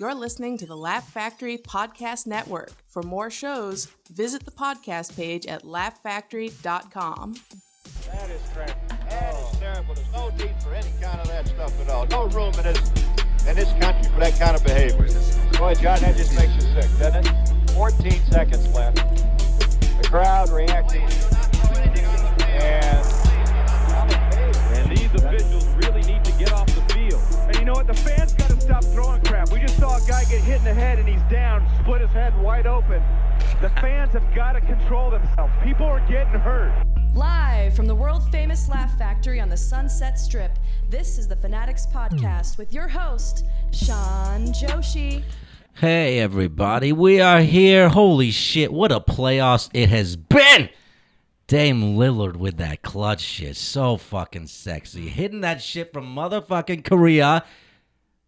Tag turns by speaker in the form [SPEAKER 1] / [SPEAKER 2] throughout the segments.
[SPEAKER 1] you're listening to the Laugh Factory Podcast Network. For more shows, visit the podcast page at laughfactory.com.
[SPEAKER 2] That is tragic. That is terrible. There's no need for any kind of that stuff at all. No room in this in this country for that kind of behavior. Boy, John, that just makes you sick, doesn't it? 14 seconds left. The crowd reacting. And
[SPEAKER 3] And these officials really need to get off the field.
[SPEAKER 4] And you know what? The fans got to stop throwing crap. We just saw a guy get hit in the head and he's down, split his head wide open. The fans have got to control themselves. People are getting hurt.
[SPEAKER 5] Live from the world famous Laugh Factory on the Sunset Strip, this is the Fanatics Podcast with your host, Sean Joshi.
[SPEAKER 6] Hey everybody, we are here. Holy shit, what a playoffs it has been! Dame Lillard with that clutch shit. So fucking sexy. Hitting that shit from motherfucking Korea.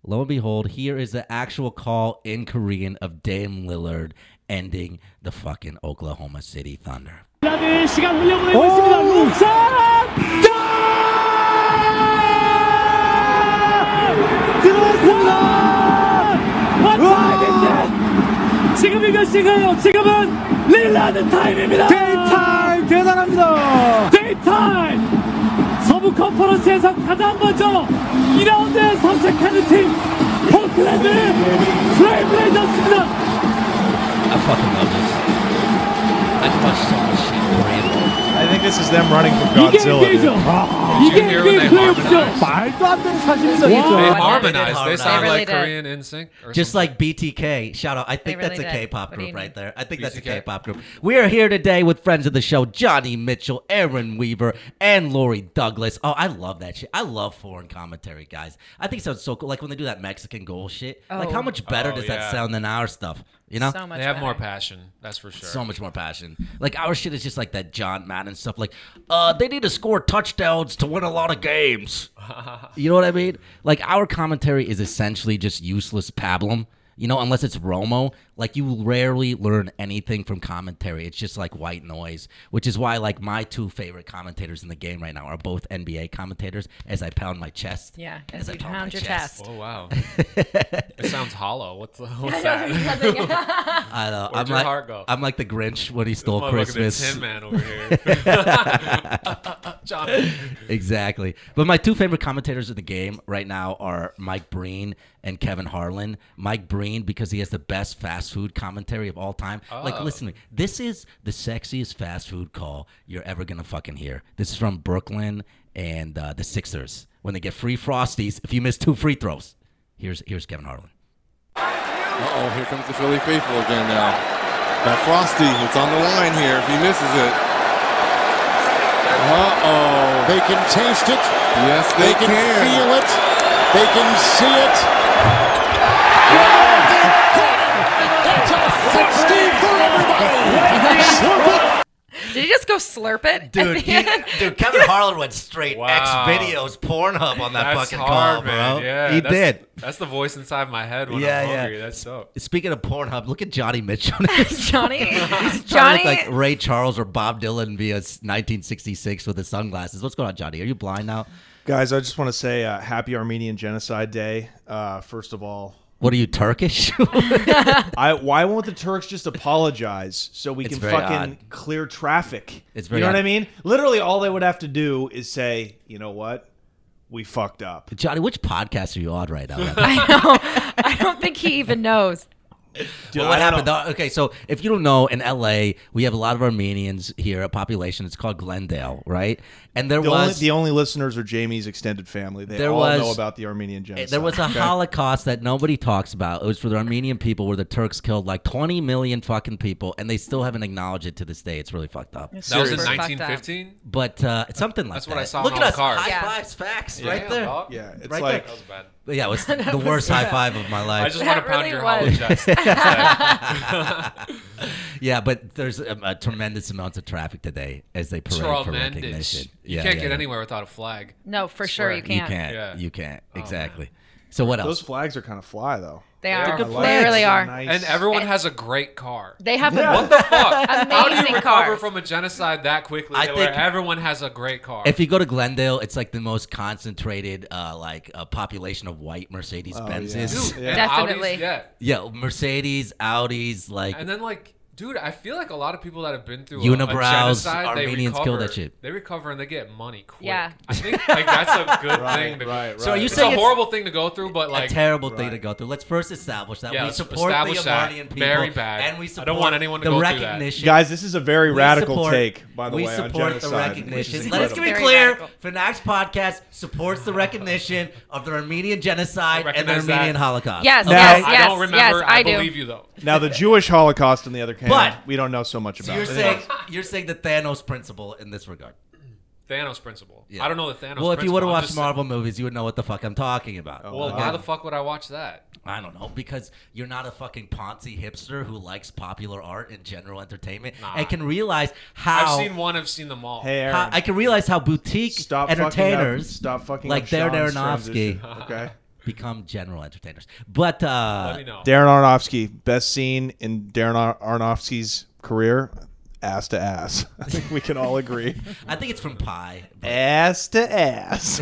[SPEAKER 6] Lo and behold, here is the actual call in Korean of Dame Lillard ending the fucking Oklahoma City Thunder.
[SPEAKER 7] 블라드 시간 흘려보내고 있습니다. 롱샷! 들어왔습니다. 왔다! 지금 이것 시간요. 지금은 릴라드 타임입니다. 데이타임 대단합니다. 데이타임 서부 컨퍼런스에서 가장 먼저 2라운드에 선택하는 팀 포클랜드 트레이블레이더스입니다.
[SPEAKER 6] I fucking love this. I watched so much shit in Korean.
[SPEAKER 8] I think this is them running from
[SPEAKER 7] 이게
[SPEAKER 8] Godzilla. 아, dude.
[SPEAKER 7] NBA죠. 이게
[SPEAKER 9] hear when
[SPEAKER 7] NBA
[SPEAKER 9] they
[SPEAKER 7] 플레이오프죠.
[SPEAKER 9] harmonized?
[SPEAKER 7] 말도 안 되는 사실이죠.
[SPEAKER 9] They
[SPEAKER 6] Wow.
[SPEAKER 9] harmonized. They,
[SPEAKER 6] They
[SPEAKER 9] sound
[SPEAKER 6] really
[SPEAKER 9] like Korean NSYNC. Or
[SPEAKER 6] Just like
[SPEAKER 9] something.
[SPEAKER 6] BTK. Shout out. I think
[SPEAKER 10] really
[SPEAKER 6] that's a
[SPEAKER 10] did.
[SPEAKER 6] K-pop
[SPEAKER 10] What do you mean?
[SPEAKER 6] group right there. I think that's a
[SPEAKER 9] BTK?
[SPEAKER 6] K-pop group. We are here today with friends of the show, Johnny Mitchell, Aaron Weaver, and Lori Douglas. Oh, I love that shit. I love foreign commentary, guys. I think it sounds so cool. Like when they do that Mexican goal shit. Like how
[SPEAKER 10] Oh.
[SPEAKER 6] much better
[SPEAKER 9] Oh,
[SPEAKER 6] does that
[SPEAKER 9] yeah.
[SPEAKER 6] sound than our stuff? You know?
[SPEAKER 10] so much.
[SPEAKER 9] they have
[SPEAKER 10] better.
[SPEAKER 9] more passion. That's for sure.
[SPEAKER 6] so much more passion. Like our shit is just like that John Madden stuff. Like, uh, they need to score touchdowns to win a lot of games. you know what I mean? Like our commentary is essentially just useless pablum. You know, unless it's Romo, like you rarely learn anything from commentary. It's just like white noise, which is why like my two favorite commentators in the game right now are both NBA commentators. As I pound my chest,
[SPEAKER 10] Yeah,
[SPEAKER 6] as,
[SPEAKER 10] as
[SPEAKER 6] I
[SPEAKER 10] you
[SPEAKER 6] pound,
[SPEAKER 10] pound
[SPEAKER 6] my
[SPEAKER 10] your chest.
[SPEAKER 9] Oh wow. it sounds hollow. What's the, what's that?
[SPEAKER 10] Nothing-
[SPEAKER 6] I know. I'm
[SPEAKER 9] Where'd your
[SPEAKER 6] like,
[SPEAKER 9] heart go?
[SPEAKER 6] I'm like the Grinch when he stole
[SPEAKER 9] Motherfucking
[SPEAKER 6] Christmas.
[SPEAKER 9] Tin man over here. John.
[SPEAKER 6] Exactly. But my two favorite commentators of the game right now are Mike Breen and Kevin Harlan. Mike Breen because he has the best fast food commentary of all time. Like,
[SPEAKER 9] Oh.
[SPEAKER 6] listen to me. This is the sexiest fast food call you're ever gonna fucking hear. This is from Brooklyn and uh, the Sixers when they get free frosties if you miss two free throws. Here's here's Kevin Harlan.
[SPEAKER 11] Oh, here comes the Philly faithful again now. That Frosty, it's on the line here if he misses it. Uh-oh. They can taste it. Yes, they, can. feel it. They can see it. That's a Frosty for everybody. Slurp it.
[SPEAKER 10] Did he just go slurp it?
[SPEAKER 6] Dude,
[SPEAKER 10] at the end?
[SPEAKER 6] dude, Kevin Harlan went straight
[SPEAKER 9] Wow.
[SPEAKER 6] X videos, Pornhub on that
[SPEAKER 9] That's
[SPEAKER 6] fucking
[SPEAKER 9] hard,
[SPEAKER 6] call, bro.
[SPEAKER 9] man. Yeah,
[SPEAKER 6] he
[SPEAKER 9] that's-
[SPEAKER 6] did.
[SPEAKER 9] That's the voice inside my head when
[SPEAKER 6] Yeah,
[SPEAKER 9] I'm
[SPEAKER 6] yeah.
[SPEAKER 9] hungry. That's dope.
[SPEAKER 6] Speaking of Pornhub, look at Johnny Mitchell. now.
[SPEAKER 10] Johnny.
[SPEAKER 6] Johnny,
[SPEAKER 10] Johnny.
[SPEAKER 6] like Ray Charles or Bob Dylan via 1966 with his sunglasses. What's going on, Johnny? Are you blind now?
[SPEAKER 8] Guys, I just want to say uh, happy Armenian Genocide Day. Uh, first of all,
[SPEAKER 6] What are you Turkish?
[SPEAKER 8] I why won't the Turks just apologize so we
[SPEAKER 6] It's
[SPEAKER 8] can
[SPEAKER 6] very
[SPEAKER 8] fucking
[SPEAKER 6] odd.
[SPEAKER 8] clear traffic?
[SPEAKER 6] It's very
[SPEAKER 8] you know what
[SPEAKER 6] odd.
[SPEAKER 8] I mean? Literally, all they would have to do is say, you know what, we fucked up.
[SPEAKER 6] Johnny, which podcast are you on right now? well,
[SPEAKER 10] I know. I don't think he even knows.
[SPEAKER 8] Dude,
[SPEAKER 6] what
[SPEAKER 8] I don't
[SPEAKER 6] happened?
[SPEAKER 8] know.
[SPEAKER 6] though- Okay, so if you don't know, in LA, we have a lot of Armenians here, a population. It's called Glendale, right? And there
[SPEAKER 8] The only,
[SPEAKER 6] was
[SPEAKER 8] the only listeners are Jamie's extended family. They
[SPEAKER 6] There
[SPEAKER 8] all
[SPEAKER 6] was-
[SPEAKER 8] know about the Armenian genocide.
[SPEAKER 6] There was a
[SPEAKER 8] okay?
[SPEAKER 6] Holocaust that nobody talks about. It was for the Armenian people where the Turks killed like 20 million fucking people, and they still haven't acknowledged it to this day. It's really fucked up.
[SPEAKER 9] That was in
[SPEAKER 10] Super fucked up.
[SPEAKER 9] 1915.
[SPEAKER 6] But uh, it's something like
[SPEAKER 9] That's
[SPEAKER 6] that.
[SPEAKER 9] what I saw on
[SPEAKER 6] Look
[SPEAKER 9] all
[SPEAKER 6] at
[SPEAKER 9] the
[SPEAKER 6] us.
[SPEAKER 9] cards.
[SPEAKER 6] High
[SPEAKER 10] Yeah.
[SPEAKER 6] fives, facts,
[SPEAKER 9] Yeah.
[SPEAKER 6] right
[SPEAKER 9] Damn,
[SPEAKER 6] there.
[SPEAKER 9] dog.
[SPEAKER 8] Yeah, it's
[SPEAKER 6] Right
[SPEAKER 8] like
[SPEAKER 9] That was bad.
[SPEAKER 6] But yeah, it was the worst high five of my
[SPEAKER 9] I
[SPEAKER 6] life.
[SPEAKER 9] just want to
[SPEAKER 10] That
[SPEAKER 9] pound
[SPEAKER 10] really
[SPEAKER 9] your
[SPEAKER 10] was.
[SPEAKER 9] hollow chest.
[SPEAKER 6] yeah, but there's a, a tremendous amount of traffic today as they parade for
[SPEAKER 9] Tremendous.
[SPEAKER 6] recognition.
[SPEAKER 9] You
[SPEAKER 6] Yeah,
[SPEAKER 9] can't
[SPEAKER 6] yeah,
[SPEAKER 9] get
[SPEAKER 6] yeah.
[SPEAKER 9] anywhere without a flag.
[SPEAKER 10] No, for sure
[SPEAKER 9] Swear.
[SPEAKER 10] you
[SPEAKER 6] You
[SPEAKER 10] can't.
[SPEAKER 6] can't.
[SPEAKER 9] Yeah. Oh,
[SPEAKER 6] You can't.
[SPEAKER 9] man.
[SPEAKER 6] exactly. So what else?
[SPEAKER 8] Those flags are kind of fly, though.
[SPEAKER 10] They They're are.
[SPEAKER 8] I
[SPEAKER 10] good
[SPEAKER 8] like
[SPEAKER 10] flags.
[SPEAKER 8] it.
[SPEAKER 10] They really are.
[SPEAKER 8] Nice.
[SPEAKER 9] And everyone has a great car.
[SPEAKER 10] They have
[SPEAKER 9] what
[SPEAKER 10] a-
[SPEAKER 9] the fuck? How do you
[SPEAKER 10] amazing
[SPEAKER 9] recover
[SPEAKER 10] cars.
[SPEAKER 9] from a genocide that quickly?
[SPEAKER 6] I
[SPEAKER 9] where
[SPEAKER 6] think-
[SPEAKER 9] everyone has a great car.
[SPEAKER 6] If you go to Glendale, it's like the most concentrated, uh, like uh, population of white Mercedes Benzes.
[SPEAKER 9] Dude, and Definitely. Audis, yeah.
[SPEAKER 6] yeah, Mercedes, Audis, like
[SPEAKER 9] and then like, dude, I feel like a lot of people that have been through a- a,
[SPEAKER 6] Unibrows,
[SPEAKER 9] genocide, they
[SPEAKER 6] Armenians
[SPEAKER 9] recover,
[SPEAKER 6] kill that shit.
[SPEAKER 9] They recover and they get money quick.
[SPEAKER 10] Yeah.
[SPEAKER 9] I think like that's a good
[SPEAKER 6] Right,
[SPEAKER 9] thing. To,
[SPEAKER 6] right, So are right. you
[SPEAKER 9] it's
[SPEAKER 6] saying
[SPEAKER 9] a
[SPEAKER 6] it's-
[SPEAKER 9] horrible thing to go through? But like,
[SPEAKER 6] a terrible thing to go through. Let's first establish that
[SPEAKER 9] Yeah,
[SPEAKER 6] we
[SPEAKER 9] let's
[SPEAKER 6] support the
[SPEAKER 9] establish that.
[SPEAKER 6] Iranian people,
[SPEAKER 9] Very bad.
[SPEAKER 6] and we
[SPEAKER 9] I don't
[SPEAKER 6] support
[SPEAKER 9] want anyone to
[SPEAKER 6] the
[SPEAKER 9] go through that.
[SPEAKER 6] recognition.
[SPEAKER 8] Guys, this is a very
[SPEAKER 6] We
[SPEAKER 8] radical
[SPEAKER 6] support-
[SPEAKER 8] take, by the
[SPEAKER 6] we
[SPEAKER 8] way, on
[SPEAKER 6] support the
[SPEAKER 8] genocide, which is
[SPEAKER 6] recognition. Let's be
[SPEAKER 8] incredible.
[SPEAKER 6] clear: Fanatics Podcast supports the recognition of the Armenian genocide and the
[SPEAKER 9] recognize that.
[SPEAKER 6] Armenian Holocaust.
[SPEAKER 10] Yes,
[SPEAKER 8] Now-
[SPEAKER 10] yes,
[SPEAKER 8] I
[SPEAKER 10] yes,
[SPEAKER 9] don't remember.
[SPEAKER 10] yes,
[SPEAKER 9] I
[SPEAKER 10] I, do.
[SPEAKER 9] believe you, though.
[SPEAKER 8] Now, the Jewish Holocaust, on the other hand,
[SPEAKER 6] But-
[SPEAKER 8] we don't know so much
[SPEAKER 6] So
[SPEAKER 8] about.
[SPEAKER 6] you're
[SPEAKER 8] it.
[SPEAKER 6] saying you're saying the Thanos principle in this regard.
[SPEAKER 9] Thanos principle. I don't know the Thanos.
[SPEAKER 6] Well, if you would
[SPEAKER 9] principle.
[SPEAKER 6] have
[SPEAKER 9] I'm
[SPEAKER 6] watched
[SPEAKER 9] just-
[SPEAKER 6] Marvel movies, you would know what the fuck I'm talking about.
[SPEAKER 8] Oh,
[SPEAKER 9] well,
[SPEAKER 6] Okay.
[SPEAKER 9] why the fuck would I watch that?
[SPEAKER 6] I don't know because you're not a fucking Ponzi hipster who likes popular art and general entertainment
[SPEAKER 9] Nah.
[SPEAKER 6] and can realize how
[SPEAKER 9] I've seen one. I've seen them all.
[SPEAKER 8] Hey, Aaron.
[SPEAKER 6] how- I can realize how boutique
[SPEAKER 8] Stop fucking up-
[SPEAKER 6] entertainers
[SPEAKER 8] stop fucking
[SPEAKER 6] like
[SPEAKER 8] up
[SPEAKER 6] Darren
[SPEAKER 8] Sean's
[SPEAKER 6] Aronofsky
[SPEAKER 8] transition, okay?
[SPEAKER 6] become general entertainers. But uh,
[SPEAKER 9] Let me know.
[SPEAKER 8] Darren Aronofsky, best scene in Darren Ar- Aronofsky's career, ass to ass. I think we can all agree.
[SPEAKER 6] I think it's from Pie.
[SPEAKER 8] ass to ass.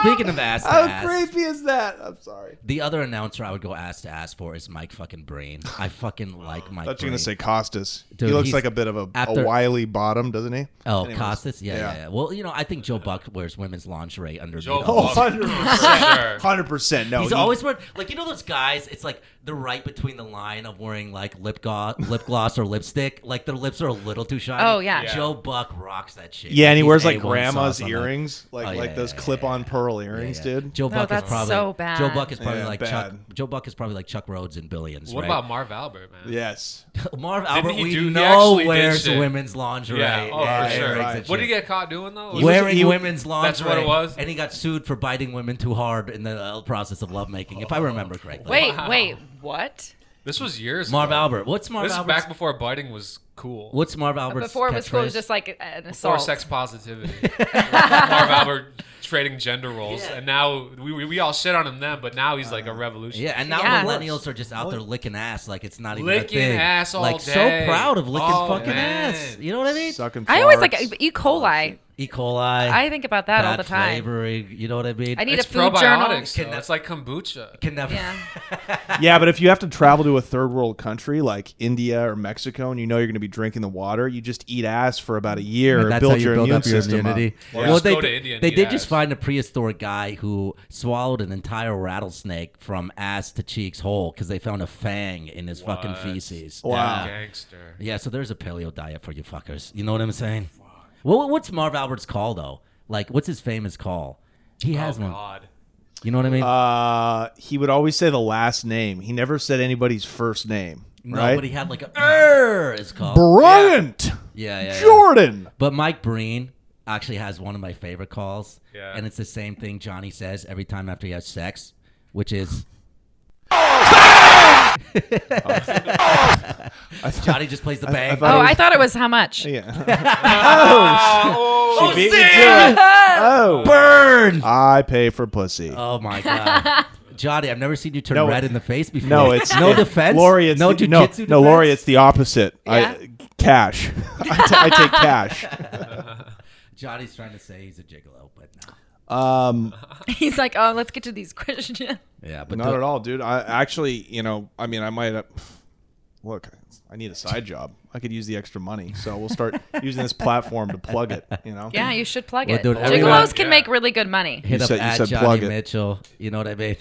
[SPEAKER 6] Speaking of ass to
[SPEAKER 8] How
[SPEAKER 6] ass,
[SPEAKER 8] creepy is that? I'm sorry.
[SPEAKER 6] the other announcer I would go ass to ass for is Mike fucking Brain. I fucking like Mike.
[SPEAKER 8] I thought you were
[SPEAKER 6] Brain.
[SPEAKER 8] gonna say Costas.
[SPEAKER 6] Dude,
[SPEAKER 8] he looks
[SPEAKER 6] he's-
[SPEAKER 8] like a bit of a,
[SPEAKER 6] after-
[SPEAKER 8] a wily bottom, doesn't he?
[SPEAKER 6] Oh,
[SPEAKER 8] Anyways.
[SPEAKER 6] Costas, yeah, yeah, yeah. Well, you know, I think Joe Buck wears women's lingerie underneath.
[SPEAKER 9] Joe
[SPEAKER 6] all
[SPEAKER 8] Oh,
[SPEAKER 6] this.
[SPEAKER 8] 100%. 100%. No,
[SPEAKER 6] he's
[SPEAKER 8] he-
[SPEAKER 6] always wearing like you know those guys. It's like they're right between the line of wearing like lip gloss, lip gloss or lipstick. Like their lips are a little too shiny.
[SPEAKER 10] Oh, yeah. Yeah.
[SPEAKER 6] Joe Buck rocks that shit.
[SPEAKER 8] Yeah, and he
[SPEAKER 6] He's
[SPEAKER 8] wears like
[SPEAKER 6] A1
[SPEAKER 8] grandma's
[SPEAKER 6] sauce on that.
[SPEAKER 8] earrings, like
[SPEAKER 6] Oh, yeah,
[SPEAKER 8] like
[SPEAKER 6] yeah,
[SPEAKER 8] those
[SPEAKER 6] yeah,
[SPEAKER 8] clip-on pearl earrings, dude.
[SPEAKER 10] No,
[SPEAKER 6] Joe Buck
[SPEAKER 10] Oh, that's
[SPEAKER 6] is probably
[SPEAKER 10] so bad.
[SPEAKER 6] Joe Buck is probably
[SPEAKER 8] Yeah,
[SPEAKER 6] like
[SPEAKER 8] bad.
[SPEAKER 6] Chuck. Joe Buck is probably like Chuck Rhodes in Billions.
[SPEAKER 9] What
[SPEAKER 6] right?
[SPEAKER 9] about Marv Albert, man?
[SPEAKER 8] Yes.
[SPEAKER 6] Marv
[SPEAKER 9] Didn't
[SPEAKER 6] Albert?
[SPEAKER 9] he
[SPEAKER 6] We
[SPEAKER 9] do- he
[SPEAKER 6] know
[SPEAKER 9] actually did
[SPEAKER 6] wears
[SPEAKER 9] shit.
[SPEAKER 6] women's lingerie.
[SPEAKER 9] Yeah, oh, for sure.
[SPEAKER 6] earrings and
[SPEAKER 9] What did he
[SPEAKER 6] shit.
[SPEAKER 9] get caught doing though?
[SPEAKER 6] wearing women's lingerie.
[SPEAKER 9] That's what it was.
[SPEAKER 6] And he got sued for biting women too hard in the uh, process of lovemaking, if I remember correctly.
[SPEAKER 10] Wait, wait, what?
[SPEAKER 9] This was years.
[SPEAKER 6] Marv
[SPEAKER 9] ago.
[SPEAKER 6] Albert. What's Marv
[SPEAKER 9] This is
[SPEAKER 6] Albert's-
[SPEAKER 9] back before biting was cool.
[SPEAKER 6] What's Marv Albert's
[SPEAKER 10] Before it was cool, it was
[SPEAKER 6] catchphrase?
[SPEAKER 10] just like an
[SPEAKER 9] Before
[SPEAKER 10] assault.
[SPEAKER 9] sex positivity. Marv Albert trading gender roles, and now we, we, we all shit on him then, but now he's like a revolution.
[SPEAKER 6] Yeah, and now
[SPEAKER 10] Yeah.
[SPEAKER 6] millennials are just out there licking ass like it's not even a
[SPEAKER 9] Licking
[SPEAKER 6] thing.
[SPEAKER 9] ass all
[SPEAKER 6] like
[SPEAKER 9] day.
[SPEAKER 6] so proud of licking
[SPEAKER 9] Oh,
[SPEAKER 6] fucking
[SPEAKER 9] man.
[SPEAKER 6] ass. You know what I mean?
[SPEAKER 8] Sucking
[SPEAKER 10] I always
[SPEAKER 8] farts.
[SPEAKER 10] like E. coli.
[SPEAKER 6] E. coli.
[SPEAKER 10] I think about that all
[SPEAKER 6] bad
[SPEAKER 10] the time.
[SPEAKER 6] Flavoring, you know what I mean?
[SPEAKER 10] I need
[SPEAKER 9] it's
[SPEAKER 10] a food journal.
[SPEAKER 9] probiotics. Though. It's like kombucha.
[SPEAKER 6] can never.
[SPEAKER 10] Yeah.
[SPEAKER 8] yeah, but if you have to travel to a third world country like India or Mexico, and you know you're going to be drinking the water, you just eat ass for about a year,
[SPEAKER 6] And that's
[SPEAKER 8] build
[SPEAKER 6] how you
[SPEAKER 8] your
[SPEAKER 6] build
[SPEAKER 8] immune
[SPEAKER 6] up your
[SPEAKER 8] system up.
[SPEAKER 6] immunity.
[SPEAKER 9] Or
[SPEAKER 6] Well,
[SPEAKER 9] just
[SPEAKER 6] they
[SPEAKER 9] go to
[SPEAKER 6] did-
[SPEAKER 9] India and
[SPEAKER 6] they
[SPEAKER 9] eat
[SPEAKER 6] did just
[SPEAKER 9] ass.
[SPEAKER 6] find a prehistoric guy who swallowed an entire rattlesnake from ass to cheeks whole because they found a fang in his fucking
[SPEAKER 9] What?
[SPEAKER 6] feces.
[SPEAKER 8] Wow.
[SPEAKER 6] Yeah.
[SPEAKER 9] Gangster.
[SPEAKER 6] Yeah, so there's a paleo diet for you fuckers. You know what I'm saying? What, what's Marv Albert's call though? Like, what's his famous call? He has
[SPEAKER 9] oh
[SPEAKER 6] one.
[SPEAKER 9] God.
[SPEAKER 6] You know what I mean?
[SPEAKER 8] Uh, he would always say the last name. He never said anybody's first name.
[SPEAKER 6] no,
[SPEAKER 8] right?
[SPEAKER 6] but he had like a err is called.
[SPEAKER 8] Bryant.
[SPEAKER 6] yeah, yeah, yeah.
[SPEAKER 8] Jordan.
[SPEAKER 6] But Mike Breen actually has one of my favorite calls.
[SPEAKER 9] Yeah.
[SPEAKER 6] And it's the same thing Johnny says every time after he has sex, which is
[SPEAKER 8] I thought-
[SPEAKER 6] Johnny just plays the bang.
[SPEAKER 8] thought-
[SPEAKER 10] Oh, I thought it was how much?
[SPEAKER 8] yeah.
[SPEAKER 9] Oh,
[SPEAKER 8] She beat me to it. Oh.
[SPEAKER 6] Burn!
[SPEAKER 8] I pay for pussy.
[SPEAKER 6] Oh my god. Johnny, I've never seen you turn
[SPEAKER 8] No,
[SPEAKER 6] red
[SPEAKER 8] it-
[SPEAKER 6] in the face before.
[SPEAKER 8] no, it's
[SPEAKER 6] no
[SPEAKER 8] it-
[SPEAKER 6] defense.
[SPEAKER 8] Lori, it's
[SPEAKER 6] no
[SPEAKER 8] the,
[SPEAKER 6] jujitsu
[SPEAKER 8] no,
[SPEAKER 6] defense.
[SPEAKER 8] no, Lori, it's the opposite.
[SPEAKER 10] Yeah.
[SPEAKER 8] I, cash. I, t- I take cash.
[SPEAKER 6] Johnny's trying to say he's a gigolo, but no.
[SPEAKER 8] Um,
[SPEAKER 10] He's like, oh, let's get to these questions.
[SPEAKER 6] Yeah, but
[SPEAKER 8] Not
[SPEAKER 6] the-
[SPEAKER 8] at all, dude. I actually, you know, I mean, I might uh, look. I need a side job. I could use the extra money, so we'll start using this platform to plug it. You know,
[SPEAKER 10] Yeah, you should plug
[SPEAKER 6] Well,
[SPEAKER 10] it.
[SPEAKER 6] dude, everyone-
[SPEAKER 10] Gigolos can
[SPEAKER 9] Yeah.
[SPEAKER 10] make really good money.
[SPEAKER 8] You
[SPEAKER 6] hit up
[SPEAKER 8] said- you
[SPEAKER 6] at
[SPEAKER 8] said
[SPEAKER 6] Johnny
[SPEAKER 8] plug it.
[SPEAKER 6] Mitchell. You know what I mean?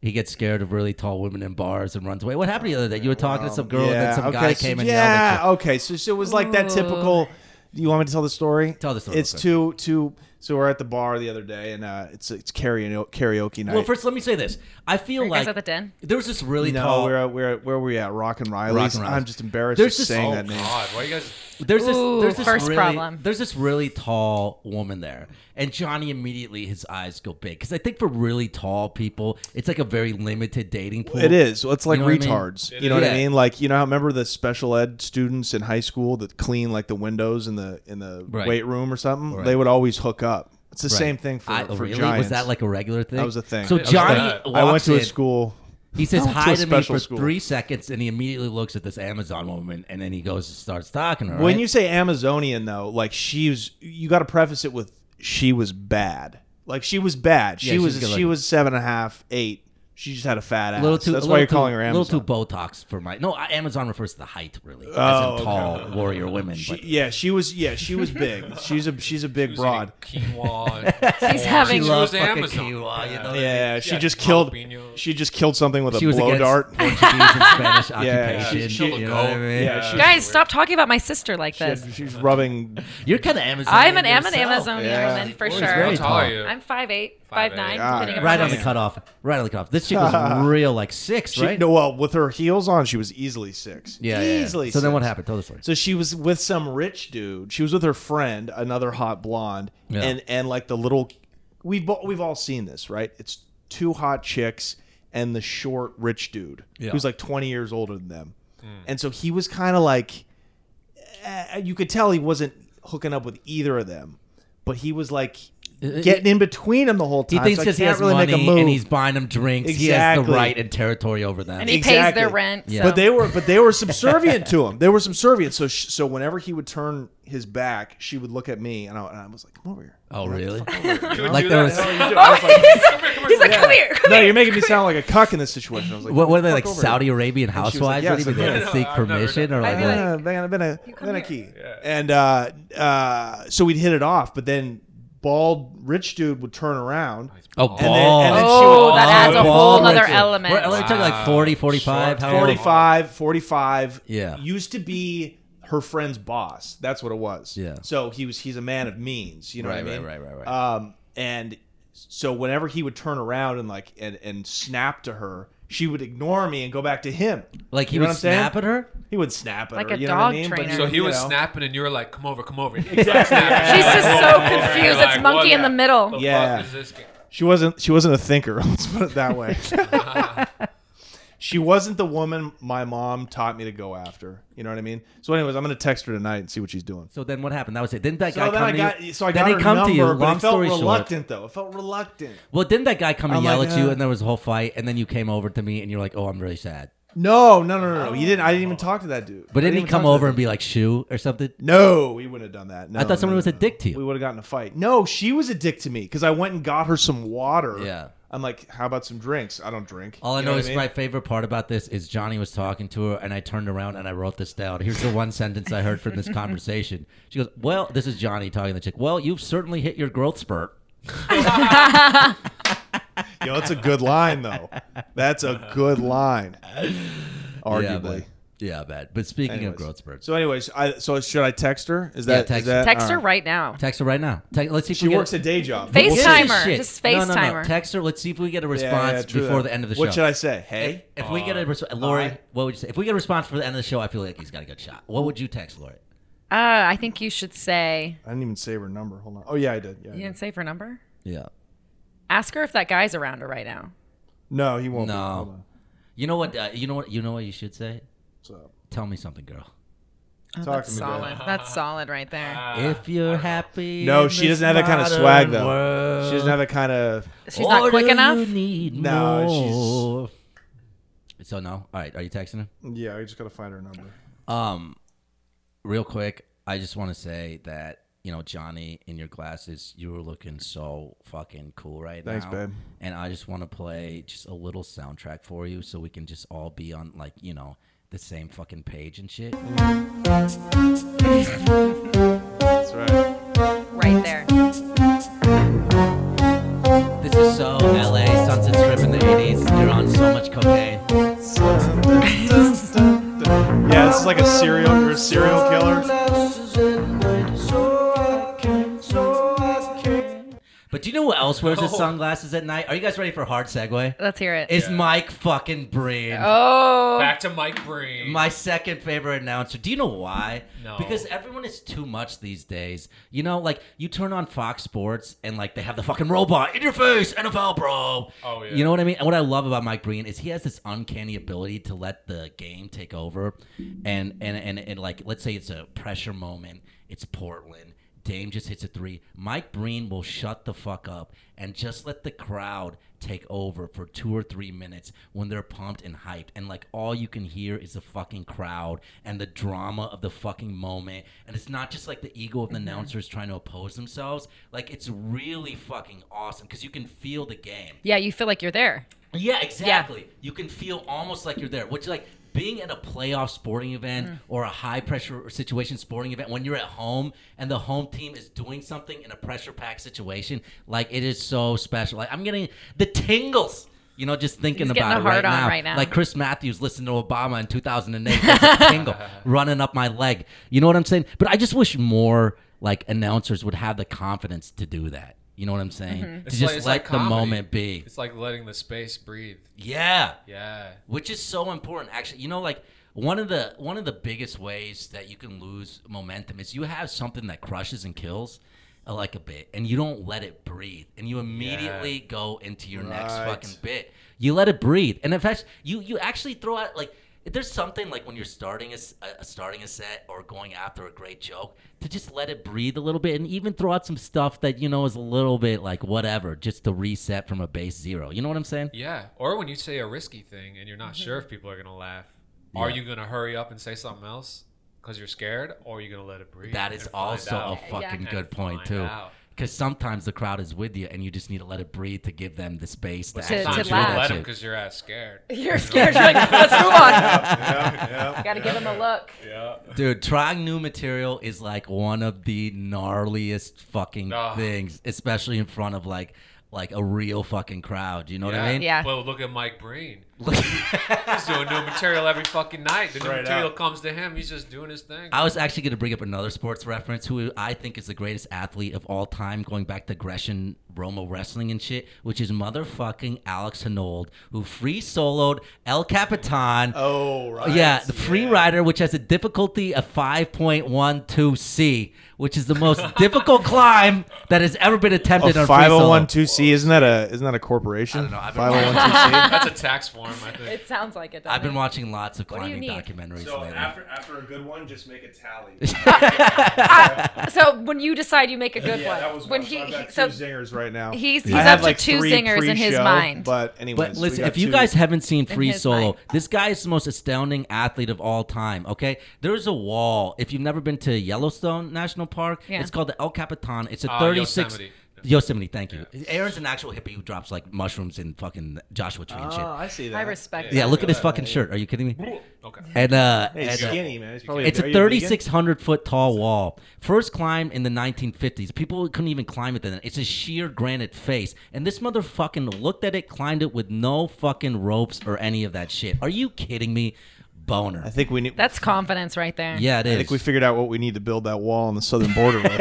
[SPEAKER 6] He gets scared of really tall women in bars and runs away. What happened the other day? You were talking to some girl and then some
[SPEAKER 8] okay,
[SPEAKER 6] guy
[SPEAKER 8] so-
[SPEAKER 6] came and yelled
[SPEAKER 8] yeah. oh,
[SPEAKER 6] at you.
[SPEAKER 8] okay, so, so it was like that typical. Do you want me to tell the story?
[SPEAKER 6] Tell the story
[SPEAKER 8] It's two
[SPEAKER 6] real
[SPEAKER 8] two. So we're at the bar the other day, and uh, it's it's karaoke karaoke night.
[SPEAKER 6] Well, first, let me say this. I feel
[SPEAKER 10] you guys
[SPEAKER 6] like
[SPEAKER 10] at the den?
[SPEAKER 6] there was this really
[SPEAKER 8] no,
[SPEAKER 6] tall.
[SPEAKER 8] we're at, we're at, where were we at? Rock and Riley's.
[SPEAKER 6] Rock and Riley's.
[SPEAKER 8] I'm just embarrassed
[SPEAKER 6] There's
[SPEAKER 8] just
[SPEAKER 6] this-
[SPEAKER 8] saying
[SPEAKER 9] oh
[SPEAKER 8] that name.
[SPEAKER 9] God. Why you guys?
[SPEAKER 6] There's this
[SPEAKER 10] Ooh,
[SPEAKER 6] there's this
[SPEAKER 10] first
[SPEAKER 6] really
[SPEAKER 10] problem.
[SPEAKER 6] there's this really tall woman there, and Johnny immediately his eyes go big because I think for really tall people it's like a very limited dating pool.
[SPEAKER 8] It is. Well, it's like
[SPEAKER 6] You know what I mean?
[SPEAKER 8] retards.
[SPEAKER 6] It
[SPEAKER 8] You know what I
[SPEAKER 6] is.
[SPEAKER 8] mean? Like you know, how remember the special ed students in high school that clean like the windows in the in the
[SPEAKER 6] Right.
[SPEAKER 8] weight room or something?
[SPEAKER 6] Right.
[SPEAKER 8] They would always hook up. It's the same thing for,
[SPEAKER 6] I-
[SPEAKER 8] for
[SPEAKER 6] really?
[SPEAKER 8] Giants.
[SPEAKER 6] Was that like a regular thing?
[SPEAKER 8] That was a thing.
[SPEAKER 6] So
[SPEAKER 8] It was
[SPEAKER 6] Johnny,
[SPEAKER 8] that. I went
[SPEAKER 6] walks
[SPEAKER 8] to a
[SPEAKER 6] in,
[SPEAKER 8] school.
[SPEAKER 6] He says
[SPEAKER 8] I went to
[SPEAKER 6] hi
[SPEAKER 8] a
[SPEAKER 6] to me
[SPEAKER 8] special
[SPEAKER 6] for
[SPEAKER 8] school.
[SPEAKER 6] three seconds, and he immediately looks at this Amazon woman, and then he goes and starts talking to her.
[SPEAKER 8] When
[SPEAKER 6] right?
[SPEAKER 8] you say Amazonian, though, like she's, you got to preface it with she was bad. Like she was bad. She
[SPEAKER 6] Yeah, she's
[SPEAKER 8] was
[SPEAKER 6] good
[SPEAKER 8] she
[SPEAKER 6] looking.
[SPEAKER 8] was seven and a half, eight. She just had a fat ass.
[SPEAKER 6] little too,
[SPEAKER 8] That's
[SPEAKER 6] a
[SPEAKER 8] why
[SPEAKER 6] little
[SPEAKER 8] you're calling
[SPEAKER 6] too-
[SPEAKER 8] her
[SPEAKER 6] a
[SPEAKER 8] Amazon.
[SPEAKER 6] little too Botox for my. No, Amazon refers to the height really,
[SPEAKER 8] Oh,
[SPEAKER 6] as in tall
[SPEAKER 8] okay.
[SPEAKER 6] warrior women.
[SPEAKER 8] She-
[SPEAKER 6] but-
[SPEAKER 8] yeah, she was. Yeah, she was big. She's a she's a big broad.
[SPEAKER 9] quinoa and- She's having- She loves Amazon.
[SPEAKER 6] quinoa, you know what I
[SPEAKER 8] yeah,
[SPEAKER 6] mean?
[SPEAKER 8] she
[SPEAKER 6] Yeah,
[SPEAKER 8] just killed.
[SPEAKER 6] jalapeno.
[SPEAKER 8] She just killed something with
[SPEAKER 6] She
[SPEAKER 8] a
[SPEAKER 6] was
[SPEAKER 8] blow
[SPEAKER 6] against
[SPEAKER 8] dart.
[SPEAKER 6] Portuguese and Spanish occupation,
[SPEAKER 8] she-
[SPEAKER 6] you know what I mean?
[SPEAKER 8] yeah, she-
[SPEAKER 10] Guys, stop talking about my sister like
[SPEAKER 8] she had-
[SPEAKER 10] this.
[SPEAKER 8] she's rubbing.
[SPEAKER 6] You're kind of Amazon.
[SPEAKER 10] I'm an, am an
[SPEAKER 6] yourself.
[SPEAKER 10] Amazonian
[SPEAKER 6] Yeah.
[SPEAKER 10] woman for
[SPEAKER 6] She's
[SPEAKER 10] sure.
[SPEAKER 6] very How tall tall. are you?
[SPEAKER 10] I'm 5'8", 5'9",
[SPEAKER 6] Ah,
[SPEAKER 10] depending
[SPEAKER 6] right
[SPEAKER 10] on
[SPEAKER 6] on the cutoff. Right on the cutoff. This chick was real, like six,
[SPEAKER 8] She,
[SPEAKER 6] right?
[SPEAKER 8] No, well, with her heels on, she was easily six.
[SPEAKER 6] Yeah, yeah, yeah.
[SPEAKER 8] easily.
[SPEAKER 6] So then what
[SPEAKER 8] six.
[SPEAKER 6] happened? Tell the story.
[SPEAKER 8] So she was with some rich dude. She was with her friend, another hot blonde,
[SPEAKER 6] Yeah.
[SPEAKER 8] and and like the little, we've bo- we've all seen this, right? It's two hot chicks and the short rich dude
[SPEAKER 6] Yeah.
[SPEAKER 8] who's like twenty years older than them,
[SPEAKER 6] Mm.
[SPEAKER 8] and so he was kind of like, eh, you could tell he wasn't hooking up with either of them, but he was like.
[SPEAKER 6] Uh,
[SPEAKER 8] Getting in between them the whole
[SPEAKER 6] He
[SPEAKER 8] time.
[SPEAKER 6] thinks
[SPEAKER 8] so I
[SPEAKER 6] because he
[SPEAKER 8] can't
[SPEAKER 6] has
[SPEAKER 8] really
[SPEAKER 6] money
[SPEAKER 8] make a move.
[SPEAKER 6] and he's buying them drinks, he has the
[SPEAKER 8] Exactly.
[SPEAKER 6] right and territory over them.
[SPEAKER 10] And he pays their rent, Yeah. so-
[SPEAKER 8] But they were but they were subservient to him. They were subservient. So sh- so whenever he would turn his back, she would look at me and I, and I was like, "Come over here."
[SPEAKER 6] Oh, really?
[SPEAKER 8] You
[SPEAKER 6] like
[SPEAKER 8] do that?
[SPEAKER 6] there was.
[SPEAKER 8] How you doing? I was like-
[SPEAKER 10] Oh, He's like, come here.
[SPEAKER 8] no, you're making me sound like a cuck in this situation. I was like,
[SPEAKER 6] What were they
[SPEAKER 8] "Fuck
[SPEAKER 6] like?
[SPEAKER 8] over
[SPEAKER 6] Saudi
[SPEAKER 8] here."
[SPEAKER 6] Arabian
[SPEAKER 8] And she was
[SPEAKER 6] housewives?
[SPEAKER 8] like,
[SPEAKER 6] What do you mean? They had to seek permission or like? what?
[SPEAKER 8] "Yeah, been a been a been a key." And uh, uh, so we'd hit it off, but then bald rich dude would turn around.
[SPEAKER 6] Oh,
[SPEAKER 8] and then, and then she
[SPEAKER 10] Oh,
[SPEAKER 8] would-
[SPEAKER 10] that adds a
[SPEAKER 8] bald
[SPEAKER 10] whole
[SPEAKER 8] rich
[SPEAKER 10] nother
[SPEAKER 8] dude.
[SPEAKER 10] element.
[SPEAKER 6] We're only talking like 40, 45. How old?
[SPEAKER 8] 45, 45.
[SPEAKER 6] Yeah.
[SPEAKER 8] Used to be her friend's boss. That's what it was.
[SPEAKER 6] Yeah.
[SPEAKER 8] So he was he's a man of means, you know
[SPEAKER 6] Right,
[SPEAKER 8] what I
[SPEAKER 6] right,
[SPEAKER 8] mean?
[SPEAKER 6] right, right, right.
[SPEAKER 8] Um and so whenever he would turn around and like and, and snap to her, she would ignore me and go back to him.
[SPEAKER 6] Like he
[SPEAKER 8] You know
[SPEAKER 6] would
[SPEAKER 8] what I'm saying?
[SPEAKER 6] snap at her?
[SPEAKER 8] He would snap at
[SPEAKER 10] Like
[SPEAKER 8] her.
[SPEAKER 10] a
[SPEAKER 8] you know what I
[SPEAKER 10] dog
[SPEAKER 8] mean? But
[SPEAKER 10] trainer.
[SPEAKER 8] you-
[SPEAKER 9] So he
[SPEAKER 8] you
[SPEAKER 9] was
[SPEAKER 8] know.
[SPEAKER 9] snapping, and you were like, "Come over, come over."
[SPEAKER 8] Exactly.
[SPEAKER 10] She's just so
[SPEAKER 9] Come over.
[SPEAKER 10] confused.
[SPEAKER 9] You're
[SPEAKER 10] It's monkey
[SPEAKER 9] "What
[SPEAKER 10] in the middle."
[SPEAKER 9] fuck
[SPEAKER 8] Yeah.
[SPEAKER 9] is this game?
[SPEAKER 8] She wasn't she wasn't a thinker, let's put it that way. she wasn't the woman my mom taught me to go after. You know what I mean? So anyways, I'm gonna text her tonight and see what she's doing.
[SPEAKER 6] So then what happened? That was it. Didn't that
[SPEAKER 8] So
[SPEAKER 6] guy
[SPEAKER 8] then
[SPEAKER 6] come
[SPEAKER 8] I
[SPEAKER 6] to
[SPEAKER 8] got
[SPEAKER 6] you?
[SPEAKER 8] so I
[SPEAKER 6] Then
[SPEAKER 8] got
[SPEAKER 6] he
[SPEAKER 8] her
[SPEAKER 6] come
[SPEAKER 8] number,
[SPEAKER 6] to you.
[SPEAKER 8] but
[SPEAKER 6] Long
[SPEAKER 8] I felt
[SPEAKER 6] story short.
[SPEAKER 8] reluctant though. I felt reluctant.
[SPEAKER 6] Well, didn't that guy come and
[SPEAKER 8] I'm
[SPEAKER 6] yell
[SPEAKER 8] like,
[SPEAKER 6] at you,
[SPEAKER 8] uh,
[SPEAKER 6] and there was a whole fight, and then you came over to me, and you're like, "Oh, I'm really sad."
[SPEAKER 8] No, no, no, no, no. He didn't. I didn't even talk to that dude.
[SPEAKER 6] But
[SPEAKER 8] I
[SPEAKER 6] didn't he
[SPEAKER 8] even
[SPEAKER 6] come
[SPEAKER 8] talk to
[SPEAKER 6] over
[SPEAKER 8] that
[SPEAKER 6] and be like, "Shoe" or something?
[SPEAKER 8] dude. No, we wouldn't have done that. No,
[SPEAKER 6] I thought someone
[SPEAKER 8] no,
[SPEAKER 6] was a
[SPEAKER 8] no.
[SPEAKER 6] dick to you.
[SPEAKER 8] We would have gotten in a fight. No, she was a dick to me because I went and got her some water. Yeah. I'm like, how about some drinks? I don't drink.
[SPEAKER 6] All I
[SPEAKER 8] You
[SPEAKER 6] know,
[SPEAKER 8] what
[SPEAKER 6] is
[SPEAKER 8] mean?
[SPEAKER 6] my favorite part about this is Johnny was talking to her, and I turned around and I wrote this down. Here's the one sentence I heard from this conversation. She goes, "Well, this is Johnny talking to the chick. Well, you've certainly hit your growth spurt."
[SPEAKER 8] Yo, that's a good line though. That's a good line.
[SPEAKER 6] Yeah,
[SPEAKER 8] Arguably.
[SPEAKER 6] but- yeah, bad. But speaking
[SPEAKER 8] Anyways.
[SPEAKER 6] of growth spurts,
[SPEAKER 8] So, anyways, I so should I text her? Is
[SPEAKER 6] Yeah,
[SPEAKER 8] that
[SPEAKER 6] text
[SPEAKER 8] is
[SPEAKER 6] her.
[SPEAKER 8] that-
[SPEAKER 10] Text her
[SPEAKER 12] Uh-huh.
[SPEAKER 8] all
[SPEAKER 10] right now.
[SPEAKER 6] text her right now. Te- let's see if
[SPEAKER 8] She
[SPEAKER 6] we get-
[SPEAKER 8] works a day job.
[SPEAKER 10] Face
[SPEAKER 6] Bullshit.
[SPEAKER 10] time her. Just
[SPEAKER 6] No,
[SPEAKER 10] face
[SPEAKER 6] no, no.
[SPEAKER 10] time her.
[SPEAKER 6] Text her. Let's see if we get a
[SPEAKER 8] Yeah, yeah,
[SPEAKER 6] response
[SPEAKER 8] true that.
[SPEAKER 6] before the end of the show.
[SPEAKER 8] What should I say? Hey?
[SPEAKER 6] If, if we get a response, Lori, what would you say? If we get a response for the end of the show, I feel like he's got a good shot. What would you text Lori?
[SPEAKER 10] Uh, I think you should say.
[SPEAKER 8] I didn't even save her number. Hold on. Oh yeah, I did. Yeah. I
[SPEAKER 10] You
[SPEAKER 8] did.
[SPEAKER 10] didn't save her number.
[SPEAKER 6] Yeah.
[SPEAKER 10] Ask her if that guy's around her right now.
[SPEAKER 8] No, he won't. be. Hold on.
[SPEAKER 6] No. You know what? Uh, you know what? You know what you should say. Tell me something, girl.
[SPEAKER 10] Oh,
[SPEAKER 8] Talk
[SPEAKER 10] that's
[SPEAKER 8] to me, girl.
[SPEAKER 10] solid. That's solid right there.
[SPEAKER 6] if you're happy.
[SPEAKER 8] Uh, No,
[SPEAKER 6] in
[SPEAKER 8] she
[SPEAKER 6] this
[SPEAKER 8] doesn't have that kind of
[SPEAKER 6] modern
[SPEAKER 8] swag though.
[SPEAKER 6] world,
[SPEAKER 8] She doesn't have that kind of.
[SPEAKER 10] She's not
[SPEAKER 6] what
[SPEAKER 10] quick
[SPEAKER 6] do
[SPEAKER 10] enough?
[SPEAKER 6] You need
[SPEAKER 8] No,
[SPEAKER 6] more? So no. All right. Are you texting her?
[SPEAKER 8] Yeah, I just gotta find her number.
[SPEAKER 6] Um, real quick, I just want to say that you know Johnny, in your glasses, you were looking so fucking cool right
[SPEAKER 8] Thanks,
[SPEAKER 6] now.
[SPEAKER 8] babe.
[SPEAKER 6] And I just want to play just a little soundtrack for you, so we can just all be on like you know the same fucking page and shit.
[SPEAKER 8] That's right.
[SPEAKER 10] Right there.
[SPEAKER 6] This is so LA Sunset Strip in the '80s. You're on so much cocaine.
[SPEAKER 8] Yeah, this is like a serial. You're a serial killer.
[SPEAKER 6] But do you know who else wears his sunglasses at night? Are you guys ready for a hard segue?
[SPEAKER 10] Let's hear it.
[SPEAKER 6] It's Mike fucking Breen.
[SPEAKER 10] oh.
[SPEAKER 9] Back to Mike Breen.
[SPEAKER 6] My second favorite announcer. Do you know why?
[SPEAKER 9] No.
[SPEAKER 6] Because everyone is too much these days. You know, like you turn on Fox Sports and like they have the fucking robot in your face, NFL bro.
[SPEAKER 9] Oh, yeah.
[SPEAKER 6] You know what I mean? And what I love about Mike Breen is he has this uncanny ability to let the game take over, and and and, and like let's say it's a pressure moment. It's Portland. Dame just hits a three. Mike Breen will shut the fuck up and just let the crowd take over for two or three minutes when they're pumped and hyped. And like all you can hear is the fucking crowd and the drama of the fucking moment. And it's not just like the ego of the announcers trying to oppose themselves. Like it's really fucking awesome because you can feel the game.
[SPEAKER 12] Yeah, you feel like you're there.
[SPEAKER 6] Yeah, exactly. You can feel almost like you're there, which like being at a playoff sporting event
[SPEAKER 12] Mm.
[SPEAKER 6] or a high pressure situation sporting event when you're at home and the home team is doing something in a pressure packed situation, like it is so special. Like I'm getting the tingles. You know, just thinking
[SPEAKER 12] He's getting
[SPEAKER 6] about
[SPEAKER 12] a
[SPEAKER 6] it right
[SPEAKER 12] hard on
[SPEAKER 6] now.
[SPEAKER 12] right now.
[SPEAKER 6] Like Chris Matthews listened to Obama in 2008, That's a tingle running up my leg. You know what I'm saying? But I just wish more like announcers would have the confidence to do that. You know what I'm saying?
[SPEAKER 12] Mm-hmm.
[SPEAKER 6] To
[SPEAKER 9] It's
[SPEAKER 6] just
[SPEAKER 9] it's
[SPEAKER 6] let the
[SPEAKER 9] comedy.
[SPEAKER 6] moment be.
[SPEAKER 9] It's like letting the space breathe.
[SPEAKER 6] Yeah.
[SPEAKER 9] Yeah.
[SPEAKER 6] Which is so important actually. You know like one of the one of the biggest ways that you can lose momentum is you have something that crushes and kills uh, like a bit and you don't let it breathe and you immediately go into your next
[SPEAKER 13] Right.
[SPEAKER 6] fucking bit. You let it breathe. And in fact, you you actually throw out like if there's something like when you're starting a, s- a- starting a set or going after a great joke to just let it breathe a little bit and even throw out some stuff that you know is a little bit like whatever just to reset from a base zero. You know what I'm saying?
[SPEAKER 9] Yeah. Or when you say a risky thing and you're not sure if people are gonna laugh, are
[SPEAKER 6] Yeah.
[SPEAKER 9] you gonna hurry up and say something else because you're scared, or are you gonna let it breathe?
[SPEAKER 6] That is
[SPEAKER 9] and find
[SPEAKER 6] also a
[SPEAKER 9] out?
[SPEAKER 6] fucking
[SPEAKER 9] And
[SPEAKER 6] good point
[SPEAKER 9] find
[SPEAKER 6] too.
[SPEAKER 9] out.
[SPEAKER 6] Because sometimes the crowd is with you, and you just need to let it breathe to give them the space to,
[SPEAKER 9] But
[SPEAKER 6] actually
[SPEAKER 9] sometimes
[SPEAKER 6] do
[SPEAKER 9] you don't
[SPEAKER 6] that
[SPEAKER 9] let them
[SPEAKER 6] shit.
[SPEAKER 9] because you're ass scared.
[SPEAKER 12] You're scared. You're like, let's move on.
[SPEAKER 9] Yeah, yeah,
[SPEAKER 12] Gotta give
[SPEAKER 9] yeah.
[SPEAKER 12] him a look.
[SPEAKER 9] Yeah.
[SPEAKER 6] Dude, trying new material is like one of the gnarliest fucking
[SPEAKER 9] Ah.
[SPEAKER 6] things, especially in front of like like a real fucking crowd. You know what I mean?
[SPEAKER 9] Well, look at Mike Breen. he's doing new material every fucking night. The new
[SPEAKER 6] Straight
[SPEAKER 9] material
[SPEAKER 6] up.
[SPEAKER 9] comes to him. He's just doing his thing.
[SPEAKER 6] I was actually going to bring up another sports reference who I think is the greatest athlete of all time, going back to Gresham Roma wrestling and shit, which is motherfucking Alex Hanold, who free soloed El Capitan.
[SPEAKER 8] Oh, right.
[SPEAKER 6] Yeah, the free rider, which has a difficulty of 5.12C, which is the most difficult climb that has ever been attempted on free solo.
[SPEAKER 8] 5012C isn't that a isn't that a corporation? oh I don't know.
[SPEAKER 6] I've
[SPEAKER 8] 5012C.
[SPEAKER 6] been watching-
[SPEAKER 9] That's a tax form, I think.
[SPEAKER 12] It sounds like it.
[SPEAKER 6] I've been watching lots of
[SPEAKER 12] What do you
[SPEAKER 6] climbing
[SPEAKER 12] need?
[SPEAKER 6] documentaries
[SPEAKER 8] So
[SPEAKER 6] lately.
[SPEAKER 8] after after a good one, just make a tally.
[SPEAKER 12] Ah, so when you decide you make a good
[SPEAKER 8] Yeah,
[SPEAKER 12] one,
[SPEAKER 8] that was
[SPEAKER 12] when
[SPEAKER 8] rough. So
[SPEAKER 12] he,
[SPEAKER 8] I've got
[SPEAKER 12] so
[SPEAKER 8] two zingers right now.
[SPEAKER 12] He's
[SPEAKER 8] I
[SPEAKER 12] he's
[SPEAKER 8] had
[SPEAKER 12] up to
[SPEAKER 8] like
[SPEAKER 12] two
[SPEAKER 8] three
[SPEAKER 12] zingers in his
[SPEAKER 8] pre-show,
[SPEAKER 12] mind.
[SPEAKER 8] but anyways,
[SPEAKER 6] but
[SPEAKER 8] we
[SPEAKER 6] listen,
[SPEAKER 8] got
[SPEAKER 6] if you
[SPEAKER 8] two.
[SPEAKER 6] guys haven't seen
[SPEAKER 12] In
[SPEAKER 6] Free
[SPEAKER 12] his
[SPEAKER 6] Solo, this guy is the most astounding athlete of all time. Okay, there's a wall. If you've never been to Yellowstone National Park,
[SPEAKER 12] Yeah.
[SPEAKER 6] it's called the El Capitan. It's a
[SPEAKER 9] Ah,
[SPEAKER 6] 36.
[SPEAKER 9] Yosemite.
[SPEAKER 6] Yosemite, thank you. Aaron's an actual hippie who drops like mushrooms in fucking Joshua Tree and shit.
[SPEAKER 8] Oh,
[SPEAKER 12] Ah.
[SPEAKER 8] I see that.
[SPEAKER 12] I respect
[SPEAKER 6] Yeah,
[SPEAKER 12] that.
[SPEAKER 6] look at his
[SPEAKER 12] Yeah.
[SPEAKER 6] fucking shirt. Are you kidding me?
[SPEAKER 9] Okay.
[SPEAKER 6] And uh,
[SPEAKER 8] Hey,
[SPEAKER 6] and, uh,
[SPEAKER 8] skinny, man. He's probably a-
[SPEAKER 6] it's
[SPEAKER 8] are
[SPEAKER 6] a
[SPEAKER 8] you vegan?
[SPEAKER 6] 3,600 foot tall wall. First climbed in the 1950s. People couldn't even climb it then. It's a sheer granite face, and this motherfucking looked at it, climbed it with no fucking ropes or any of that shit. Are you kidding me? Boner. I
[SPEAKER 8] think we need.
[SPEAKER 12] That's confidence right there.
[SPEAKER 6] Yeah, it
[SPEAKER 8] I
[SPEAKER 6] is.
[SPEAKER 8] think we figured out what we need to build that wall on the southern border with.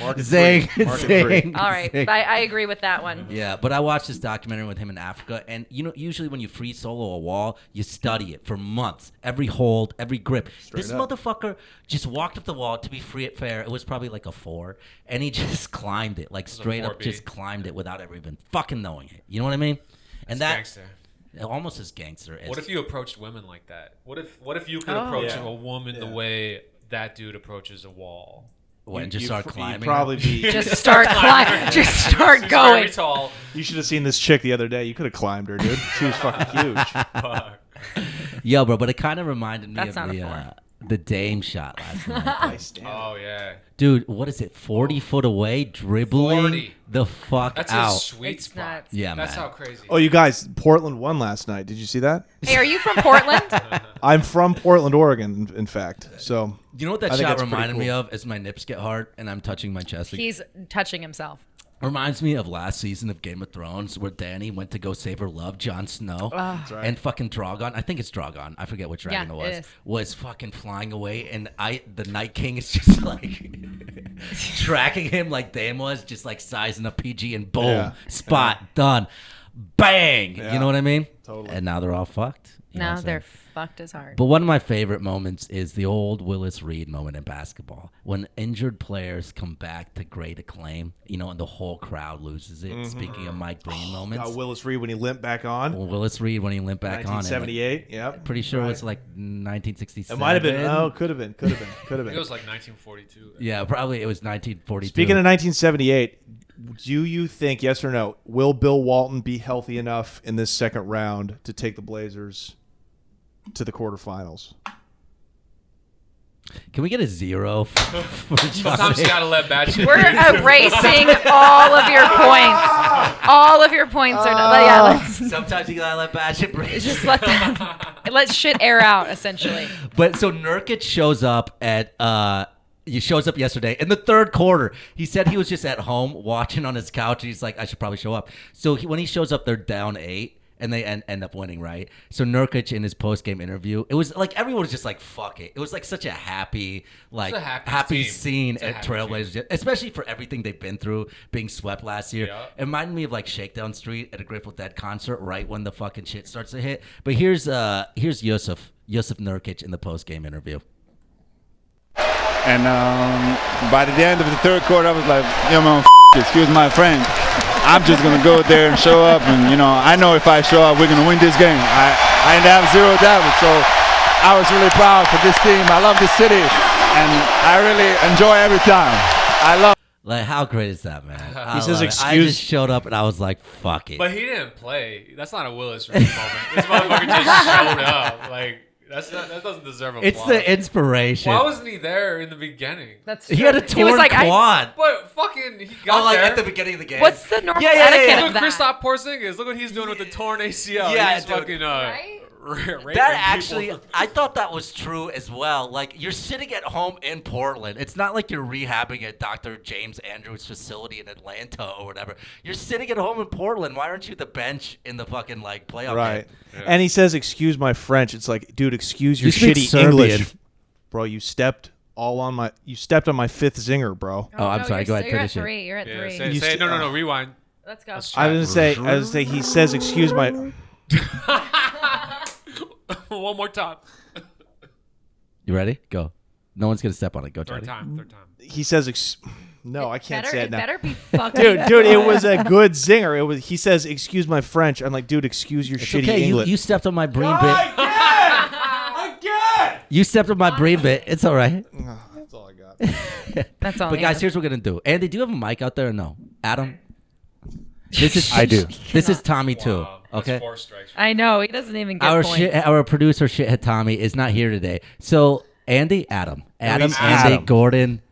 [SPEAKER 8] Market
[SPEAKER 6] Zing,
[SPEAKER 8] free. Market
[SPEAKER 6] zing.
[SPEAKER 8] free.
[SPEAKER 12] All right,
[SPEAKER 6] Sick.
[SPEAKER 12] I, I agree with that one.
[SPEAKER 6] Yeah, but I watched this documentary with him in Africa, and you know, usually when you free solo a wall, you study it for months, every hold, every grip. this
[SPEAKER 13] up.
[SPEAKER 6] motherfucker just walked up the wall to be free at fair. It was probably like a four, and he just climbed it, like
[SPEAKER 13] was a
[SPEAKER 6] straight up,
[SPEAKER 13] 4B.
[SPEAKER 6] just climbed it without ever even fucking knowing it. You know what I mean? and that
[SPEAKER 9] That's gangster.
[SPEAKER 6] almost as gangster. as-
[SPEAKER 9] What if you approached women like that? What if What if you could
[SPEAKER 6] Oh.
[SPEAKER 9] approach
[SPEAKER 6] Yeah.
[SPEAKER 9] a woman the
[SPEAKER 6] Yeah.
[SPEAKER 9] way that dude approaches a wall?
[SPEAKER 6] What, and just start climbing?
[SPEAKER 8] probably be-
[SPEAKER 12] Just start climbing. Just start
[SPEAKER 9] She's
[SPEAKER 12] going.
[SPEAKER 9] Very tall.
[SPEAKER 8] You should have seen this chick the other day. You could have climbed her, dude. She was fucking huge.
[SPEAKER 6] Yo, bro, but it kind of reminded me
[SPEAKER 12] That's
[SPEAKER 6] of
[SPEAKER 12] not a
[SPEAKER 6] the
[SPEAKER 12] four.
[SPEAKER 6] uh, the Dame shot last night.
[SPEAKER 9] Oh yeah.
[SPEAKER 6] Dude, what is it? Forty foot away, dribbling
[SPEAKER 9] 40.
[SPEAKER 6] the fuck
[SPEAKER 9] That's
[SPEAKER 6] out.
[SPEAKER 9] his sweet spot.
[SPEAKER 12] nuts.
[SPEAKER 6] Yeah,
[SPEAKER 9] That's
[SPEAKER 6] man.
[SPEAKER 9] how crazy.
[SPEAKER 8] Oh, you guys, Portland won last night. Did you see that?
[SPEAKER 12] Hey, are you from Portland?
[SPEAKER 8] I'm from Portland, Oregon, in- in fact. So
[SPEAKER 6] You know what that
[SPEAKER 8] I think
[SPEAKER 6] shot
[SPEAKER 8] that's pretty
[SPEAKER 6] reminded
[SPEAKER 8] cool.
[SPEAKER 6] me of? As my nips get hard and I'm touching my chest. Like,
[SPEAKER 12] He's touching himself.
[SPEAKER 6] reminds me of last season of Game of Thrones where Danny went to go save her love, Jon Snow,
[SPEAKER 12] Ah. That's right.
[SPEAKER 6] and fucking Drogon. I think it's Drogon. I forget which dragon
[SPEAKER 12] Yeah,
[SPEAKER 6] it
[SPEAKER 12] it
[SPEAKER 6] was.
[SPEAKER 12] is.
[SPEAKER 6] was fucking flying away, and I the Night King is just like tracking him like Dan was, just like sizing up PG and boom,
[SPEAKER 13] Yeah.
[SPEAKER 6] spot done. bang. You know what I mean?
[SPEAKER 10] Totally.
[SPEAKER 6] And now they're all fucked. You know what
[SPEAKER 10] Now
[SPEAKER 6] I'm
[SPEAKER 10] they're
[SPEAKER 6] saying?
[SPEAKER 10] fucked as hard.
[SPEAKER 6] But one of my favorite moments is the old Willis Reed moment in basketball when injured players come back to great acclaim, you know, and the whole crowd loses it.
[SPEAKER 8] Mhm.
[SPEAKER 6] Speaking of Mike Breen moments,
[SPEAKER 8] Got Willis Reed when he limped back on.
[SPEAKER 6] Willis Reed when he limped back on. and, like,
[SPEAKER 8] 1978, yep,
[SPEAKER 6] Pretty sure it was
[SPEAKER 8] right.
[SPEAKER 6] like 1967.
[SPEAKER 8] It might have been. Oh, could have been. Could have been. Could have been.
[SPEAKER 9] It was like 1942.
[SPEAKER 6] Yeah, probably it was 1942.
[SPEAKER 8] Speaking of 1978, do you think yes or no? Will Bill Walton be healthy enough in this second round to take the Blazers to the quarterfinals?
[SPEAKER 6] Can we get a zero? For
[SPEAKER 9] Sometimes you gotta let bad shit
[SPEAKER 12] We're
[SPEAKER 9] breathe.
[SPEAKER 12] erasing all of your points. All of your points are not. Yeah, let's,
[SPEAKER 6] Sometimes you gotta let bad shit breathe.
[SPEAKER 12] just let that. let shit air out, essentially.
[SPEAKER 6] But so Nurkic shows up at uh he shows up yesterday in the third quarter. He said he was just at home watching on his couch. He's like, I should probably show up. So he, when he shows up, they're down eight. And they end, end up winning, right? So Nurkic in his post game interview, it was like everyone was just like, "Fuck it." It was like such a happy, like
[SPEAKER 9] a happy team.
[SPEAKER 6] scene
[SPEAKER 9] It's a
[SPEAKER 6] at
[SPEAKER 9] happy
[SPEAKER 6] Trailblazers, especially for everything they've been through, being swept last year.
[SPEAKER 9] Yeah.
[SPEAKER 6] It reminded me of like Shakedown Street at a Grateful Dead concert, right when the fucking shit starts to hit. But here's uh here's Yosef Yosef Nurkic in the post game interview.
[SPEAKER 13] And um, by the end of the third quarter, I was like, yo, man, f- excuse my friend. I'm just going to go there and show up. And, you know, I know if I show up, we're going to win this game. I, I have zero doubt. So I was really proud for this team. I love this city. And I really enjoy every time. I love
[SPEAKER 6] Like, how great is that, man? I
[SPEAKER 8] He says,
[SPEAKER 6] love it. I
[SPEAKER 8] "Excuse-"
[SPEAKER 6] just showed up and I was like, fuck it.
[SPEAKER 9] But he didn't play. That's not a Willis Reed moment. This motherfucker just showed up. Like that's not, that doesn't deserve a.
[SPEAKER 6] It's the inspiration.
[SPEAKER 9] Why wasn't he there in the beginning?
[SPEAKER 10] That's
[SPEAKER 6] He true. had a
[SPEAKER 9] He was
[SPEAKER 6] torn
[SPEAKER 9] like, I-
[SPEAKER 6] quad.
[SPEAKER 9] but fucking, he got
[SPEAKER 6] Oh, like,
[SPEAKER 9] there.
[SPEAKER 6] at the beginning of the game.
[SPEAKER 10] What's the normal
[SPEAKER 9] yeah, yeah,
[SPEAKER 10] etiquette
[SPEAKER 9] yeah,
[SPEAKER 10] of
[SPEAKER 9] Look
[SPEAKER 10] that?
[SPEAKER 9] at Christoph Porzingis. Look what he's doing with the torn ACL.
[SPEAKER 6] Yeah,
[SPEAKER 9] he's
[SPEAKER 6] dude.
[SPEAKER 9] fucking. Uh, raping
[SPEAKER 6] that actually,
[SPEAKER 9] people.
[SPEAKER 6] I thought that was true as well. Like, you're sitting at home in Portland. It's not like you're rehabbing at Dr. James Andrews' facility in Atlanta or whatever. You're sitting at home in Portland. Why aren't you at the bench in the fucking, like, playoff
[SPEAKER 8] Right.
[SPEAKER 6] game?
[SPEAKER 8] And he says, "Excuse my French." It's like, dude, excuse your
[SPEAKER 6] You speak
[SPEAKER 8] shitty
[SPEAKER 6] Serbian.
[SPEAKER 8] English, bro. You stepped all on my. You stepped on my fifth zinger, bro.
[SPEAKER 12] Oh, I'm no, sorry. you're Go ahead, still- you're at finish it. three. You're at
[SPEAKER 9] Yeah,
[SPEAKER 12] three.
[SPEAKER 9] Say,
[SPEAKER 8] You uh,
[SPEAKER 9] say,
[SPEAKER 8] st-
[SPEAKER 9] no, no, no. Rewind.
[SPEAKER 12] Let's go.
[SPEAKER 8] I was gonna say, I was gonna say, he says, "Excuse my."
[SPEAKER 9] One more time.
[SPEAKER 6] You ready? Go. No one's going to step on it. Go, Johnny.
[SPEAKER 9] Third time. Third time.
[SPEAKER 8] He says, ex- "No, I can't
[SPEAKER 9] better-
[SPEAKER 8] say it,
[SPEAKER 9] it
[SPEAKER 8] now."
[SPEAKER 9] better be fucking
[SPEAKER 8] dude, dude, it
[SPEAKER 9] good.
[SPEAKER 8] was a good zinger. It was. He says, "Excuse my French." I'm like, dude, excuse your shitty
[SPEAKER 6] okay, you-
[SPEAKER 8] English.
[SPEAKER 6] you stepped on my brain bit. You stepped on my brain bit. It's all right.
[SPEAKER 8] That's all I got.
[SPEAKER 10] That's all
[SPEAKER 6] But
[SPEAKER 10] I
[SPEAKER 6] guys,
[SPEAKER 10] have.
[SPEAKER 6] here's what we're gonna do. Andy, do you have a mic out there? or No, Adam. This is
[SPEAKER 10] I do.
[SPEAKER 6] This is Tommy too. Okay.
[SPEAKER 10] I know. He doesn't even get
[SPEAKER 6] Our
[SPEAKER 10] points.
[SPEAKER 6] shit, our producer shithead Tommy is not here today. So Andy, Adam, Adam,
[SPEAKER 10] least
[SPEAKER 6] Andy,
[SPEAKER 10] Adam.
[SPEAKER 6] Gordon,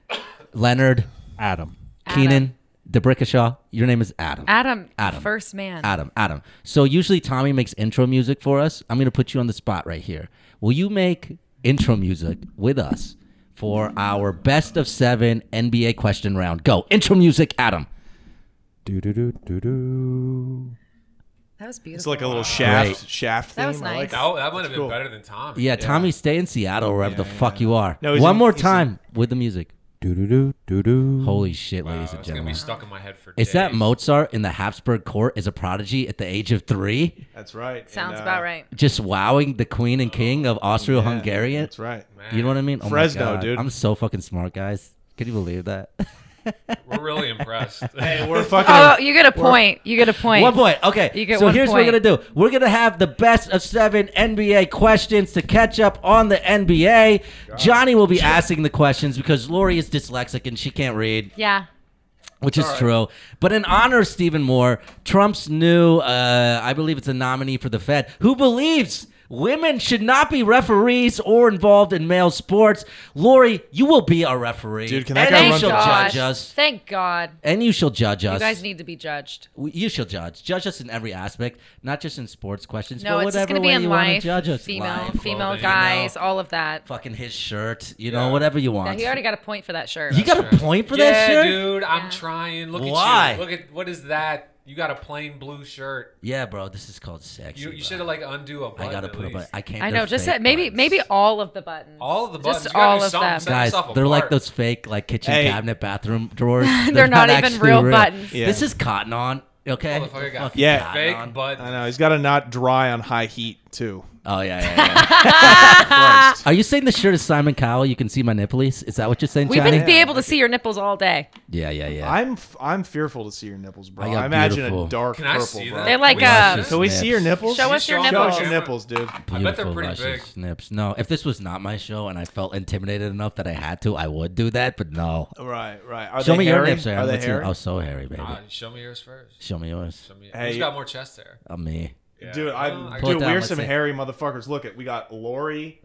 [SPEAKER 6] Leonard, Adam, Keenan, DeBrickashaw. Your name is Adam.
[SPEAKER 12] Adam,
[SPEAKER 6] Adam.
[SPEAKER 12] first man.
[SPEAKER 6] Adam, Adam. So usually Tommy makes intro music for us. I'm gonna put you on the spot right here. Will you make intro music with us for our best of seven NBA question round? Go intro music, Adam. Do do do do do.
[SPEAKER 12] That was beautiful.
[SPEAKER 8] It's like a little shaft,
[SPEAKER 6] Great.
[SPEAKER 8] shaft thing.
[SPEAKER 12] That was
[SPEAKER 8] I like
[SPEAKER 12] nice.
[SPEAKER 9] That, Oh, that might
[SPEAKER 8] That's
[SPEAKER 9] have been
[SPEAKER 8] cool.
[SPEAKER 9] better than Tommy.
[SPEAKER 6] Yeah, Tommy, stay in Seattle wherever the fuck you are.
[SPEAKER 8] No, he's
[SPEAKER 6] One
[SPEAKER 8] in-
[SPEAKER 6] more
[SPEAKER 8] he's in-
[SPEAKER 6] time with the music. Do do do do do. Holy shit, ladies and
[SPEAKER 9] Uh, it's gonna
[SPEAKER 6] gentlemen!
[SPEAKER 9] be stuck in my head for
[SPEAKER 6] Is that Mozart in the Habsburg court as a prodigy at the age of three?
[SPEAKER 8] That's right.
[SPEAKER 10] Sounds
[SPEAKER 8] And, uh,
[SPEAKER 10] about right.
[SPEAKER 6] just wowing the queen and king of Austro-Hungarian.
[SPEAKER 8] that's right.
[SPEAKER 6] You know what I mean? Oh my
[SPEAKER 8] Fresno,
[SPEAKER 6] God.
[SPEAKER 8] dude.
[SPEAKER 6] I'm so fucking smart, guys. Can you believe that?
[SPEAKER 9] We're really impressed.
[SPEAKER 8] hey, we're
[SPEAKER 12] Oh, you get a point. You get a point.
[SPEAKER 6] One point. Okay.
[SPEAKER 12] You get
[SPEAKER 6] so
[SPEAKER 12] one
[SPEAKER 6] here's
[SPEAKER 12] point.
[SPEAKER 6] what we're gonna do. We're gonna have the best of seven NBA questions to catch up on the NBA. Johnny will be asking the questions because Lori is dyslexic and she can't read.
[SPEAKER 12] Yeah.
[SPEAKER 6] Which is
[SPEAKER 12] All right.
[SPEAKER 6] true. But in honor of Stephen Moore, Trump's new, uh, I believe it's a nominee for the Fed, who believes women should not be referees or involved in male sports. Lori, you will be our referee. Dude,
[SPEAKER 8] can
[SPEAKER 6] and
[SPEAKER 12] Thank
[SPEAKER 6] you shall
[SPEAKER 12] God.
[SPEAKER 6] judge us.
[SPEAKER 12] Thank God.
[SPEAKER 6] And you shall judge
[SPEAKER 12] You
[SPEAKER 6] us.
[SPEAKER 12] guys need to be judged.
[SPEAKER 6] We- you shall judge. Judge us in every aspect, not just in sports questions,
[SPEAKER 12] No,
[SPEAKER 6] but
[SPEAKER 12] it's just
[SPEAKER 6] whatever
[SPEAKER 12] going to be
[SPEAKER 6] way
[SPEAKER 12] in
[SPEAKER 6] you want to
[SPEAKER 12] life.
[SPEAKER 6] judge us.
[SPEAKER 12] female,
[SPEAKER 6] Life,
[SPEAKER 12] female
[SPEAKER 6] clothing,
[SPEAKER 12] guys,
[SPEAKER 6] you know,
[SPEAKER 12] all of that.
[SPEAKER 6] fucking his shirt, you know, whatever you
[SPEAKER 12] Yeah,
[SPEAKER 6] want.
[SPEAKER 12] he already got a point for that shirt.
[SPEAKER 6] You got a point for
[SPEAKER 9] yeah,
[SPEAKER 6] that shirt?
[SPEAKER 9] dude. I'm trying. Look
[SPEAKER 6] Why?
[SPEAKER 9] at you. Look at what is that? You got a plain blue shirt.
[SPEAKER 6] Yeah, bro, this is called sexy.
[SPEAKER 9] You, you
[SPEAKER 6] bro.
[SPEAKER 9] should have like undo a button.
[SPEAKER 6] I gotta
[SPEAKER 9] at
[SPEAKER 6] put a
[SPEAKER 9] least.
[SPEAKER 6] button. I can't.
[SPEAKER 12] I
[SPEAKER 6] they're
[SPEAKER 12] know. Just
[SPEAKER 6] fake
[SPEAKER 12] that, maybe maybe all of the buttons.
[SPEAKER 9] All of the buttons. You
[SPEAKER 12] Just
[SPEAKER 9] gotta
[SPEAKER 12] all
[SPEAKER 9] do
[SPEAKER 12] of
[SPEAKER 9] something.
[SPEAKER 12] them.
[SPEAKER 9] Set
[SPEAKER 6] guys,
[SPEAKER 9] yourself
[SPEAKER 6] they're like
[SPEAKER 9] apart.
[SPEAKER 6] those fake like kitchen
[SPEAKER 9] Hey.
[SPEAKER 6] cabinet bathroom drawers.
[SPEAKER 12] They're not even
[SPEAKER 6] actually
[SPEAKER 12] real buttons.
[SPEAKER 8] Yeah.
[SPEAKER 6] This is cotton on. Okay.
[SPEAKER 9] Motherfucker got
[SPEAKER 6] Fucking
[SPEAKER 8] Yeah,
[SPEAKER 6] got it on.
[SPEAKER 8] I know he's got to not dry on high heat too.
[SPEAKER 6] Oh yeah, yeah. Are you saying the shirt is Simon Cowell? You can see my nipples. Is that what you're saying,
[SPEAKER 12] We've
[SPEAKER 6] Johnny?
[SPEAKER 12] been be able to see your nipples all day.
[SPEAKER 6] yeah, yeah, yeah.
[SPEAKER 8] I'm f- I'm fearful to see your nipples, bro.
[SPEAKER 6] I got
[SPEAKER 8] I imagine
[SPEAKER 6] beautiful-
[SPEAKER 8] a dark
[SPEAKER 9] Can I
[SPEAKER 8] purple.
[SPEAKER 9] see
[SPEAKER 8] bro.
[SPEAKER 9] that?
[SPEAKER 12] They're like,
[SPEAKER 6] Luscious
[SPEAKER 12] uh,
[SPEAKER 8] Can we
[SPEAKER 6] nips.
[SPEAKER 8] see your nipples?
[SPEAKER 12] Show us your
[SPEAKER 8] Show us
[SPEAKER 12] nipples.
[SPEAKER 8] your nipples, dude.
[SPEAKER 9] I bet they're pretty
[SPEAKER 6] luscious Nips. No, if this was not my show and I felt intimidated enough that I had to, I would do that. But no.
[SPEAKER 8] Right, right. Are
[SPEAKER 6] show
[SPEAKER 8] they
[SPEAKER 6] me your
[SPEAKER 8] hairy?
[SPEAKER 6] nips, Aaron.
[SPEAKER 8] Are they
[SPEAKER 6] Let's see-
[SPEAKER 8] hairy?
[SPEAKER 6] Oh, so hairy, baby.
[SPEAKER 9] Ah, show me yours first.
[SPEAKER 6] Show me yours.
[SPEAKER 9] Show me- Who's got more chest hair?
[SPEAKER 6] Uh, me.
[SPEAKER 8] Dude,
[SPEAKER 9] Oh,
[SPEAKER 8] I,
[SPEAKER 9] I- Pull it
[SPEAKER 8] dude,
[SPEAKER 9] down,
[SPEAKER 8] we're
[SPEAKER 9] let's
[SPEAKER 8] some
[SPEAKER 9] see.
[SPEAKER 8] hairy motherfuckers. Look at, we got Lori.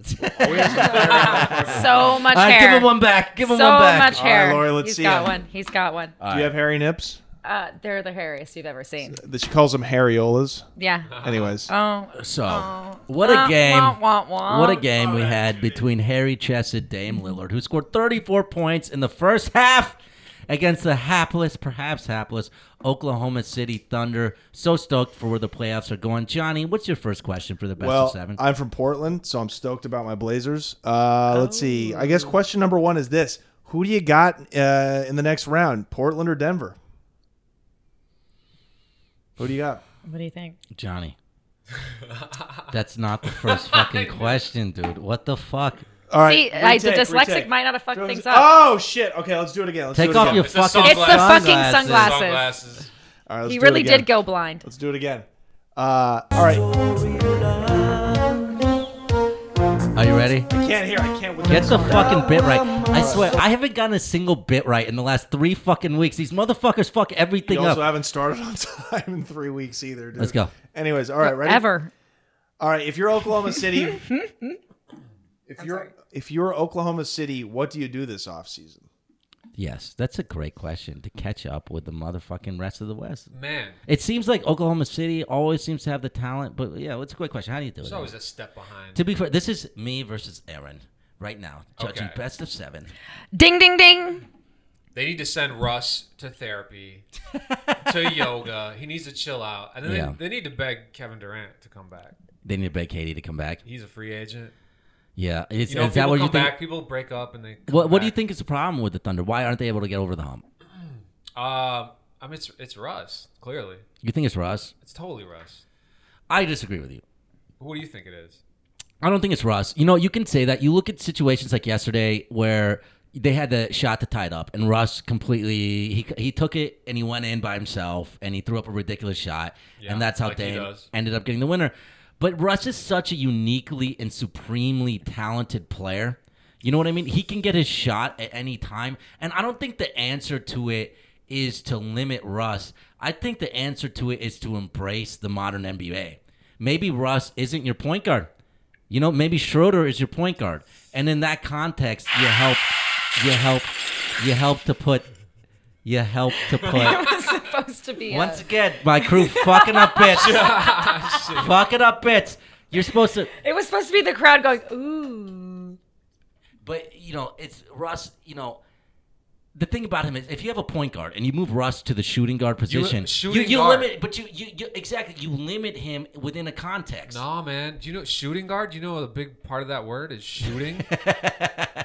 [SPEAKER 12] So much
[SPEAKER 6] All right,
[SPEAKER 12] hair.
[SPEAKER 6] give him one back. Give him
[SPEAKER 12] so
[SPEAKER 6] one back.
[SPEAKER 12] much
[SPEAKER 8] All right,
[SPEAKER 12] hair.
[SPEAKER 8] Lori, let's
[SPEAKER 12] He's
[SPEAKER 8] see
[SPEAKER 12] got
[SPEAKER 8] him.
[SPEAKER 12] one. He's got one.
[SPEAKER 8] Do you have hairy nips?
[SPEAKER 12] Uh, they're the hairiest you've ever seen.
[SPEAKER 8] That she calls them hariolas.
[SPEAKER 9] Uh-huh.
[SPEAKER 12] Yeah.
[SPEAKER 8] Anyways.
[SPEAKER 12] Oh.
[SPEAKER 6] So,
[SPEAKER 12] Oh.
[SPEAKER 6] what a
[SPEAKER 12] Wah,
[SPEAKER 6] game!
[SPEAKER 12] wah, wah, wah.
[SPEAKER 6] What a game we had between Harry Chesed, Dame Lillard, who scored 34 points in the first half against the hapless, perhaps hapless Oklahoma City Thunder. So stoked for where the playoffs are going. Johnny, what's your first question for the best
[SPEAKER 8] well,
[SPEAKER 6] of seven?
[SPEAKER 8] I'm from Portland, so I'm stoked about my Blazers. Uh, Let's see. I
[SPEAKER 6] Oh.
[SPEAKER 8] guess question number one is this: Who do you got uh, in the next round, Portland or Denver? Who do you got?
[SPEAKER 10] What do you think?
[SPEAKER 6] Johnny, that's not the first fucking question, dude. What the fuck?
[SPEAKER 8] All right,
[SPEAKER 12] See, I, the
[SPEAKER 8] retake,
[SPEAKER 12] dyslexic
[SPEAKER 8] retake.
[SPEAKER 12] might not have fucked things up.
[SPEAKER 8] Oh shit! Okay, let's do it again. Let's
[SPEAKER 6] Take
[SPEAKER 8] do it
[SPEAKER 6] off
[SPEAKER 8] again.
[SPEAKER 6] your It's the fucking
[SPEAKER 12] It's the
[SPEAKER 6] Oh, Sunglasses.
[SPEAKER 12] fucking sunglasses.
[SPEAKER 9] Sunglasses.
[SPEAKER 8] All right, let's
[SPEAKER 12] he
[SPEAKER 8] do it
[SPEAKER 12] really
[SPEAKER 8] again.
[SPEAKER 12] did go blind.
[SPEAKER 8] Let's do it again. Uh, all right.
[SPEAKER 6] Are you ready?
[SPEAKER 8] I can't hear. I can't. with
[SPEAKER 6] Get
[SPEAKER 8] this
[SPEAKER 6] the
[SPEAKER 8] one.
[SPEAKER 6] fucking bit right. I swear, I haven't gotten a single bit right in the last three fucking weeks. These motherfuckers fuck everything
[SPEAKER 8] You also
[SPEAKER 6] up.
[SPEAKER 8] haven't started on time in three weeks either. Dude.
[SPEAKER 6] Let's go.
[SPEAKER 8] Anyways, all right, ready?
[SPEAKER 12] Ever.
[SPEAKER 8] All right, if you're Oklahoma City, if you're if you're Oklahoma City, what do you do this offseason?
[SPEAKER 6] Yes, that's a great question to catch up with the motherfucking rest of the West.
[SPEAKER 9] Man.
[SPEAKER 6] it seems like Oklahoma City always seems to have the talent, but yeah, it's a great question. How do you do it?
[SPEAKER 9] It's always a step behind.
[SPEAKER 6] To be fair, this is me versus Aaron right now, judging
[SPEAKER 9] Okay.
[SPEAKER 6] best of seven.
[SPEAKER 12] Ding, ding, ding.
[SPEAKER 9] They need to send Russ to therapy, to yoga. He needs to chill out, and then
[SPEAKER 6] Yeah.
[SPEAKER 9] they, they need to beg Kevin Durant to come back.
[SPEAKER 6] They need to beg Katie to come back.
[SPEAKER 9] He's a free agent.
[SPEAKER 6] Yeah, is,
[SPEAKER 9] you know,
[SPEAKER 6] is that what
[SPEAKER 9] people
[SPEAKER 6] you
[SPEAKER 9] come
[SPEAKER 6] think?
[SPEAKER 9] back, uh, people break up and they come
[SPEAKER 6] What, what do you
[SPEAKER 9] back.
[SPEAKER 6] think is the problem with the Thunder? Why aren't they able to get over the hump?
[SPEAKER 9] Um, I mean, it's it's Russ. Clearly,
[SPEAKER 6] You think it's Russ?
[SPEAKER 9] it's totally Russ.
[SPEAKER 6] I disagree with you.
[SPEAKER 9] What do you think it is?
[SPEAKER 6] I don't think it's Russ. You know, you can say that. You look at situations like yesterday where they had the shot to tie it up, and Russ completely he he took it and he went in by himself and he threw up a ridiculous shot,
[SPEAKER 9] Yeah,
[SPEAKER 6] and that's how
[SPEAKER 9] like he
[SPEAKER 6] Dame
[SPEAKER 9] does.
[SPEAKER 6] ended up getting the winner. But Russ is such a uniquely and supremely talented player. You know what I mean? He can get his shot at any time, and I don't think the answer to it is to limit Russ. I think the answer to it is to embrace the modern NBA. Maybe Russ isn't your point guard. You know, maybe Schroeder is your point guard, and in that context, you help, you help, you help to put, you help to
[SPEAKER 12] It
[SPEAKER 6] put.
[SPEAKER 12] was supposed to be.
[SPEAKER 6] Once
[SPEAKER 12] a-
[SPEAKER 6] again, my crew fucking up bits, fucking up bits. You're supposed to,
[SPEAKER 12] It was supposed to be the crowd going, ooh.
[SPEAKER 6] but you know, it's Russ. You know, the thing about him is, if you have a point guard and you move Russ to the shooting guard position,
[SPEAKER 9] shooting
[SPEAKER 6] you, you
[SPEAKER 9] guard.
[SPEAKER 6] limit, but you, you, you exactly, you limit him within a context.
[SPEAKER 9] No, man. Do you know shooting guard? Do you know a big part of that word is shooting?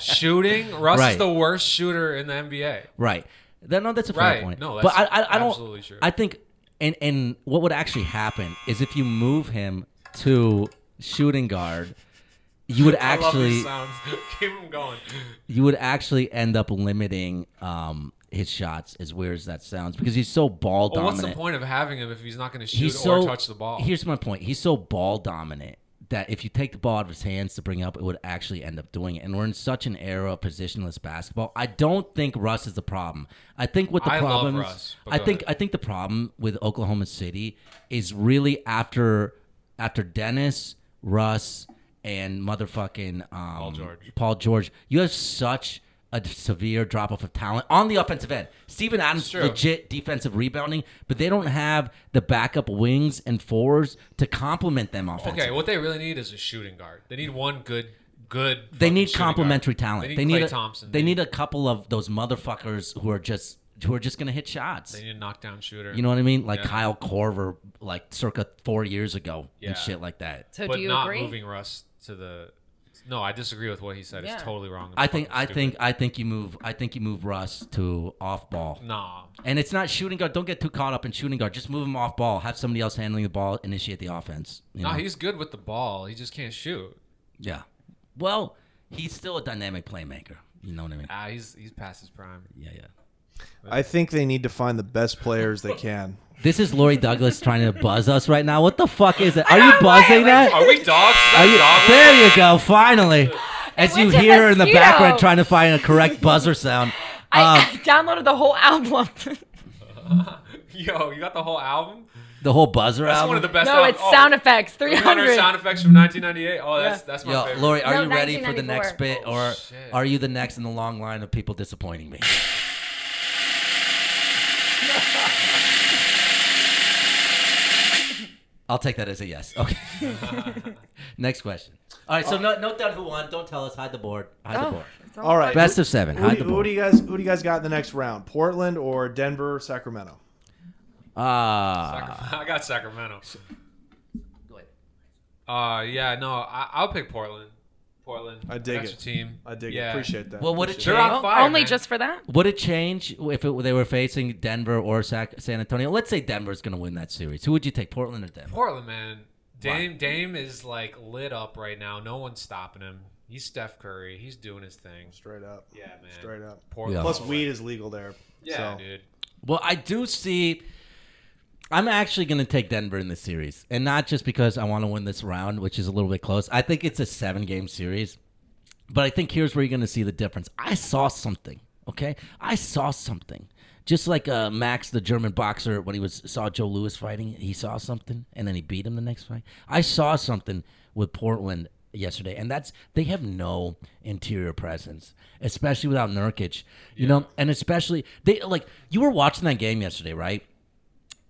[SPEAKER 9] shooting. Russ
[SPEAKER 6] Right.
[SPEAKER 9] is the worst shooter in the NBA.
[SPEAKER 6] Right. That, no, that's a fair
[SPEAKER 9] Right.
[SPEAKER 6] point.
[SPEAKER 9] No,
[SPEAKER 6] but I,
[SPEAKER 9] that's
[SPEAKER 6] I, I don't.
[SPEAKER 9] absolutely sure.
[SPEAKER 6] I think, and and what would actually happen is if you move him to shooting guard, you would actually
[SPEAKER 9] I love these sounds. Keep 'em going.
[SPEAKER 6] you would actually end up limiting um his shots. As weird as that sounds, because he's so ball
[SPEAKER 9] Well, what's
[SPEAKER 6] dominant.
[SPEAKER 9] the point of having him if he's not going to shoot
[SPEAKER 6] He's
[SPEAKER 9] or
[SPEAKER 6] so-
[SPEAKER 9] touch the ball?
[SPEAKER 6] Here's my point. He's so ball dominant that if you take the ball out of his hands to bring up, it would actually end up doing it. And we're in such an era of positionless basketball. I don't think Russ is the problem. I think what the
[SPEAKER 9] I love
[SPEAKER 6] problem is-
[SPEAKER 9] Russ, but
[SPEAKER 6] I
[SPEAKER 9] go
[SPEAKER 6] think
[SPEAKER 9] ahead.
[SPEAKER 6] I think the problem with Oklahoma City is really after after Dennis, Russ, and motherfucking um, Paul
[SPEAKER 9] George.
[SPEAKER 6] Paul George. You have such a severe drop off of talent on the offensive end. Steven Adams
[SPEAKER 9] It's true.
[SPEAKER 6] legit defensive rebounding, but they don't have the backup wings and forwards to complement them offensively.
[SPEAKER 9] Okay, what they really need is a shooting guard. They need one good, good.
[SPEAKER 6] they
[SPEAKER 9] fucking
[SPEAKER 6] need
[SPEAKER 9] shooting guard.
[SPEAKER 6] complementary talent.
[SPEAKER 9] They need,
[SPEAKER 6] They need,
[SPEAKER 9] Klay
[SPEAKER 6] a,
[SPEAKER 9] Thompson.
[SPEAKER 6] They need a couple of those motherfuckers who are just who are just gonna hit shots.
[SPEAKER 9] They need a knockdown shooter.
[SPEAKER 6] You know what I mean? Like
[SPEAKER 9] Yeah.
[SPEAKER 6] Kyle Corver, like circa four years ago
[SPEAKER 9] Yeah.
[SPEAKER 6] and shit like that.
[SPEAKER 12] So
[SPEAKER 9] but
[SPEAKER 12] do you
[SPEAKER 9] not
[SPEAKER 12] agree?
[SPEAKER 9] moving Russ to the No, I disagree with what he said. It's totally wrong.
[SPEAKER 6] I think I think I think you move I think you move Russ to off ball.
[SPEAKER 9] Nah.
[SPEAKER 6] And it's not shooting guard. Don't get too caught up in shooting guard. Just move him off ball. Have somebody else handling the ball. Initiate the offense. you
[SPEAKER 9] No,
[SPEAKER 6] know?
[SPEAKER 9] he's good with the ball. He just can't shoot.
[SPEAKER 6] yeah. Well, he's still a dynamic playmaker. You know what I mean?
[SPEAKER 9] Ah, he's he's past his prime.
[SPEAKER 6] Yeah, yeah.
[SPEAKER 8] I think they need to find the best players they can.
[SPEAKER 6] This is Lori Douglas trying to buzz us right now. What the fuck is it? Are you buzzing that?
[SPEAKER 9] Are we dogs? Is that
[SPEAKER 6] Are you,
[SPEAKER 9] dog
[SPEAKER 6] there you go. Finally, as you
[SPEAKER 12] went to
[SPEAKER 6] hear her in the
[SPEAKER 12] mosquito.
[SPEAKER 6] background trying to find a correct buzzer sound. Um,
[SPEAKER 12] Downloaded the whole album.
[SPEAKER 9] Yo, you got the whole album?
[SPEAKER 6] the whole buzzer
[SPEAKER 9] That's
[SPEAKER 6] album.
[SPEAKER 9] one of the best.
[SPEAKER 12] No,
[SPEAKER 9] albums.
[SPEAKER 12] it's sound effects, 300.
[SPEAKER 9] sound effects from 1998. Oh, that's
[SPEAKER 12] Yeah.
[SPEAKER 9] that's my
[SPEAKER 6] Yo,
[SPEAKER 9] favorite.
[SPEAKER 6] Lori, are
[SPEAKER 12] No,
[SPEAKER 6] you ready for the
[SPEAKER 12] 1994.
[SPEAKER 6] next bit, or
[SPEAKER 9] Oh,
[SPEAKER 6] are you the next in the long line of people disappointing me? I'll take that as a yes. Okay. next question. All right. So
[SPEAKER 9] Oh.
[SPEAKER 6] no, note down who won. Don't tell us. Hide the board. Hide the board.
[SPEAKER 8] All right,
[SPEAKER 6] Best of seven.
[SPEAKER 8] Who,
[SPEAKER 6] Hide
[SPEAKER 8] do-
[SPEAKER 6] the
[SPEAKER 8] who
[SPEAKER 6] board.
[SPEAKER 8] do you guys? Who do you guys got in the next round? Portland or Denver, Sacramento?
[SPEAKER 6] Ah.
[SPEAKER 9] I got Sacramento. Uh, yeah, no, I, I'll pick Portland. Portland.
[SPEAKER 8] I dig
[SPEAKER 9] That's
[SPEAKER 8] it.
[SPEAKER 9] Your team.
[SPEAKER 8] I dig it.
[SPEAKER 9] yeah.
[SPEAKER 8] Appreciate that.
[SPEAKER 6] Well, would it
[SPEAKER 9] They're on
[SPEAKER 6] change-
[SPEAKER 9] fire.
[SPEAKER 12] Only
[SPEAKER 9] man.
[SPEAKER 12] just for that?
[SPEAKER 6] Would it change if it, they were facing Denver or Sac- San Antonio? Let's say Denver's going to win that series. Who would you take, Portland or Denver?
[SPEAKER 9] Portland, man. Dame Dame is like lit up right now. No one's stopping him. He's Steph Curry. He's doing his thing.
[SPEAKER 8] Straight up.
[SPEAKER 9] Yeah, man.
[SPEAKER 8] Straight up.
[SPEAKER 9] Portland.
[SPEAKER 8] Plus, weed is legal there.
[SPEAKER 9] Yeah,
[SPEAKER 8] so.
[SPEAKER 9] dude.
[SPEAKER 6] Well, I do see. I'm actually going to take Denver in this series, and not just because I want to win this round, which is a little bit close. I think it's a seven game series, but I think here's where you're going to see the difference. I saw something. Okay, I saw something. Just like uh, Max, the German boxer, when he was saw Joe Lewis fighting, he saw something, and then he beat him the next fight. I saw something with Portland yesterday, and that's they have no interior presence, especially without Nurkic. You know, and especially they like you were watching that game yesterday, right?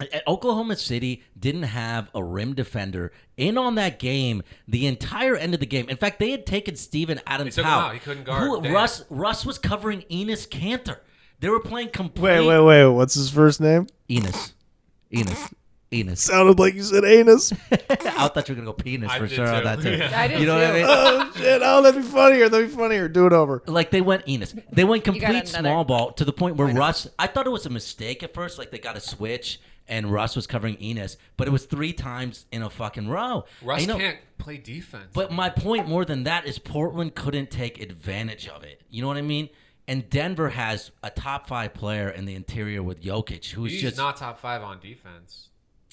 [SPEAKER 6] Uh, Oklahoma City didn't have a rim defender in on that game the entire end of the game. In fact, they had taken Steven Adams
[SPEAKER 9] took him
[SPEAKER 6] out.
[SPEAKER 9] out. He couldn't guard
[SPEAKER 6] Who-
[SPEAKER 9] Dame.
[SPEAKER 6] Russ Russ was covering Enos Cantor. They were playing complete
[SPEAKER 8] Wait, wait, wait. What's his first name?
[SPEAKER 6] Enos. Enos. Enos.
[SPEAKER 8] Sounded like you said anus.
[SPEAKER 6] I thought you were gonna go penis
[SPEAKER 9] I
[SPEAKER 6] for
[SPEAKER 9] did
[SPEAKER 6] sure on
[SPEAKER 9] too.
[SPEAKER 6] that too.
[SPEAKER 9] Yeah. I did
[SPEAKER 6] you know what I
[SPEAKER 9] too.
[SPEAKER 6] mean?
[SPEAKER 8] oh shit! Oh, that'd be funnier. That'd be funnier. Do it over.
[SPEAKER 6] Like they went Enos. They went
[SPEAKER 8] You got
[SPEAKER 6] complete
[SPEAKER 8] another-
[SPEAKER 6] small ball to the point where Russ. I thought it was a mistake at first. Like they got a switch and Russ was covering Enos, but it was three times in a fucking row.
[SPEAKER 9] Russ
[SPEAKER 6] You know-
[SPEAKER 9] can't play defense.
[SPEAKER 6] But my point more than that is Portland couldn't take advantage of it. You know what I mean? And Denver has a top five player in the interior with Jokic, who's
[SPEAKER 9] He's
[SPEAKER 6] just
[SPEAKER 9] not top five on defense.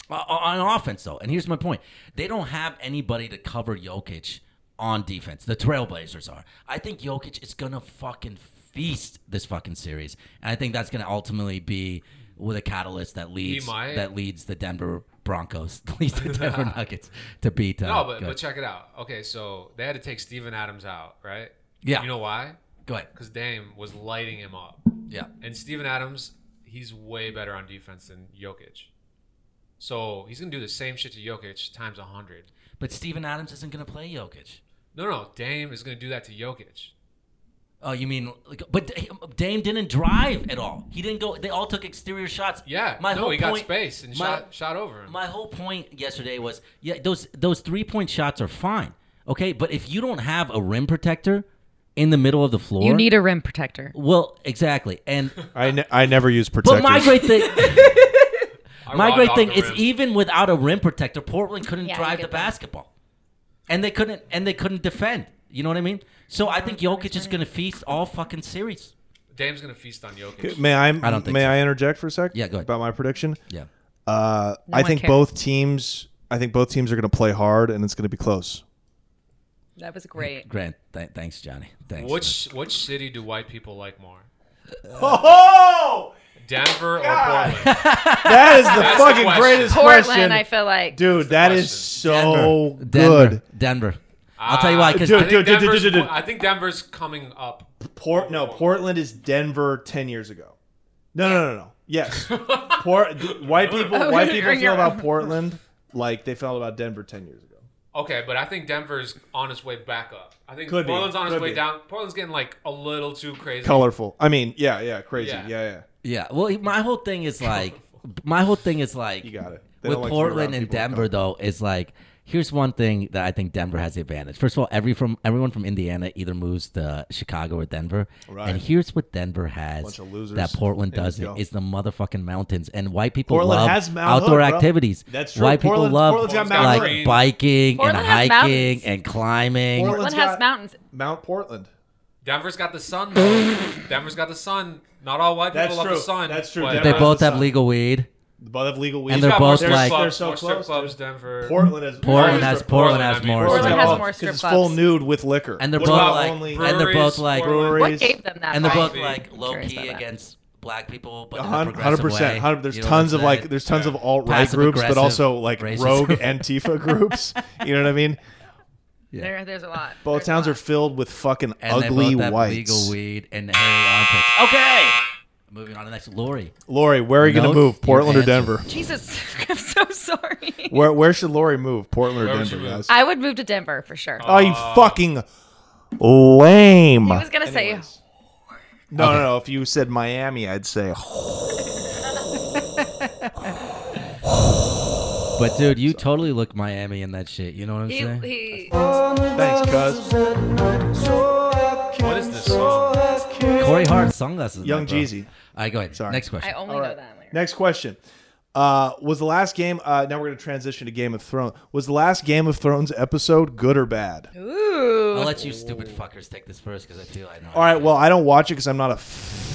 [SPEAKER 6] O- Uh, on offense, though, and here's my point: they don't have anybody to cover Jokic on defense. The Trailblazers are. I think Jokic is gonna fucking feast this fucking series, and I think that's gonna ultimately be with a catalyst that leads
[SPEAKER 9] might.
[SPEAKER 6] that leads the Denver Broncos, leads the Denver Nuggets to beat. Uh,
[SPEAKER 9] no, but,
[SPEAKER 6] go-
[SPEAKER 9] but check it out. Okay, so they had to take Steven Adams out, right?
[SPEAKER 6] Yeah.
[SPEAKER 9] You know why?
[SPEAKER 6] Go ahead.
[SPEAKER 9] Because Dame was lighting him up.
[SPEAKER 6] Yeah.
[SPEAKER 9] And Steven Adams, he's way better on defense than Jokic. So he's gonna do the same shit to Jokic times hundred.
[SPEAKER 6] but Steven Adams isn't gonna play Jokic.
[SPEAKER 9] No, no, Dame is gonna do that to Jokic.
[SPEAKER 6] Oh, you mean? Like, but D- Dame didn't drive at all. He didn't go. They all took exterior shots.
[SPEAKER 9] Yeah.
[SPEAKER 6] My
[SPEAKER 9] no,
[SPEAKER 6] whole
[SPEAKER 9] he got
[SPEAKER 6] point,
[SPEAKER 9] space and
[SPEAKER 6] my-
[SPEAKER 9] shot shot over him.
[SPEAKER 6] My whole point yesterday was yeah, those those three point shots are fine. Okay, but if you don't have a rim protector in the middle of the floor,
[SPEAKER 10] You need a rim protector.
[SPEAKER 6] Well, exactly. And
[SPEAKER 8] I, ne- I never use
[SPEAKER 6] but
[SPEAKER 8] protectors.
[SPEAKER 6] my great thing
[SPEAKER 9] I
[SPEAKER 6] My
[SPEAKER 9] robbed
[SPEAKER 6] great
[SPEAKER 9] off
[SPEAKER 6] thing
[SPEAKER 9] the
[SPEAKER 6] is
[SPEAKER 9] rim.
[SPEAKER 6] even without a rim protector, Portland couldn't
[SPEAKER 12] Yeah, you
[SPEAKER 6] drive
[SPEAKER 12] get
[SPEAKER 6] the
[SPEAKER 12] that.
[SPEAKER 6] basketball. And they couldn't and they couldn't defend. You know what I mean? So I think Jokic is going to feast all fucking series.
[SPEAKER 9] Dame's gonna feast on Jokic.
[SPEAKER 8] May I?
[SPEAKER 6] I don't think
[SPEAKER 8] may
[SPEAKER 6] so.
[SPEAKER 8] I interject for a sec?
[SPEAKER 6] Yeah, go ahead.
[SPEAKER 8] About my prediction.
[SPEAKER 6] Yeah.
[SPEAKER 8] Uh,
[SPEAKER 10] No
[SPEAKER 8] I
[SPEAKER 10] one
[SPEAKER 8] think
[SPEAKER 10] cares.
[SPEAKER 8] both teams. I think both teams are going to play hard, and it's going to be close.
[SPEAKER 10] That was great.
[SPEAKER 6] Grant, th- thanks Johnny. Thanks.
[SPEAKER 9] Which which city do white people like more?
[SPEAKER 8] Oh!
[SPEAKER 9] Denver or Portland?
[SPEAKER 8] That is the
[SPEAKER 9] That's
[SPEAKER 8] fucking
[SPEAKER 9] question.
[SPEAKER 8] greatest
[SPEAKER 12] Portland,
[SPEAKER 8] question.
[SPEAKER 12] I feel like.
[SPEAKER 8] Dude, that is so
[SPEAKER 6] Denver,
[SPEAKER 8] good.
[SPEAKER 6] Denver. I'll tell you why cuz
[SPEAKER 8] Uh, Dude,
[SPEAKER 9] I think,
[SPEAKER 8] dude, dude,
[SPEAKER 9] Denver's-
[SPEAKER 8] dude, dude, dude.
[SPEAKER 9] I think Denver's coming up.
[SPEAKER 8] Port no, Portland is Denver 10 years ago. No, no, no, no. Yes. Port white people
[SPEAKER 12] Oh,
[SPEAKER 8] white people
[SPEAKER 12] bring
[SPEAKER 8] feel
[SPEAKER 12] your
[SPEAKER 8] about
[SPEAKER 12] own.
[SPEAKER 8] Portland like they felt about Denver 10 years ago.
[SPEAKER 9] Okay, but I think Denver's on his way back up. I think
[SPEAKER 8] Could be,
[SPEAKER 9] Portland's on his
[SPEAKER 8] could
[SPEAKER 9] way
[SPEAKER 8] be.
[SPEAKER 9] down. Portland's getting like a little too crazy.
[SPEAKER 8] Colorful. I mean, yeah, yeah, crazy.
[SPEAKER 9] Yeah.
[SPEAKER 8] Yeah, yeah.
[SPEAKER 6] Yeah. Well, my whole thing is like, my whole thing is like, you
[SPEAKER 8] got it. They
[SPEAKER 6] With
[SPEAKER 8] don't like to be around
[SPEAKER 6] Portland and
[SPEAKER 8] people that
[SPEAKER 6] Denver, though, is like Here's one thing that I think Denver has the advantage. First of all, every from everyone from Indiana either moves to Chicago or Denver.
[SPEAKER 8] Right.
[SPEAKER 6] And here's what Denver has
[SPEAKER 8] Bunch of losers.
[SPEAKER 6] that Portland
[SPEAKER 8] There you
[SPEAKER 6] doesn't
[SPEAKER 8] go.
[SPEAKER 6] is the motherfucking mountains. And white people
[SPEAKER 8] Portland
[SPEAKER 6] love
[SPEAKER 8] has Mount
[SPEAKER 6] outdoor
[SPEAKER 8] Hood, bro.
[SPEAKER 6] activities.
[SPEAKER 8] That's true.
[SPEAKER 6] White people
[SPEAKER 8] Portland-
[SPEAKER 6] love
[SPEAKER 8] Portland's got Mount
[SPEAKER 6] like
[SPEAKER 8] Hood.
[SPEAKER 6] biking
[SPEAKER 12] Portland
[SPEAKER 6] and
[SPEAKER 12] has
[SPEAKER 6] hiking
[SPEAKER 12] mountains.
[SPEAKER 6] and climbing.
[SPEAKER 12] Portland has mountains.
[SPEAKER 8] Mount Portland.
[SPEAKER 9] Denver's got the sun. though. Denver's got the sun. Not all white people
[SPEAKER 8] That's
[SPEAKER 9] love
[SPEAKER 8] true.
[SPEAKER 9] the sun.
[SPEAKER 8] That's true.
[SPEAKER 9] but-
[SPEAKER 6] But they both have legal weed.
[SPEAKER 8] They both have legal weed.
[SPEAKER 6] And they're
[SPEAKER 8] He's got more
[SPEAKER 6] both
[SPEAKER 8] strip
[SPEAKER 6] like
[SPEAKER 8] clubs,
[SPEAKER 6] they're
[SPEAKER 8] so
[SPEAKER 9] more strip
[SPEAKER 8] close,
[SPEAKER 9] clubs,
[SPEAKER 8] dude.
[SPEAKER 9] Denver.
[SPEAKER 8] Portland has
[SPEAKER 6] Portland has Portland has
[SPEAKER 8] I mean.
[SPEAKER 6] more.
[SPEAKER 12] Portland has
[SPEAKER 8] clubs.
[SPEAKER 12] more
[SPEAKER 8] 'Cause
[SPEAKER 12] strip
[SPEAKER 8] it's
[SPEAKER 12] clubs.
[SPEAKER 8] full nude with liquor.
[SPEAKER 6] And they're
[SPEAKER 8] What
[SPEAKER 6] both
[SPEAKER 8] about
[SPEAKER 6] like
[SPEAKER 8] only-
[SPEAKER 6] and they're both like
[SPEAKER 12] What gave them that?
[SPEAKER 6] And they're both
[SPEAKER 12] vibe?
[SPEAKER 6] like low
[SPEAKER 12] Curious
[SPEAKER 6] key
[SPEAKER 12] about that.
[SPEAKER 6] against black people, but in a
[SPEAKER 8] Hundred
[SPEAKER 6] progressive way.
[SPEAKER 8] percent. There's
[SPEAKER 6] You know what
[SPEAKER 8] tons
[SPEAKER 6] I'm
[SPEAKER 8] of like,
[SPEAKER 6] saying?
[SPEAKER 8] there's tons of
[SPEAKER 6] Yeah.
[SPEAKER 8] alt right groups, but
[SPEAKER 6] Passive-aggressive
[SPEAKER 8] also like
[SPEAKER 6] racism.
[SPEAKER 8] rogue Antifa groups. You know what I mean?
[SPEAKER 12] There, there's a lot.
[SPEAKER 8] Both towns are filled with fucking
[SPEAKER 6] And they
[SPEAKER 8] ugly
[SPEAKER 6] both have
[SPEAKER 8] whites.
[SPEAKER 6] legal weed and hairy armpits. Okay, moving on to the next. Lori,
[SPEAKER 8] Lori, where are you
[SPEAKER 6] Note
[SPEAKER 8] gonna move?
[SPEAKER 6] your
[SPEAKER 8] Portland or
[SPEAKER 6] answer.
[SPEAKER 8] Denver?
[SPEAKER 12] Jesus, I'm so sorry.
[SPEAKER 8] Where Where should Lori move? Portland or
[SPEAKER 12] Where would
[SPEAKER 8] Denver,
[SPEAKER 12] you move?
[SPEAKER 8] guys?
[SPEAKER 12] I would move to Denver for sure.
[SPEAKER 8] oh, you fucking lame.
[SPEAKER 12] I was gonna say
[SPEAKER 8] No, no, no. If you said Miami, I'd say.
[SPEAKER 6] but dude, you totally look Miami in that shit. You know what I'm
[SPEAKER 12] he,
[SPEAKER 6] saying?
[SPEAKER 12] he.
[SPEAKER 8] Thanks, cuz.
[SPEAKER 9] What is this song?
[SPEAKER 6] Corey Hart sunglasses.
[SPEAKER 8] Young
[SPEAKER 6] man, bro.
[SPEAKER 8] Jeezy.
[SPEAKER 6] All right, go ahead.
[SPEAKER 8] Sorry.
[SPEAKER 6] Next question.
[SPEAKER 12] I only
[SPEAKER 8] All
[SPEAKER 12] know
[SPEAKER 8] right.
[SPEAKER 12] that. Later.
[SPEAKER 8] Next question. Uh, was the last game? Uh, now we're going to transition to Game of Thrones. Was the last Game of Thrones episode good or bad?
[SPEAKER 12] Ooh.
[SPEAKER 6] I'll let you stupid fuckers take this first because I feel I know.
[SPEAKER 8] All right. Well, I don't watch it because I'm not a. F-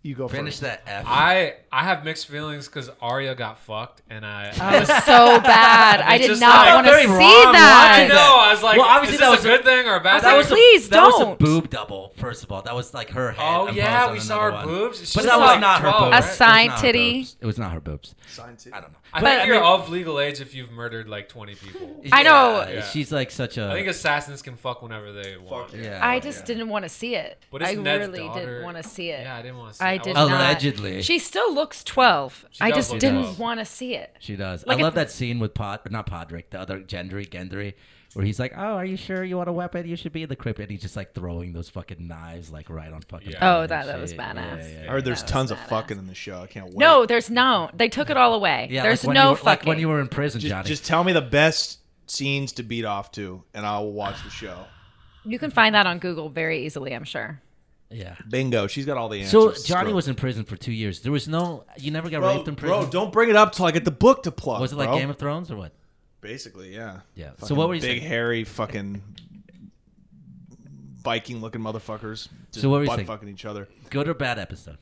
[SPEAKER 8] you go first.
[SPEAKER 6] Finish that F.
[SPEAKER 9] I I have mixed feelings because Arya got fucked, and I.
[SPEAKER 12] That was so bad. I
[SPEAKER 9] It's
[SPEAKER 12] did
[SPEAKER 9] just
[SPEAKER 12] not
[SPEAKER 9] like-
[SPEAKER 12] want to see
[SPEAKER 9] Very
[SPEAKER 6] wrong
[SPEAKER 12] that.
[SPEAKER 9] I know. I was like,
[SPEAKER 6] Well, obviously
[SPEAKER 9] is
[SPEAKER 6] that
[SPEAKER 9] this
[SPEAKER 6] was
[SPEAKER 9] a good thing or a
[SPEAKER 12] I
[SPEAKER 9] bad
[SPEAKER 12] was
[SPEAKER 9] thing?
[SPEAKER 12] like, please
[SPEAKER 6] that was a
[SPEAKER 12] don't.
[SPEAKER 6] boob double. First of all, that was like her head.
[SPEAKER 9] Oh,
[SPEAKER 6] imposed
[SPEAKER 9] yeah,
[SPEAKER 6] on
[SPEAKER 9] we saw
[SPEAKER 6] another
[SPEAKER 9] her
[SPEAKER 6] one.
[SPEAKER 9] boobs. She's
[SPEAKER 6] but that was
[SPEAKER 9] like
[SPEAKER 6] not her boobs.
[SPEAKER 9] 12,
[SPEAKER 12] A
[SPEAKER 9] right?
[SPEAKER 6] It was
[SPEAKER 12] side
[SPEAKER 6] not her
[SPEAKER 12] titty.
[SPEAKER 6] boobs. It was not her boobs. I don't know.
[SPEAKER 9] I
[SPEAKER 12] But,
[SPEAKER 9] think
[SPEAKER 12] I
[SPEAKER 9] you're
[SPEAKER 12] mean-
[SPEAKER 9] of legal age if you've murdered like 20 people.
[SPEAKER 12] I know.
[SPEAKER 6] Yeah, She's like such a.
[SPEAKER 9] I think assassins can fuck whenever they want.
[SPEAKER 6] yeah.
[SPEAKER 12] I just didn't want to see it.
[SPEAKER 9] But
[SPEAKER 12] I
[SPEAKER 9] it's Ned's
[SPEAKER 12] really
[SPEAKER 9] daughter.
[SPEAKER 12] didn't want to see it.
[SPEAKER 9] Yeah, I didn't wanna see it. I
[SPEAKER 12] I did
[SPEAKER 6] wasn't-
[SPEAKER 12] not.
[SPEAKER 6] Allegedly.
[SPEAKER 12] She still looks 12.
[SPEAKER 9] She
[SPEAKER 12] I
[SPEAKER 9] does
[SPEAKER 12] just
[SPEAKER 9] look
[SPEAKER 12] didn't
[SPEAKER 9] 12.
[SPEAKER 12] want to see it.
[SPEAKER 6] She does.
[SPEAKER 12] Like
[SPEAKER 6] I
[SPEAKER 12] if-
[SPEAKER 6] love that scene with Pod, not Podrick, the other Gendry, Gendry, where he's like, "Oh, are you sure you want a weapon? You should be in the crypt." And he's just like throwing those fucking knives like right on fucking.
[SPEAKER 9] Yeah.
[SPEAKER 6] Pod
[SPEAKER 12] Oh,
[SPEAKER 6] and
[SPEAKER 12] that- that was
[SPEAKER 6] shit.
[SPEAKER 12] badass.
[SPEAKER 6] Yeah, yeah,
[SPEAKER 8] I heard there's
[SPEAKER 12] That was
[SPEAKER 8] tons of
[SPEAKER 12] badass.
[SPEAKER 8] fucking in the show. I can't wait.
[SPEAKER 12] No, there's no. They took it all away.
[SPEAKER 6] Yeah, like
[SPEAKER 12] there's
[SPEAKER 6] when you
[SPEAKER 12] no
[SPEAKER 6] were-
[SPEAKER 12] fucking.
[SPEAKER 6] Like when you were in prison,
[SPEAKER 8] Just,
[SPEAKER 6] Johnny.
[SPEAKER 8] just tell me the best scenes to beat off to, and I will watch the show.
[SPEAKER 12] You can find that on Google very easily, I'm sure.
[SPEAKER 6] yeah.
[SPEAKER 8] Bingo. She's got all the answers.
[SPEAKER 6] So Johnny
[SPEAKER 8] Screw it.
[SPEAKER 6] was in prison for two years. There was no. You never got
[SPEAKER 8] Bro,
[SPEAKER 6] raped in
[SPEAKER 8] bro,
[SPEAKER 6] prison.
[SPEAKER 8] don't bring it up till I get the book to plug.
[SPEAKER 6] was it like
[SPEAKER 8] bro.
[SPEAKER 6] Game of Thrones or what?
[SPEAKER 8] Basically, yeah.
[SPEAKER 6] Yeah. So
[SPEAKER 8] Fucking
[SPEAKER 6] what were you
[SPEAKER 8] big,
[SPEAKER 6] saying?
[SPEAKER 8] hairy, fucking Viking-looking motherfuckers. Just
[SPEAKER 6] So what were you
[SPEAKER 8] butt
[SPEAKER 6] saying?
[SPEAKER 8] fucking each other.
[SPEAKER 6] Good or bad episode?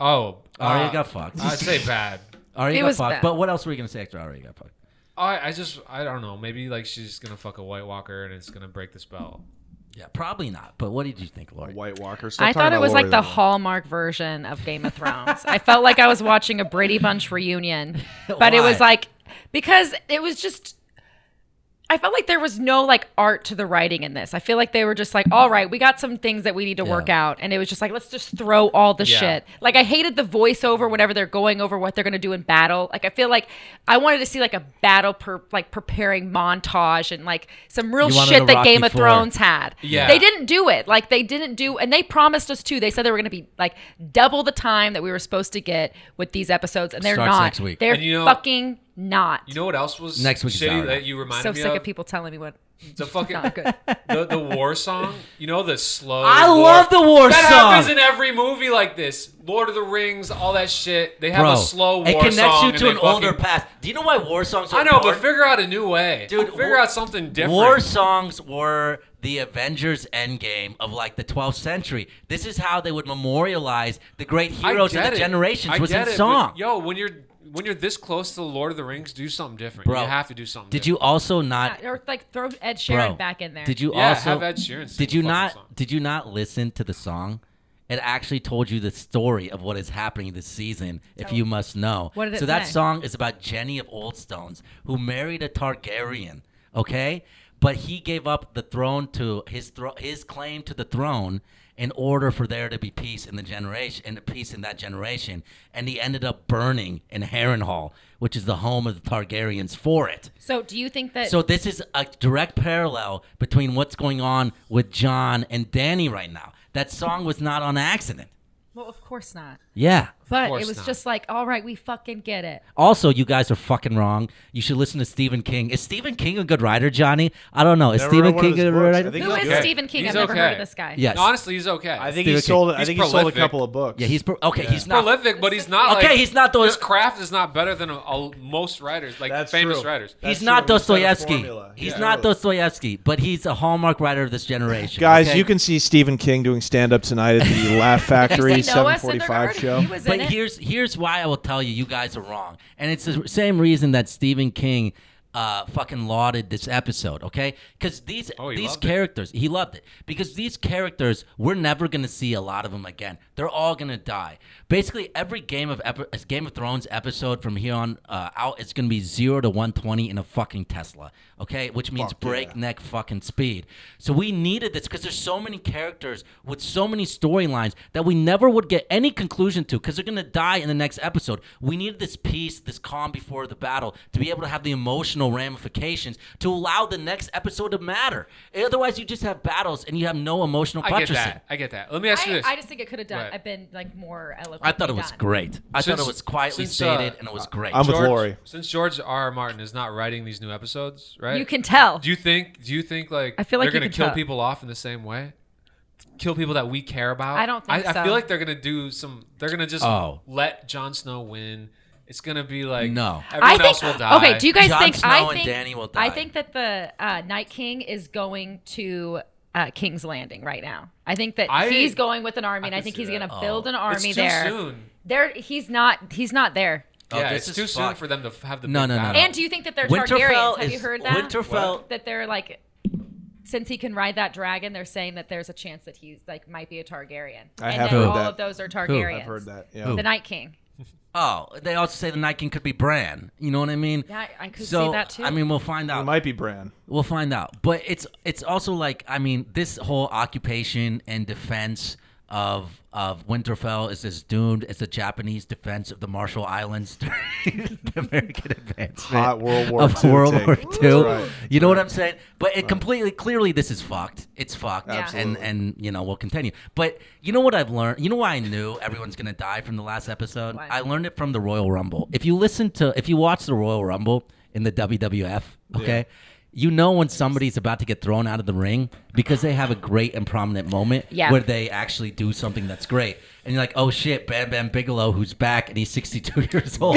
[SPEAKER 9] Oh.
[SPEAKER 6] Arya
[SPEAKER 9] uh,
[SPEAKER 6] got fucked.
[SPEAKER 9] I'd say bad.
[SPEAKER 6] Arya
[SPEAKER 12] It
[SPEAKER 6] got
[SPEAKER 12] was
[SPEAKER 6] fucked.
[SPEAKER 12] bad.
[SPEAKER 6] But what else were you gonna say after Arya got fucked?
[SPEAKER 9] I, I just, I don't know. Maybe like she's going to fuck a White Walker and it's going to break the spell.
[SPEAKER 6] Yeah, probably not. But what did you think, Lori?
[SPEAKER 8] White Walker.
[SPEAKER 12] I thought it was like the Hallmark version of Game of Thrones. I felt like I was watching a Brady Bunch reunion, but it was
[SPEAKER 6] Why?
[SPEAKER 12] like because it was just. I felt like there was no like art to the writing in this. I feel like they were just like, all right, we got some things that we need to work out, and it was just like, let's just throw all the
[SPEAKER 9] Yeah.
[SPEAKER 12] shit. Like I hated the voiceover whenever they're going over what they're gonna do in battle. Like I feel like I wanted to see like a battle per like preparing montage and like some real
[SPEAKER 6] You wanted a
[SPEAKER 12] shit that
[SPEAKER 6] Rocky
[SPEAKER 12] Game of
[SPEAKER 6] IV.
[SPEAKER 12] Thrones had.
[SPEAKER 9] Yeah.
[SPEAKER 12] they didn't didn't do it. Like they didn't do, and they promised us too. They said they were going to be like double the time that we were supposed to get with these episodes, and they're
[SPEAKER 6] Starts
[SPEAKER 12] not.
[SPEAKER 6] next week.
[SPEAKER 12] They're
[SPEAKER 9] And you know-
[SPEAKER 12] fucking not.
[SPEAKER 9] You know what else was
[SPEAKER 6] Next week's
[SPEAKER 9] shitty
[SPEAKER 6] Arya.
[SPEAKER 9] that you reminded
[SPEAKER 12] so
[SPEAKER 9] me
[SPEAKER 12] sick of,
[SPEAKER 9] of?
[SPEAKER 12] people telling me what.
[SPEAKER 9] The fucking
[SPEAKER 12] Not good.
[SPEAKER 9] the, the war song. You know the slow.
[SPEAKER 6] I
[SPEAKER 9] war-
[SPEAKER 6] love the war
[SPEAKER 9] that
[SPEAKER 6] song.
[SPEAKER 9] happens in every movie like this. Lord of the Rings, all that shit. They have
[SPEAKER 6] Bro,
[SPEAKER 9] a slow war
[SPEAKER 6] it connects
[SPEAKER 9] song.
[SPEAKER 6] you
[SPEAKER 9] and
[SPEAKER 6] to
[SPEAKER 9] they
[SPEAKER 6] an older
[SPEAKER 9] fucking-
[SPEAKER 6] past. Do you know why war songs? Are
[SPEAKER 9] I know, but
[SPEAKER 6] important?
[SPEAKER 9] figure out a new way,
[SPEAKER 6] Dude,
[SPEAKER 9] Figure
[SPEAKER 6] war-
[SPEAKER 9] out something different.
[SPEAKER 6] War songs were the Avengers Endgame of like the 12th century. This is how they would memorialize the great
[SPEAKER 9] I
[SPEAKER 6] heroes of
[SPEAKER 9] get
[SPEAKER 6] the
[SPEAKER 9] it.
[SPEAKER 6] generations
[SPEAKER 9] I
[SPEAKER 6] was in
[SPEAKER 9] get it, but
[SPEAKER 6] song.
[SPEAKER 9] Yo, when you're when you're this close to the Lord of the Rings, do something different.
[SPEAKER 6] Bro,
[SPEAKER 9] you have to do something.
[SPEAKER 6] Did you also not?
[SPEAKER 12] Or like throw Ed Sheeran
[SPEAKER 6] Bro,
[SPEAKER 12] back in there.
[SPEAKER 6] did you
[SPEAKER 9] Yeah,
[SPEAKER 6] also
[SPEAKER 9] have Ed Sheeran sing
[SPEAKER 6] Did
[SPEAKER 9] the
[SPEAKER 6] you
[SPEAKER 9] fucking
[SPEAKER 6] not?
[SPEAKER 9] song.
[SPEAKER 6] Did you not listen to the song? It actually told you the story of what is happening this season, if you must know.
[SPEAKER 12] Oh. What did it
[SPEAKER 6] so that
[SPEAKER 12] say?
[SPEAKER 6] song is about Jenny of Oldstones, who married a Targaryen. Okay, but he gave up the throne to his thro- his claim to the throne in order for there to be peace in the generation and peace in that generation, and he ended up burning in Harrenhal, which is the home of the Targaryens, for it.
[SPEAKER 12] so do you think that?
[SPEAKER 6] So this is a direct parallel between what's going on with John and Danny right now. That song was not on accident.
[SPEAKER 12] well, of course not.
[SPEAKER 6] Yeah.
[SPEAKER 12] But
[SPEAKER 6] course
[SPEAKER 12] it was
[SPEAKER 6] not.
[SPEAKER 12] just like, all right, we fucking get it.
[SPEAKER 6] Also, you guys are fucking wrong. You should listen to Stephen King. Is Stephen King a good writer, Johnny? I don't know. Is
[SPEAKER 8] Never
[SPEAKER 6] Stephen
[SPEAKER 8] read one of
[SPEAKER 6] King a
[SPEAKER 8] his
[SPEAKER 6] good
[SPEAKER 8] books.
[SPEAKER 6] writer?
[SPEAKER 8] I think
[SPEAKER 12] Who
[SPEAKER 8] he's
[SPEAKER 12] is
[SPEAKER 8] good.
[SPEAKER 12] Stephen King? I've never heard of this guy.
[SPEAKER 6] Yes.
[SPEAKER 9] No, honestly, he's okay. I
[SPEAKER 8] think he sold- I think he sold a couple of books.
[SPEAKER 6] Yeah, he's. Pro- okay, he's,
[SPEAKER 9] he's
[SPEAKER 6] not.
[SPEAKER 9] prolific, but he's not.
[SPEAKER 6] Okay,
[SPEAKER 9] like,
[SPEAKER 6] he's not those-
[SPEAKER 9] His craft is not better than a, a, most writers, like famous writers.
[SPEAKER 6] He's not Dostoevsky. He's not Dostoevsky, but he's a hallmark writer of this generation.
[SPEAKER 8] Guys,
[SPEAKER 6] okay?
[SPEAKER 8] you can see Stephen King doing stand up tonight at the Laugh Factory
[SPEAKER 6] He's like Noah
[SPEAKER 8] 745 show.
[SPEAKER 6] but here's here's why I will tell you, you guys are wrong, and it's the same reason that Stephen King. Uh, fucking lauded this episode, okay? Because these
[SPEAKER 9] Oh, he
[SPEAKER 6] these
[SPEAKER 9] loved it.
[SPEAKER 6] characters, he loved it because these characters, we're never gonna see a lot of them again. They're all gonna die. Basically, every game of epi- uh, Game of Thrones episode from here on uh, out, it's gonna be zero to one twenty in a fucking Tesla, okay? Which means
[SPEAKER 14] Fuck yeah.
[SPEAKER 6] break breakneck fucking speed. So we needed this because there's so many characters with so many storylines that we never would get any conclusion to because they're gonna die in the next episode. We needed this peace, this calm before the battle, to be able to have the emotional ramifications to allow the next episode to matter. Otherwise, you just have battles and you have no emotional
[SPEAKER 9] I get
[SPEAKER 6] buttressing.
[SPEAKER 9] that. I get that. Let me ask you
[SPEAKER 12] I,
[SPEAKER 9] this.
[SPEAKER 12] I just think it could have done.
[SPEAKER 9] Right.
[SPEAKER 12] I've been like more eloquent.
[SPEAKER 6] I thought it was great. I thought it
[SPEAKER 9] Since-
[SPEAKER 6] was quietly
[SPEAKER 9] since, uh,
[SPEAKER 6] stated and it was great.
[SPEAKER 8] I'm with
[SPEAKER 9] George-
[SPEAKER 8] Lori.
[SPEAKER 9] Since George R. R. Martin is not writing these new episodes, right?
[SPEAKER 12] You can tell.
[SPEAKER 9] Do you think? Do you think like
[SPEAKER 12] I feel like
[SPEAKER 9] they're
[SPEAKER 12] you
[SPEAKER 9] gonna
[SPEAKER 12] can
[SPEAKER 9] kill
[SPEAKER 12] tell.
[SPEAKER 9] people off in the same way? Kill people that we care about.
[SPEAKER 12] I don't think
[SPEAKER 9] I,
[SPEAKER 12] so.
[SPEAKER 9] feel like they're gonna do some. They're gonna just
[SPEAKER 6] Oh.
[SPEAKER 9] let Jon Snow win. It's gonna be like
[SPEAKER 6] No.
[SPEAKER 9] Everyone
[SPEAKER 12] I think,
[SPEAKER 9] else will die.
[SPEAKER 12] Okay, do you guys
[SPEAKER 6] Jon
[SPEAKER 12] think?
[SPEAKER 6] Snow
[SPEAKER 12] I
[SPEAKER 6] and
[SPEAKER 12] think
[SPEAKER 6] Dany will
[SPEAKER 12] I
[SPEAKER 6] die.
[SPEAKER 12] think that the uh, Night King is going to uh, King's Landing right now. I think that
[SPEAKER 9] I-
[SPEAKER 12] he's going with an army, and I think he's
[SPEAKER 6] Oh.
[SPEAKER 12] going to build an army
[SPEAKER 9] It's too
[SPEAKER 12] there.
[SPEAKER 9] soon.
[SPEAKER 12] There, he's not. He's not there.
[SPEAKER 6] Oh,
[SPEAKER 9] yeah,
[SPEAKER 6] this is
[SPEAKER 9] it's too soon
[SPEAKER 6] fucked.
[SPEAKER 9] for them to f- have the
[SPEAKER 6] No,
[SPEAKER 9] big
[SPEAKER 6] no, no,
[SPEAKER 9] battle.
[SPEAKER 6] no.
[SPEAKER 12] And do you think that they're
[SPEAKER 6] Winterfell
[SPEAKER 12] Targaryens? Have
[SPEAKER 6] is-
[SPEAKER 12] you heard that?
[SPEAKER 6] Winterfell- What?
[SPEAKER 12] That they're like, since he can ride that dragon, they're saying that there's a chance that he's like might be a Targaryen.
[SPEAKER 6] I
[SPEAKER 12] and
[SPEAKER 6] have
[SPEAKER 12] then
[SPEAKER 6] heard
[SPEAKER 12] all
[SPEAKER 6] that.
[SPEAKER 12] of those are
[SPEAKER 6] Who? I've
[SPEAKER 12] Targaryens.
[SPEAKER 6] heard that, yeah. Who?
[SPEAKER 12] The Night King.
[SPEAKER 6] Oh, they also say the Night King could be Bran. You know what I mean?
[SPEAKER 12] Yeah, I- I could see
[SPEAKER 6] so,
[SPEAKER 12] that too.
[SPEAKER 6] I mean, we'll find out. It
[SPEAKER 8] might be Bran.
[SPEAKER 6] We'll find out. But it's it's also like I mean, this whole occupation and defense of of Winterfell is as doomed as the Japanese defense of the Marshall Islands during the American advancement
[SPEAKER 8] Hot World War
[SPEAKER 6] of
[SPEAKER 8] II
[SPEAKER 6] World
[SPEAKER 8] take.
[SPEAKER 6] War
[SPEAKER 8] That's
[SPEAKER 6] II.
[SPEAKER 8] right.
[SPEAKER 6] You know what
[SPEAKER 8] Right.
[SPEAKER 6] I'm saying? But it completely, clearly, this is fucked. It's fucked,
[SPEAKER 8] Yeah.
[SPEAKER 6] and
[SPEAKER 8] Absolutely.
[SPEAKER 6] and you know we'll continue. But you know what I've learned? You know why I knew everyone's gonna die from the last episode? I learned it from the Royal Rumble. If you listen to, if you watch the Royal Rumble in the WWF, okay. You know when somebody's about to get thrown out of the ring because they have a great and prominent moment
[SPEAKER 14] Yeah.
[SPEAKER 6] where they actually do something that's great. And you're like, oh shit, Bam Bam Bigelow, who's back and he's 62 years old,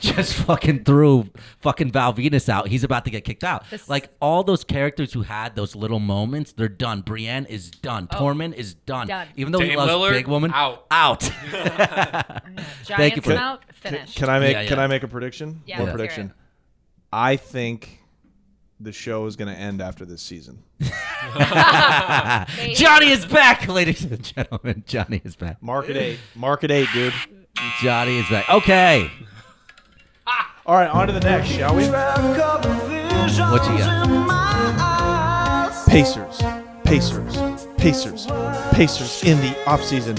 [SPEAKER 6] just fucking threw fucking Val Venus out. He's about to get kicked out.
[SPEAKER 14] This-
[SPEAKER 6] Like all those characters who had those little moments, they're done. Brienne is done. Tormund is done.
[SPEAKER 12] done.
[SPEAKER 6] Even though he
[SPEAKER 9] Dame
[SPEAKER 6] loves
[SPEAKER 9] Lillard,
[SPEAKER 6] Big Woman,
[SPEAKER 9] out.
[SPEAKER 6] Out.
[SPEAKER 12] Giants
[SPEAKER 6] it.
[SPEAKER 12] out,
[SPEAKER 8] Can,
[SPEAKER 12] finished.
[SPEAKER 8] can I make
[SPEAKER 6] Yeah, yeah.
[SPEAKER 8] Can I make a prediction?
[SPEAKER 12] Yeah,
[SPEAKER 8] One
[SPEAKER 12] let's hear it.
[SPEAKER 8] prediction. I think the show is going to end after this season.
[SPEAKER 6] Johnny is back, ladies and gentlemen. Johnny is back.
[SPEAKER 8] Mark at eight. Mark at eight, dude.
[SPEAKER 6] Johnny is back. Okay.
[SPEAKER 8] All right, on to the next, shall we?
[SPEAKER 6] What you got?
[SPEAKER 8] Pacers, Pacers, Pacers, Pacers in the offseason.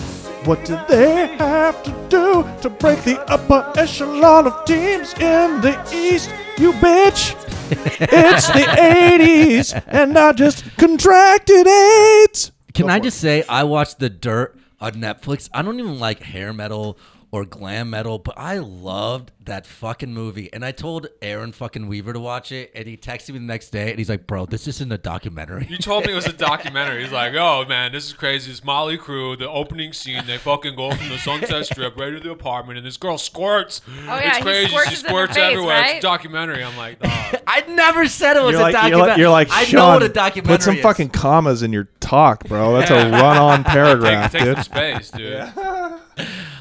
[SPEAKER 8] What do they have to do to break the upper echelon of teams in the East? You bitch! It's the 80s, and I just contracted AIDS!
[SPEAKER 6] Can I just say I watched The Dirt on Netflix. I don't even like hair metal or glam metal, but I loved that fucking movie. And I told Aaron fucking Weaver to watch it, and he texted me the next day, and he's like, "Bro, this isn't a documentary."
[SPEAKER 9] You told me it was a documentary. He's like, oh man, this is crazy. It's Molly Crew. The opening scene, they fucking go from the Sunset Strip right to the apartment, and this girl squirts. Oh
[SPEAKER 12] yeah,
[SPEAKER 9] it's
[SPEAKER 12] he
[SPEAKER 9] crazy.
[SPEAKER 12] squirts
[SPEAKER 9] she
[SPEAKER 12] in her
[SPEAKER 9] squirts
[SPEAKER 12] face,
[SPEAKER 9] everywhere. It's
[SPEAKER 12] right?
[SPEAKER 9] a documentary. I'm like, "Nah."
[SPEAKER 6] I never said it was
[SPEAKER 8] you're
[SPEAKER 6] a
[SPEAKER 8] like,
[SPEAKER 6] documentary.
[SPEAKER 8] you're like, you're like,
[SPEAKER 6] I know
[SPEAKER 8] "Sean,
[SPEAKER 6] what a documentary
[SPEAKER 8] Put some
[SPEAKER 6] is.
[SPEAKER 8] fucking commas in your talk, bro. That's a run-on paragraph,
[SPEAKER 9] take, take
[SPEAKER 8] dude.
[SPEAKER 9] some space, dude.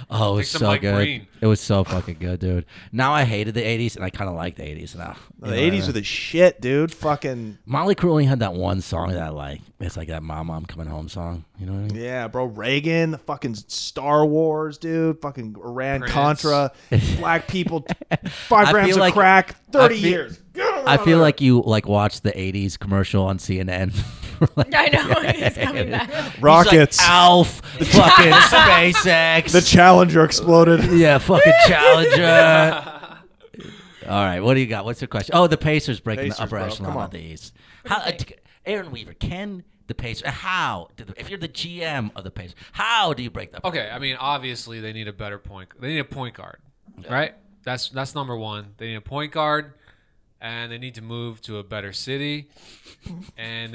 [SPEAKER 6] Oh, it
[SPEAKER 9] Take
[SPEAKER 6] was
[SPEAKER 9] some
[SPEAKER 6] so
[SPEAKER 9] Mike
[SPEAKER 6] good.
[SPEAKER 9] Breen.
[SPEAKER 6] It was so fucking good, dude. Now I hated the '80s, and I kind of like the '80s now.
[SPEAKER 8] The 80s were the shit, dude. Fucking
[SPEAKER 6] Molly Crew only had that one song that I like. It's like that "Mom, I'm Coming Home" song. You know what I mean?
[SPEAKER 8] Yeah, bro. Reagan, the fucking Star Wars, dude. Fucking Iran Contra, black people, five
[SPEAKER 6] I
[SPEAKER 8] grams
[SPEAKER 6] feel
[SPEAKER 8] of
[SPEAKER 6] like-
[SPEAKER 8] crack, thirty
[SPEAKER 6] I feel-
[SPEAKER 8] years.
[SPEAKER 6] I feel like you like watched the '80s commercial on CNN.
[SPEAKER 12] I know, it's coming back.
[SPEAKER 6] He's
[SPEAKER 8] Rockets.
[SPEAKER 6] like, Alf, fucking SpaceX,
[SPEAKER 8] The Challenger exploded.
[SPEAKER 6] Yeah, fucking Challenger. All right, what do you got? What's your question? Oh, the Pacers breaking
[SPEAKER 14] Pacers,
[SPEAKER 6] the upper
[SPEAKER 14] bro,
[SPEAKER 6] echelon
[SPEAKER 14] come on.
[SPEAKER 6] of the East. How, uh, Aaron Weaver, can the pace? How? If you're the GM of the pace, how do you break that?
[SPEAKER 9] Okay, I mean, obviously they need a better point. They need a point guard, right? That's that's number one. They need a point guard, and they need to move to a better city, and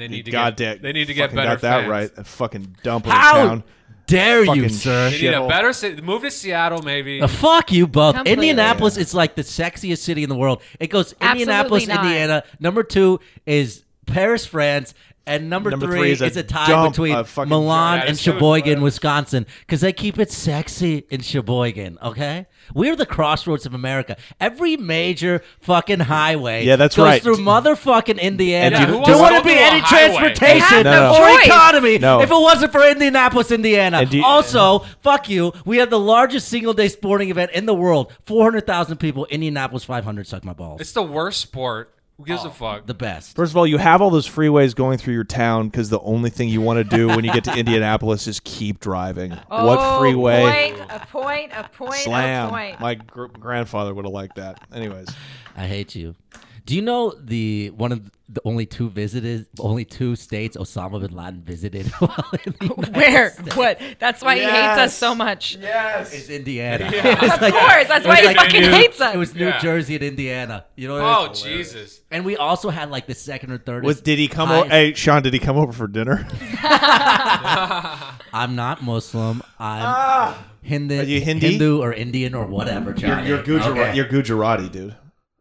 [SPEAKER 9] they need to
[SPEAKER 8] God
[SPEAKER 9] get
[SPEAKER 8] damn-
[SPEAKER 9] they need to get
[SPEAKER 8] fucking
[SPEAKER 9] better
[SPEAKER 8] Got that
[SPEAKER 9] fans.
[SPEAKER 8] right. That fucking dump of a
[SPEAKER 9] How
[SPEAKER 8] town.
[SPEAKER 6] dare you,
[SPEAKER 8] Fucking
[SPEAKER 6] sir.
[SPEAKER 9] They need a
[SPEAKER 8] shithole.
[SPEAKER 9] better city. Move to Seattle, maybe.
[SPEAKER 6] Uh, fuck you both.
[SPEAKER 9] Completely.
[SPEAKER 6] Indianapolis is like the sexiest city in the world. It goes
[SPEAKER 9] Absolutely
[SPEAKER 6] Indianapolis,
[SPEAKER 9] not.
[SPEAKER 6] Indiana. Number two is Paris, France. And number,
[SPEAKER 8] Number
[SPEAKER 6] three,
[SPEAKER 8] three is a
[SPEAKER 6] a tie
[SPEAKER 8] dump
[SPEAKER 6] between
[SPEAKER 8] of fucking-
[SPEAKER 6] Milan
[SPEAKER 8] Yeah,
[SPEAKER 6] and
[SPEAKER 8] it's true.
[SPEAKER 6] Sheboygan, Wisconsin, because they keep it sexy in Sheboygan. Okay, we're the crossroads of America. Every major fucking highway,
[SPEAKER 8] Yeah, that's
[SPEAKER 6] goes
[SPEAKER 8] right.
[SPEAKER 6] through motherfucking Indiana.
[SPEAKER 8] And you-
[SPEAKER 6] there
[SPEAKER 8] who wants
[SPEAKER 6] wouldn't
[SPEAKER 8] to
[SPEAKER 6] be
[SPEAKER 8] go to a
[SPEAKER 6] any
[SPEAKER 8] highway? They
[SPEAKER 6] transportation
[SPEAKER 8] had no
[SPEAKER 6] or
[SPEAKER 8] choice.
[SPEAKER 6] economy
[SPEAKER 8] No.
[SPEAKER 6] if it wasn't for Indianapolis, Indiana.
[SPEAKER 8] And do you-
[SPEAKER 6] also, fuck you. We have the largest single day sporting event in the world. 400,000 people. Indianapolis 500 suck my balls.
[SPEAKER 9] It's the worst sport. Who gives a fuck?
[SPEAKER 6] Oh, The best.
[SPEAKER 8] First of all, you have all those freeways going through your town because the only thing you want to do when you get to Indianapolis is keep driving. what freeway?
[SPEAKER 12] Point, a point, a point, a
[SPEAKER 8] Slam.
[SPEAKER 12] point.
[SPEAKER 8] My gr- grandfather would have liked that. Anyways,
[SPEAKER 6] I hate you. Do you know the one of the only two visited, only two states Osama bin Laden visited? while in the United
[SPEAKER 12] Where?
[SPEAKER 6] States?
[SPEAKER 12] What? That's why he hates us so
[SPEAKER 6] Yes.
[SPEAKER 12] much.
[SPEAKER 6] Yes. It's Indiana.
[SPEAKER 12] Yeah.
[SPEAKER 6] It was
[SPEAKER 12] Of course, that's
[SPEAKER 6] it was
[SPEAKER 12] why he fucking hates us.
[SPEAKER 6] It was New
[SPEAKER 12] Yeah.
[SPEAKER 6] Jersey and Indiana. You know. What I
[SPEAKER 9] Oh
[SPEAKER 6] mean?
[SPEAKER 9] Jesus!
[SPEAKER 6] And we also had like the second or third.
[SPEAKER 8] was did he come?
[SPEAKER 6] highest-
[SPEAKER 8] over? Hey, Sean, did he come over for dinner?
[SPEAKER 6] I'm not Muslim. I'm
[SPEAKER 8] Ah.
[SPEAKER 6] Hindu.
[SPEAKER 8] Are you Hindi?
[SPEAKER 6] Hindu or Indian or whatever.
[SPEAKER 8] You're,
[SPEAKER 6] Johnny.
[SPEAKER 8] you're, Gujarat,
[SPEAKER 6] Okay.
[SPEAKER 8] you're Gujarati, dude.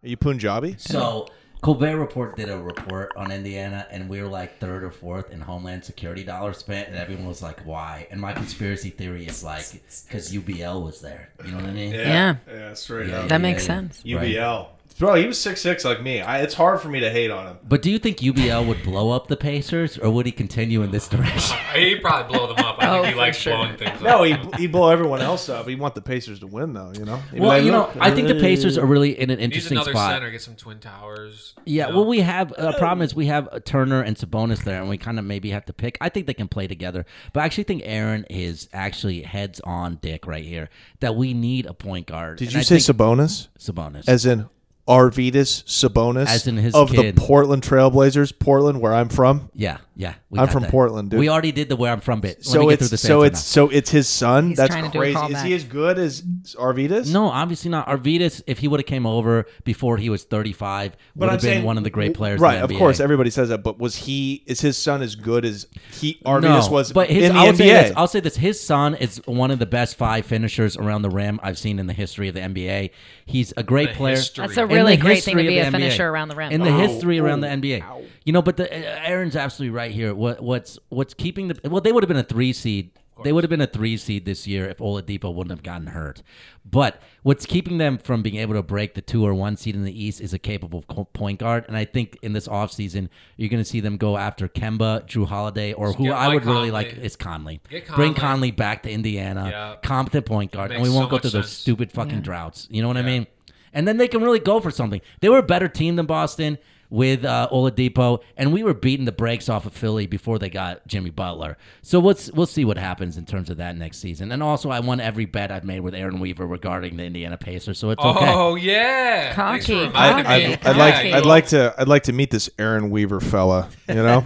[SPEAKER 8] Are you Punjabi?
[SPEAKER 6] So Colbert Report did a report on Indiana, and we were like third or fourth in Homeland Security dollars spent, and everyone was like, "Why?" And my conspiracy theory is like, because UBL was there. You know what I mean?
[SPEAKER 10] Yeah.
[SPEAKER 14] Yeah, straight
[SPEAKER 6] Yeah,
[SPEAKER 14] up.
[SPEAKER 6] That makes yeah, yeah. sense.
[SPEAKER 14] UBL. Bro, he was six six like me. I, it's hard for me to hate on him.
[SPEAKER 6] But do you think UBL would blow up the Pacers, or would he continue in this direction?
[SPEAKER 9] He probably blow them up. I
[SPEAKER 6] Oh,
[SPEAKER 9] think he likes blowing things up.
[SPEAKER 8] No, he he blow everyone else up. He want the Pacers to win, though. You know. He'd be
[SPEAKER 6] Well,
[SPEAKER 8] like,
[SPEAKER 6] you know,
[SPEAKER 8] "Look,
[SPEAKER 6] I think the Pacers are really in an
[SPEAKER 9] Needs
[SPEAKER 6] interesting
[SPEAKER 9] another
[SPEAKER 6] spot.
[SPEAKER 9] center. Get some twin towers.
[SPEAKER 6] Yeah, well, we have a problem is we have uh, Turner and Sabonis there, and we kind of maybe have to pick. I think they can play together, but I actually think Aaron is actually heads on dick right here that we need a point guard.
[SPEAKER 8] Did
[SPEAKER 6] And
[SPEAKER 8] you
[SPEAKER 6] I
[SPEAKER 8] say
[SPEAKER 6] think-
[SPEAKER 8] Sabonis?
[SPEAKER 6] Sabonis.
[SPEAKER 8] As in Arvidas Sabonis?
[SPEAKER 6] As in his
[SPEAKER 8] Of
[SPEAKER 6] kid.
[SPEAKER 8] the Portland Trailblazers, Portland, where I'm from?
[SPEAKER 6] Yeah, yeah. we
[SPEAKER 8] I'm
[SPEAKER 6] got
[SPEAKER 8] from
[SPEAKER 6] that.
[SPEAKER 8] Portland, dude.
[SPEAKER 6] We already did the where I'm from bit. Let
[SPEAKER 8] so
[SPEAKER 6] me get
[SPEAKER 8] it's
[SPEAKER 6] through the
[SPEAKER 8] so
[SPEAKER 6] Santa
[SPEAKER 8] it's so it's his son. That's crazy. Is he as good as Arvidas?
[SPEAKER 6] No, obviously not. Arvidas, if he would have came over before he was 35, would have been one of the great players. in
[SPEAKER 8] Right,
[SPEAKER 6] the
[SPEAKER 8] of
[SPEAKER 6] NBA.
[SPEAKER 8] course, everybody says that. But was he? Is his son as good as he Arvidas
[SPEAKER 6] No,
[SPEAKER 8] was
[SPEAKER 6] but his,
[SPEAKER 8] in the
[SPEAKER 6] I'll Say
[SPEAKER 8] NBA?
[SPEAKER 6] this, I'll say this: his son is one of the best five finishers around the rim I've seen in the history of the NBA. He's a great
[SPEAKER 12] The
[SPEAKER 6] player.
[SPEAKER 12] history. That's a
[SPEAKER 6] In the
[SPEAKER 12] really great thing to
[SPEAKER 6] history
[SPEAKER 12] be
[SPEAKER 6] of
[SPEAKER 12] a
[SPEAKER 6] the NBA.
[SPEAKER 12] finisher around the rim.
[SPEAKER 6] In the
[SPEAKER 12] Ow,
[SPEAKER 6] history around
[SPEAKER 12] ooh,
[SPEAKER 6] the
[SPEAKER 9] Oh,
[SPEAKER 6] NBA, you know. But the, uh, Aaron's absolutely right here. What what's what's keeping the well? They would have been a three seed. They would have been a three seed this year if Oladipo wouldn't have gotten hurt. But what's keeping them from being able to break the two or one seed in the East is a capable co- point guard. And I think in this offseason, you're going to see them go after Kemba, Drew Holiday, or
[SPEAKER 9] Just
[SPEAKER 6] who
[SPEAKER 9] get
[SPEAKER 6] I would
[SPEAKER 9] Mike
[SPEAKER 6] really
[SPEAKER 9] Conley.
[SPEAKER 6] like is Conley.
[SPEAKER 9] Get
[SPEAKER 6] Bring
[SPEAKER 9] Conley.
[SPEAKER 6] Conley back to Indiana,
[SPEAKER 9] Yeah.
[SPEAKER 6] competent point guard, and
[SPEAKER 9] Makes
[SPEAKER 6] we won't
[SPEAKER 9] so
[SPEAKER 6] go
[SPEAKER 9] much
[SPEAKER 6] through those
[SPEAKER 9] sense.
[SPEAKER 6] stupid fucking
[SPEAKER 9] Yeah.
[SPEAKER 6] droughts. You know what I mean? And then they can really go for something. They were a better team than Boston with uh, Oladipo, and we were beating the brakes off of Philly before they got Jimmy Butler. So let's we'll see what happens in terms of that next season. And also, I won every bet I've made with Aaron Weaver regarding the Indiana Pacers, so it's okay.
[SPEAKER 9] Oh yeah, Thanks for
[SPEAKER 12] Cocky,
[SPEAKER 9] reminding
[SPEAKER 8] I'd,
[SPEAKER 9] me.
[SPEAKER 8] I'd like
[SPEAKER 9] Yeah.
[SPEAKER 8] I'd like to I'd like to meet this Aaron Weaver fella. You know,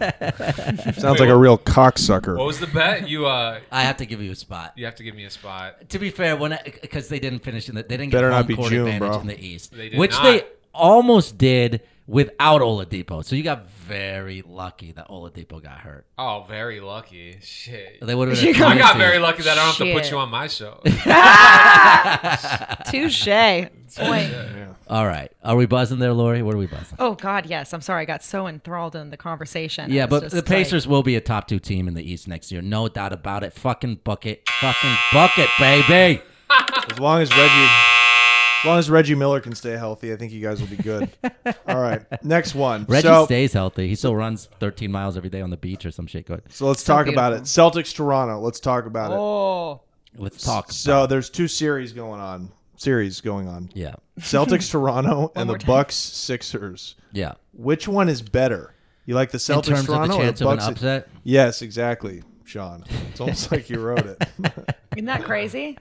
[SPEAKER 8] sounds like a real cocksucker.
[SPEAKER 9] What was the bet? You uh,
[SPEAKER 6] I have to give you a spot.
[SPEAKER 9] You have to give me a spot.
[SPEAKER 6] To be fair, when because they didn't finish in the they didn't
[SPEAKER 8] Better
[SPEAKER 6] get
[SPEAKER 8] not
[SPEAKER 6] home
[SPEAKER 8] be
[SPEAKER 6] court
[SPEAKER 8] June,
[SPEAKER 6] advantage
[SPEAKER 8] bro.
[SPEAKER 6] in the East,
[SPEAKER 9] They did
[SPEAKER 6] which
[SPEAKER 9] not.
[SPEAKER 6] they almost did without Oladipo. So you got very lucky that Oladipo got hurt.
[SPEAKER 9] Oh, very lucky. Shit.
[SPEAKER 6] They would've been a
[SPEAKER 9] I got
[SPEAKER 6] three
[SPEAKER 9] very
[SPEAKER 6] seed.
[SPEAKER 9] lucky that I don't have to put
[SPEAKER 12] Shit.
[SPEAKER 9] you on my show.
[SPEAKER 12] Touche. Point.
[SPEAKER 6] All right, are we buzzing there, Lori? What are we buzzing?
[SPEAKER 12] Oh God, yes. I'm sorry. I got so enthralled in the conversation.
[SPEAKER 6] yeah,
[SPEAKER 12] It's
[SPEAKER 6] but
[SPEAKER 12] just
[SPEAKER 6] the
[SPEAKER 12] like-
[SPEAKER 6] Pacers will be a top two team in the East next year, no doubt about it. Fucking bucket, fucking bucket, baby.
[SPEAKER 8] As long as Reggie, as long as Reggie Miller can stay healthy, I think you guys will be good. All right, next one.
[SPEAKER 6] Reggie
[SPEAKER 8] so,
[SPEAKER 6] stays healthy. He still runs 13 miles every day on the beach or some shit. Good.
[SPEAKER 8] so let's talk about it. Celtics Toronto. Let's talk about it.
[SPEAKER 12] Oh.
[SPEAKER 6] Let's talk.
[SPEAKER 8] So there's two series going on. Series going on.
[SPEAKER 6] Yeah.
[SPEAKER 8] Celtics Toronto and
[SPEAKER 6] more
[SPEAKER 8] the
[SPEAKER 6] time.
[SPEAKER 8] Bucks Sixers.
[SPEAKER 6] Yeah.
[SPEAKER 8] Which one is better? You like the
[SPEAKER 6] In
[SPEAKER 8] Celtics
[SPEAKER 6] terms of the
[SPEAKER 8] Toronto
[SPEAKER 6] chance
[SPEAKER 8] or the
[SPEAKER 6] of an
[SPEAKER 8] Bucks?
[SPEAKER 6] upset?
[SPEAKER 8] Yes, exactly, Sean. It's almost like you wrote it.
[SPEAKER 12] Isn't that crazy?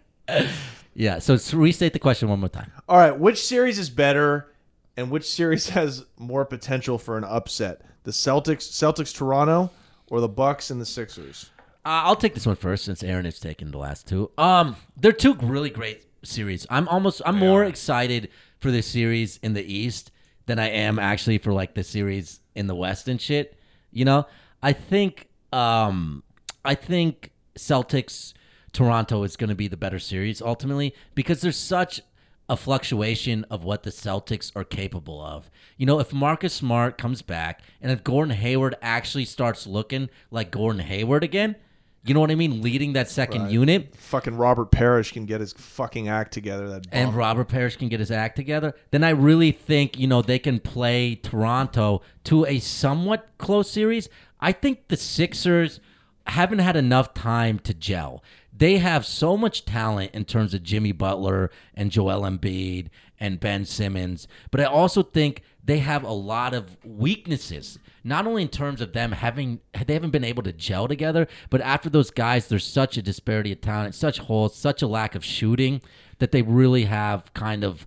[SPEAKER 6] Yeah. So s- restate the question one more time.
[SPEAKER 8] All right, which series is better and which series has more potential for an upset? The Celtics Celtics Toronto
[SPEAKER 14] or the Bucks and the Sixers?
[SPEAKER 6] Uh, I'll take this one first since Aaron has taken the last two. Um, they're two really great series. I'm almost I'm more excited for this series in the East than I am actually for like the series in the West and shit. You know, I think um, I think Celtics Toronto is going to be the better series ultimately because there's such a fluctuation of what the Celtics are capable of. You know, if Marcus Smart comes back and if Gordon Hayward actually starts looking like Gordon Hayward again, you know what I mean? Leading that second
[SPEAKER 14] Right.
[SPEAKER 6] unit
[SPEAKER 14] Fucking Robert Parrish can get his fucking act together. That bum.
[SPEAKER 6] and Robert Parrish can get his act together, then I really think, you know, they can play Toronto to a somewhat close series. I think the Sixers haven't had enough time to gel. They have so much talent in terms of Jimmy Butler and Joel Embiid and Ben Simmons, but I also think they have a lot of weaknesses. Not only in terms of them having they haven't been able to gel together, but after those guys, there's such a disparity of talent, such holes, such a lack of shooting that they really have kind of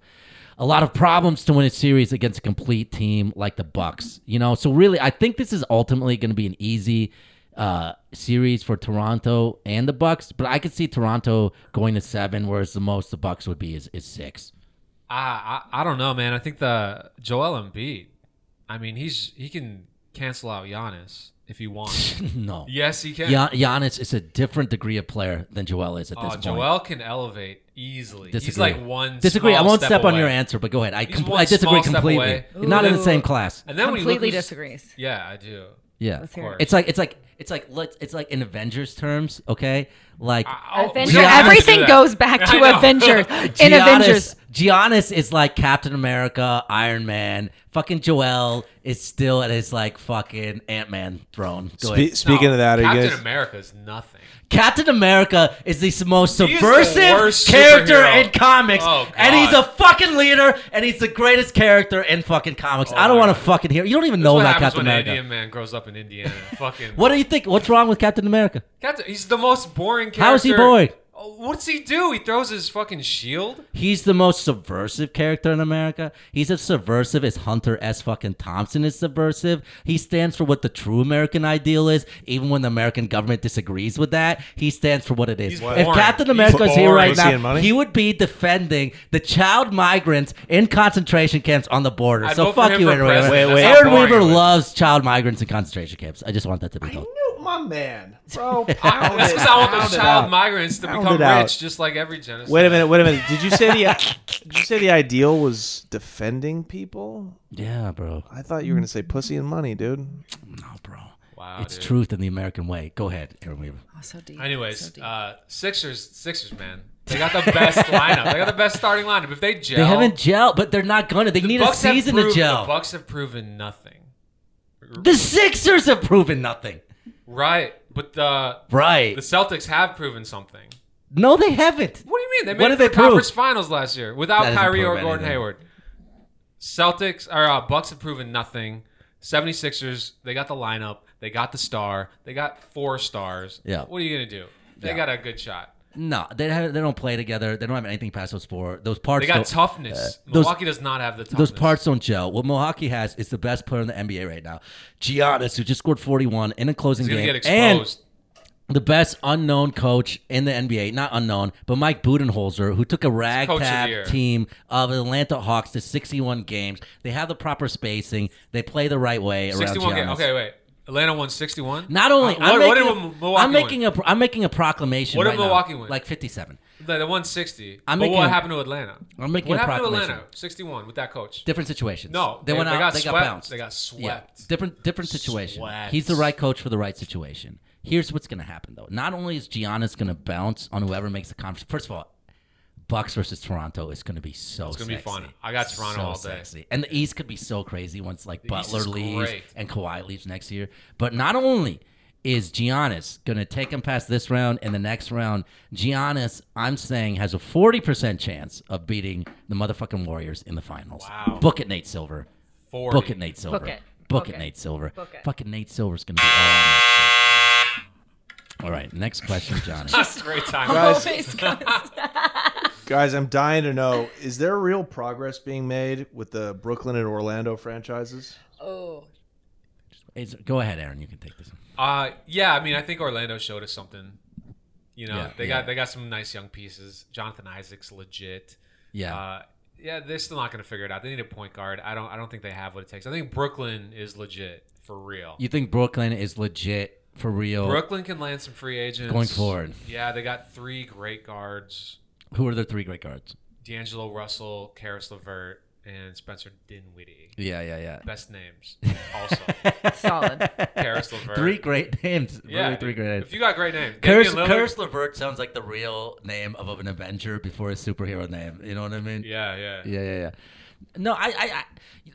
[SPEAKER 6] a lot of problems to win a series against a complete team like the Bucks. You know, so really, I think this is ultimately going to be an easy uh, series for Toronto and the Bucks. But I could see Toronto going to seven, whereas the most the Bucks would be is, is six.
[SPEAKER 9] I, Ah, I I don't know, man. I think the Joel Embiid. I mean, he's he can cancel out Giannis if he wants.
[SPEAKER 6] no.
[SPEAKER 9] Yes, he can.
[SPEAKER 6] Gian- Giannis is a different degree of player than Joel is at
[SPEAKER 9] Oh,
[SPEAKER 6] this point.
[SPEAKER 9] Joel can elevate easily. He's
[SPEAKER 6] Disagree.
[SPEAKER 9] like one.
[SPEAKER 6] Disagree.
[SPEAKER 9] small
[SPEAKER 6] I won't step on
[SPEAKER 9] away.
[SPEAKER 6] your answer, but go ahead. I
[SPEAKER 9] He's
[SPEAKER 6] com-
[SPEAKER 9] one
[SPEAKER 6] I disagree
[SPEAKER 9] small step
[SPEAKER 6] completely.
[SPEAKER 9] away.
[SPEAKER 6] You're not in the same class.
[SPEAKER 9] And then when you look
[SPEAKER 12] Completely
[SPEAKER 9] who's-
[SPEAKER 12] disagrees.
[SPEAKER 9] Yeah, I do.
[SPEAKER 6] Yeah,
[SPEAKER 9] Of course.
[SPEAKER 6] It's like it's like it's like let's it's like in Avengers terms, okay? Like
[SPEAKER 9] Ah.
[SPEAKER 12] oh, Avenger- we don't have to everything do that. goes back to I know. Avengers. In Avengers.
[SPEAKER 6] Giannis is like Captain America, Iron Man. Fucking Joel is still at his like fucking Ant Man throne. Go
[SPEAKER 14] Spe-
[SPEAKER 6] ahead.
[SPEAKER 14] speaking of that, are you
[SPEAKER 9] Captain
[SPEAKER 14] guys-
[SPEAKER 9] America is nothing.
[SPEAKER 6] Captain America is the most
[SPEAKER 9] He is the
[SPEAKER 6] subversive
[SPEAKER 9] worst
[SPEAKER 6] character
[SPEAKER 9] superhero.
[SPEAKER 6] in comics,
[SPEAKER 9] Oh,
[SPEAKER 6] and
[SPEAKER 9] God.
[SPEAKER 6] he's a fucking leader, and he's the greatest character in fucking comics.
[SPEAKER 9] Oh,
[SPEAKER 6] I don't want to fucking hear. You don't even
[SPEAKER 9] That's
[SPEAKER 6] know
[SPEAKER 9] what
[SPEAKER 6] about
[SPEAKER 9] happens
[SPEAKER 6] Captain
[SPEAKER 9] when
[SPEAKER 6] America.
[SPEAKER 9] an Indian man grows up in Indiana. Fucking.
[SPEAKER 6] What do you think? What's wrong with Captain America?
[SPEAKER 9] Captain, he's the most boring character.
[SPEAKER 6] How is he boring?
[SPEAKER 9] Oh, What's he do? He throws his fucking shield.
[SPEAKER 6] He's the most subversive character in America. He's as subversive as Hunter S. fucking Thompson is subversive. He stands for what the true American ideal is, even when the American government disagrees with that. He stands for what it is.
[SPEAKER 14] He's
[SPEAKER 6] if
[SPEAKER 14] boring.
[SPEAKER 6] Captain
[SPEAKER 14] He's
[SPEAKER 6] America was here
[SPEAKER 14] boring.
[SPEAKER 6] right
[SPEAKER 14] Was he in
[SPEAKER 6] now,
[SPEAKER 14] money?
[SPEAKER 6] he would be defending the child migrants in concentration camps on the border.
[SPEAKER 14] I'd
[SPEAKER 6] so
[SPEAKER 14] vote for
[SPEAKER 6] fuck
[SPEAKER 14] him
[SPEAKER 6] you,
[SPEAKER 14] for
[SPEAKER 6] Aaron Weaver.
[SPEAKER 14] president. That's how
[SPEAKER 6] Aaron
[SPEAKER 14] boring
[SPEAKER 6] Weaver
[SPEAKER 14] he was.
[SPEAKER 6] loves child migrants in concentration camps. I just want that to be told.
[SPEAKER 14] No, my man, bro.
[SPEAKER 9] That's because I want those child migrants to
[SPEAKER 14] Pound
[SPEAKER 9] become
[SPEAKER 14] it out.
[SPEAKER 9] rich, just like every genocide.
[SPEAKER 14] Wait a minute. Wait a minute. Did you say the Did you say the ideal was defending people?
[SPEAKER 6] Yeah, bro.
[SPEAKER 14] I thought you were gonna say pussy and money, dude. No,
[SPEAKER 6] bro.
[SPEAKER 9] Wow,
[SPEAKER 6] It's
[SPEAKER 9] dude.
[SPEAKER 6] truth in the American way. Go ahead, Aaron Weaver.
[SPEAKER 9] Anyways, uh, Sixers, Sixers, man, they got the best lineup. They got the best starting lineup. If they gel,
[SPEAKER 6] They haven't gelled, but they're not gonna. They
[SPEAKER 9] The
[SPEAKER 6] need a
[SPEAKER 9] Bucks have
[SPEAKER 6] season to
[SPEAKER 9] proven-
[SPEAKER 6] gel.
[SPEAKER 9] The Bucks have proven nothing.
[SPEAKER 6] The Sixers have proven nothing.
[SPEAKER 9] Right, but the
[SPEAKER 6] Right.
[SPEAKER 9] the Celtics have proven something.
[SPEAKER 6] No, they haven't.
[SPEAKER 9] What do you mean? They made
[SPEAKER 6] What
[SPEAKER 9] it
[SPEAKER 6] did
[SPEAKER 9] to
[SPEAKER 6] they
[SPEAKER 9] the
[SPEAKER 6] prove?
[SPEAKER 9] conference finals last year
[SPEAKER 6] That
[SPEAKER 9] without
[SPEAKER 6] doesn't
[SPEAKER 9] Kyrie or
[SPEAKER 6] prove
[SPEAKER 9] Gordon
[SPEAKER 6] anything.
[SPEAKER 9] Hayward. Celtics or uh, Bucks have proven nothing. 76ers, they got the lineup, they got the star, they got four stars.
[SPEAKER 6] Yeah.
[SPEAKER 9] What are you gonna do? They
[SPEAKER 6] Yeah.
[SPEAKER 9] got a good shot.
[SPEAKER 6] No, they have, they don't play together. They don't have anything past those four. Those parts.
[SPEAKER 9] They got
[SPEAKER 6] don't- uh,
[SPEAKER 9] toughness. Milwaukee does not have the
[SPEAKER 6] Those
[SPEAKER 9] toughness.
[SPEAKER 6] parts don't gel. What Milwaukee has is the best player in the NBA right now, Giannis, who just scored 41 in a closing
[SPEAKER 9] He's gonna
[SPEAKER 6] game,
[SPEAKER 9] get exposed.
[SPEAKER 6] and the best unknown coach in the NBA. Not unknown, but Mike Budenholzer, who took a
[SPEAKER 9] coach of the
[SPEAKER 6] ragtag
[SPEAKER 9] year.
[SPEAKER 6] team of the Atlanta Hawks to 61 games. They have the proper spacing. They play the right way around
[SPEAKER 9] 61
[SPEAKER 6] Giannis.
[SPEAKER 9] game. Okay, wait. Atlanta won 61.
[SPEAKER 6] Not only
[SPEAKER 9] Uh,
[SPEAKER 6] I'm
[SPEAKER 9] what, what
[SPEAKER 6] making,
[SPEAKER 9] did
[SPEAKER 6] a-
[SPEAKER 9] Milwaukee
[SPEAKER 6] I'm
[SPEAKER 9] win?
[SPEAKER 6] making a I'm making a proclamation.
[SPEAKER 9] What did
[SPEAKER 6] right
[SPEAKER 9] Milwaukee
[SPEAKER 6] now,
[SPEAKER 9] win?
[SPEAKER 6] Like 57.
[SPEAKER 9] They, they won 60.
[SPEAKER 6] I'm
[SPEAKER 9] but
[SPEAKER 6] making
[SPEAKER 9] what
[SPEAKER 6] a-
[SPEAKER 9] happened to Atlanta?
[SPEAKER 6] I'm making
[SPEAKER 9] what
[SPEAKER 6] a
[SPEAKER 9] happened to
[SPEAKER 6] proclamation.
[SPEAKER 9] Atlanta? 61 with that coach.
[SPEAKER 6] Different situations.
[SPEAKER 9] No,
[SPEAKER 6] they went out.
[SPEAKER 9] Got
[SPEAKER 6] they
[SPEAKER 9] swept.
[SPEAKER 6] got bounced.
[SPEAKER 9] They got
[SPEAKER 6] Yeah,
[SPEAKER 9] swept.
[SPEAKER 6] different different situation.
[SPEAKER 9] Swept.
[SPEAKER 6] He's the right coach for the right situation. Here's what's going to happen though. Not only is Giannis going to bounce on whoever makes the conference. First of all, Bucks versus Toronto is going to be so.
[SPEAKER 9] It's gonna be
[SPEAKER 6] sexy.
[SPEAKER 9] fun. I got Toronto
[SPEAKER 6] So
[SPEAKER 9] all day.
[SPEAKER 6] sexy. And the East could be so crazy once like
[SPEAKER 9] The East
[SPEAKER 6] Butler
[SPEAKER 9] is
[SPEAKER 6] leaves
[SPEAKER 9] great.
[SPEAKER 6] and Kawhi leaves next year. But not only is Giannis going to take him past this round and the next round, Giannis, I'm saying, has a 40% chance of beating the motherfucking Warriors in the finals.
[SPEAKER 9] Wow.
[SPEAKER 6] Book it, Nate Silver.
[SPEAKER 9] 40.
[SPEAKER 6] Book it, Nate Silver.
[SPEAKER 9] Book it.
[SPEAKER 6] Book
[SPEAKER 9] Book
[SPEAKER 6] it,
[SPEAKER 9] it.
[SPEAKER 6] Nate Silver.
[SPEAKER 9] Book it.
[SPEAKER 6] Fucking Nate Silver's going to be all on that shit. All right, next question, Johnny.
[SPEAKER 9] That's great time.
[SPEAKER 14] Guys. Guys, I'm dying to know: is there real progress being made with the Brooklyn and Orlando franchises?
[SPEAKER 10] Oh.
[SPEAKER 6] It's, go ahead, Aaron. You can take this. one.
[SPEAKER 9] Uh yeah, I mean I think Orlando showed us something. You know,
[SPEAKER 6] Yeah,
[SPEAKER 9] they
[SPEAKER 6] yeah.
[SPEAKER 9] got they got some nice young pieces. Jonathan Isaac's legit.
[SPEAKER 6] Yeah.
[SPEAKER 9] Uh, yeah, they're still not going to figure it out. They need a point guard. I don't I don't think they have what it takes. I think Brooklyn is legit for real.
[SPEAKER 6] You think Brooklyn is legit for real?
[SPEAKER 9] Brooklyn can land some free agents
[SPEAKER 6] Going forward.
[SPEAKER 9] Yeah, they got three great guards:
[SPEAKER 6] Who are their three great guards?
[SPEAKER 9] D'Angelo Russell, Karis LeVert, and Spencer Dinwiddie.
[SPEAKER 6] Yeah, yeah, yeah.
[SPEAKER 9] Best names. Also
[SPEAKER 6] Solid.
[SPEAKER 9] Karis LeVert.
[SPEAKER 6] Three great names.
[SPEAKER 9] Yeah,
[SPEAKER 6] really three great names.
[SPEAKER 9] If you got great names,
[SPEAKER 6] Curse,
[SPEAKER 9] Damian Lillard-
[SPEAKER 6] Curse Levert sounds like the real name of an Avenger before a superhero name. You know what I mean?
[SPEAKER 9] Yeah, yeah.
[SPEAKER 6] yeah, yeah, yeah. No, I, I, I,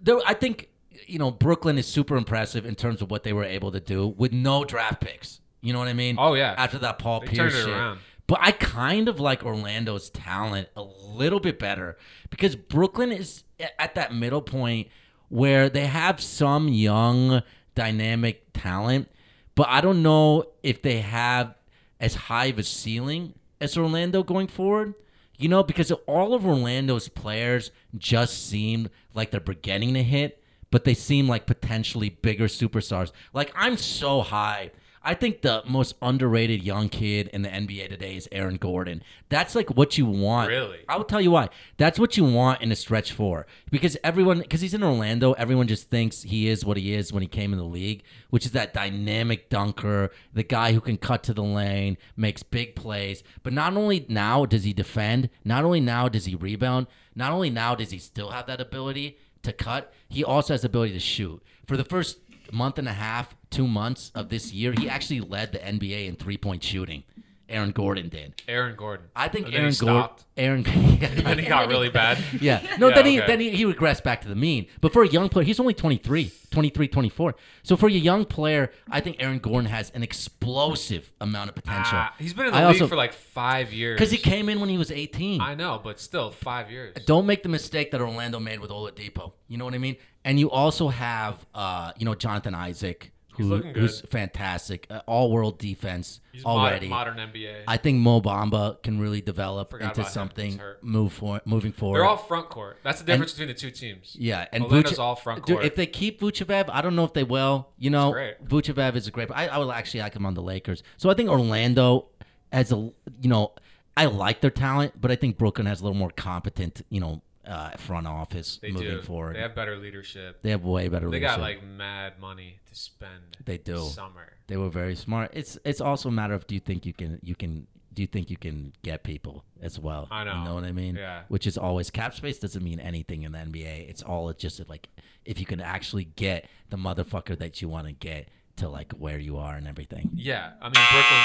[SPEAKER 6] though I think you know Brooklyn is super impressive in terms of what they were able to do with no draft picks. You know what I mean?
[SPEAKER 9] Oh, yeah.
[SPEAKER 6] After that Paul
[SPEAKER 9] They
[SPEAKER 6] Pierce
[SPEAKER 9] turned it
[SPEAKER 6] shit.
[SPEAKER 9] around.
[SPEAKER 6] But I kind of like Orlando's talent a little bit better because Brooklyn is a- at that middle point where they have some young dynamic talent, but I don't know if they have as high of a ceiling as Orlando going forward. You know, because all of Orlando's players just seem like they're beginning to hit, but they seem like potentially bigger superstars. Like I'm so high. I think the most underrated young kid in the NBA today is Aaron Gordon. That's like what you want.
[SPEAKER 9] Really?
[SPEAKER 6] I will tell you why. That's what you want in a stretch four because everyone, because he's in Orlando, everyone just thinks he is what he is when he came in the league, which is that dynamic dunker, the guy who can cut to the lane, makes big plays. But not only now does he defend, not only now does he rebound, not only now does he still have that ability to cut, he also has the ability to shoot. For the first month and a half, two months of this year, he actually led the NBA in three point shooting. Aaron Gordon did.
[SPEAKER 9] Aaron Gordon.
[SPEAKER 6] I think
[SPEAKER 9] And then
[SPEAKER 6] Aaron
[SPEAKER 9] he
[SPEAKER 6] Gordon.
[SPEAKER 9] stopped.
[SPEAKER 6] Aaron.
[SPEAKER 9] And then he got really bad.
[SPEAKER 6] Yeah. No, then he
[SPEAKER 9] okay.
[SPEAKER 6] then he, he regressed back to the mean. But for a young player, he's only 23, 23, 24. So for a young player, I think Aaron Gordon has an explosive amount of potential.
[SPEAKER 9] Ah, he's been in the
[SPEAKER 6] I
[SPEAKER 9] league
[SPEAKER 6] also-
[SPEAKER 9] for like five years.
[SPEAKER 6] 'Cause he came in when he was 18.
[SPEAKER 9] I know, but still, five years.
[SPEAKER 6] Don't make the mistake that Orlando made with Oladipo. You know what I mean? And you also have, uh, you know, Jonathan Isaac, who-
[SPEAKER 9] He's looking good.
[SPEAKER 6] who's fantastic, uh, all world defense
[SPEAKER 9] He's mod-
[SPEAKER 6] already.
[SPEAKER 9] modern NBA.
[SPEAKER 6] I think Mo Bamba can really develop
[SPEAKER 9] Forgot
[SPEAKER 6] into
[SPEAKER 9] about him. He's
[SPEAKER 6] something
[SPEAKER 9] hurt.
[SPEAKER 6] move for, moving forward.
[SPEAKER 9] They're all front court. That's the difference between the two teams.
[SPEAKER 6] Yeah, and
[SPEAKER 9] Orlando's
[SPEAKER 6] Vuce-
[SPEAKER 9] all front
[SPEAKER 6] dude,
[SPEAKER 9] court.
[SPEAKER 6] if they keep Vucevic, I don't know if they will. You know,
[SPEAKER 9] great.
[SPEAKER 6] Vucevic is a great. I, I would actually like him on the Lakers. So I think Orlando has a you know I like their talent, but I think Brooklyn has a little more competent you know uh, front office
[SPEAKER 9] They
[SPEAKER 6] moving
[SPEAKER 9] do.
[SPEAKER 6] forward.
[SPEAKER 9] They have better leadership.
[SPEAKER 6] They have way better
[SPEAKER 9] They
[SPEAKER 6] leadership.
[SPEAKER 9] got like mad money to spend.
[SPEAKER 6] they do
[SPEAKER 9] this Summer.
[SPEAKER 6] They were very smart. It's it's also a matter of do you think you can you can do you think you can get people as well?
[SPEAKER 9] I know.
[SPEAKER 6] You know what I mean?
[SPEAKER 9] Yeah.
[SPEAKER 6] Which is always cap space doesn't mean anything in the NBA. It's all just like if you can actually get the motherfucker that you want to get to like where you are and everything.
[SPEAKER 9] Yeah, I mean Brooklyn.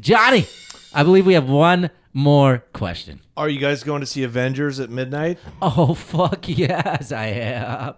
[SPEAKER 6] Johnny, I believe we have one more question.
[SPEAKER 14] Are you guys going to see Avengers at midnight?
[SPEAKER 6] Oh fuck yes, I am.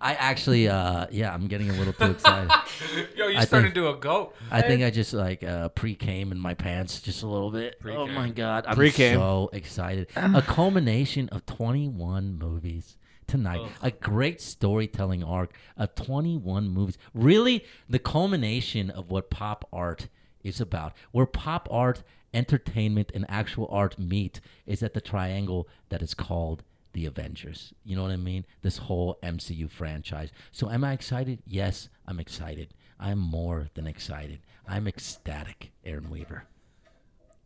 [SPEAKER 6] I actually, uh, yeah, I'm getting a little too excited.
[SPEAKER 9] Yo, you
[SPEAKER 6] I
[SPEAKER 9] started to a goat.
[SPEAKER 6] I think I just like uh, pre came in my pants just a little bit. Oh
[SPEAKER 9] Pre-came.
[SPEAKER 6] my god, I'm
[SPEAKER 14] Pre-came.
[SPEAKER 6] so excited. a culmination of 21 movies tonight. A great storytelling arc of 21 movies. Really, the culmination of what pop art is about, where pop art, entertainment, and actual art meet, is at the triangle that is called the Avengers. You know what I mean? This whole MCU franchise. So am I excited? Yes, I'm excited. I'm more than excited. I'm ecstatic, Aaron Weaver.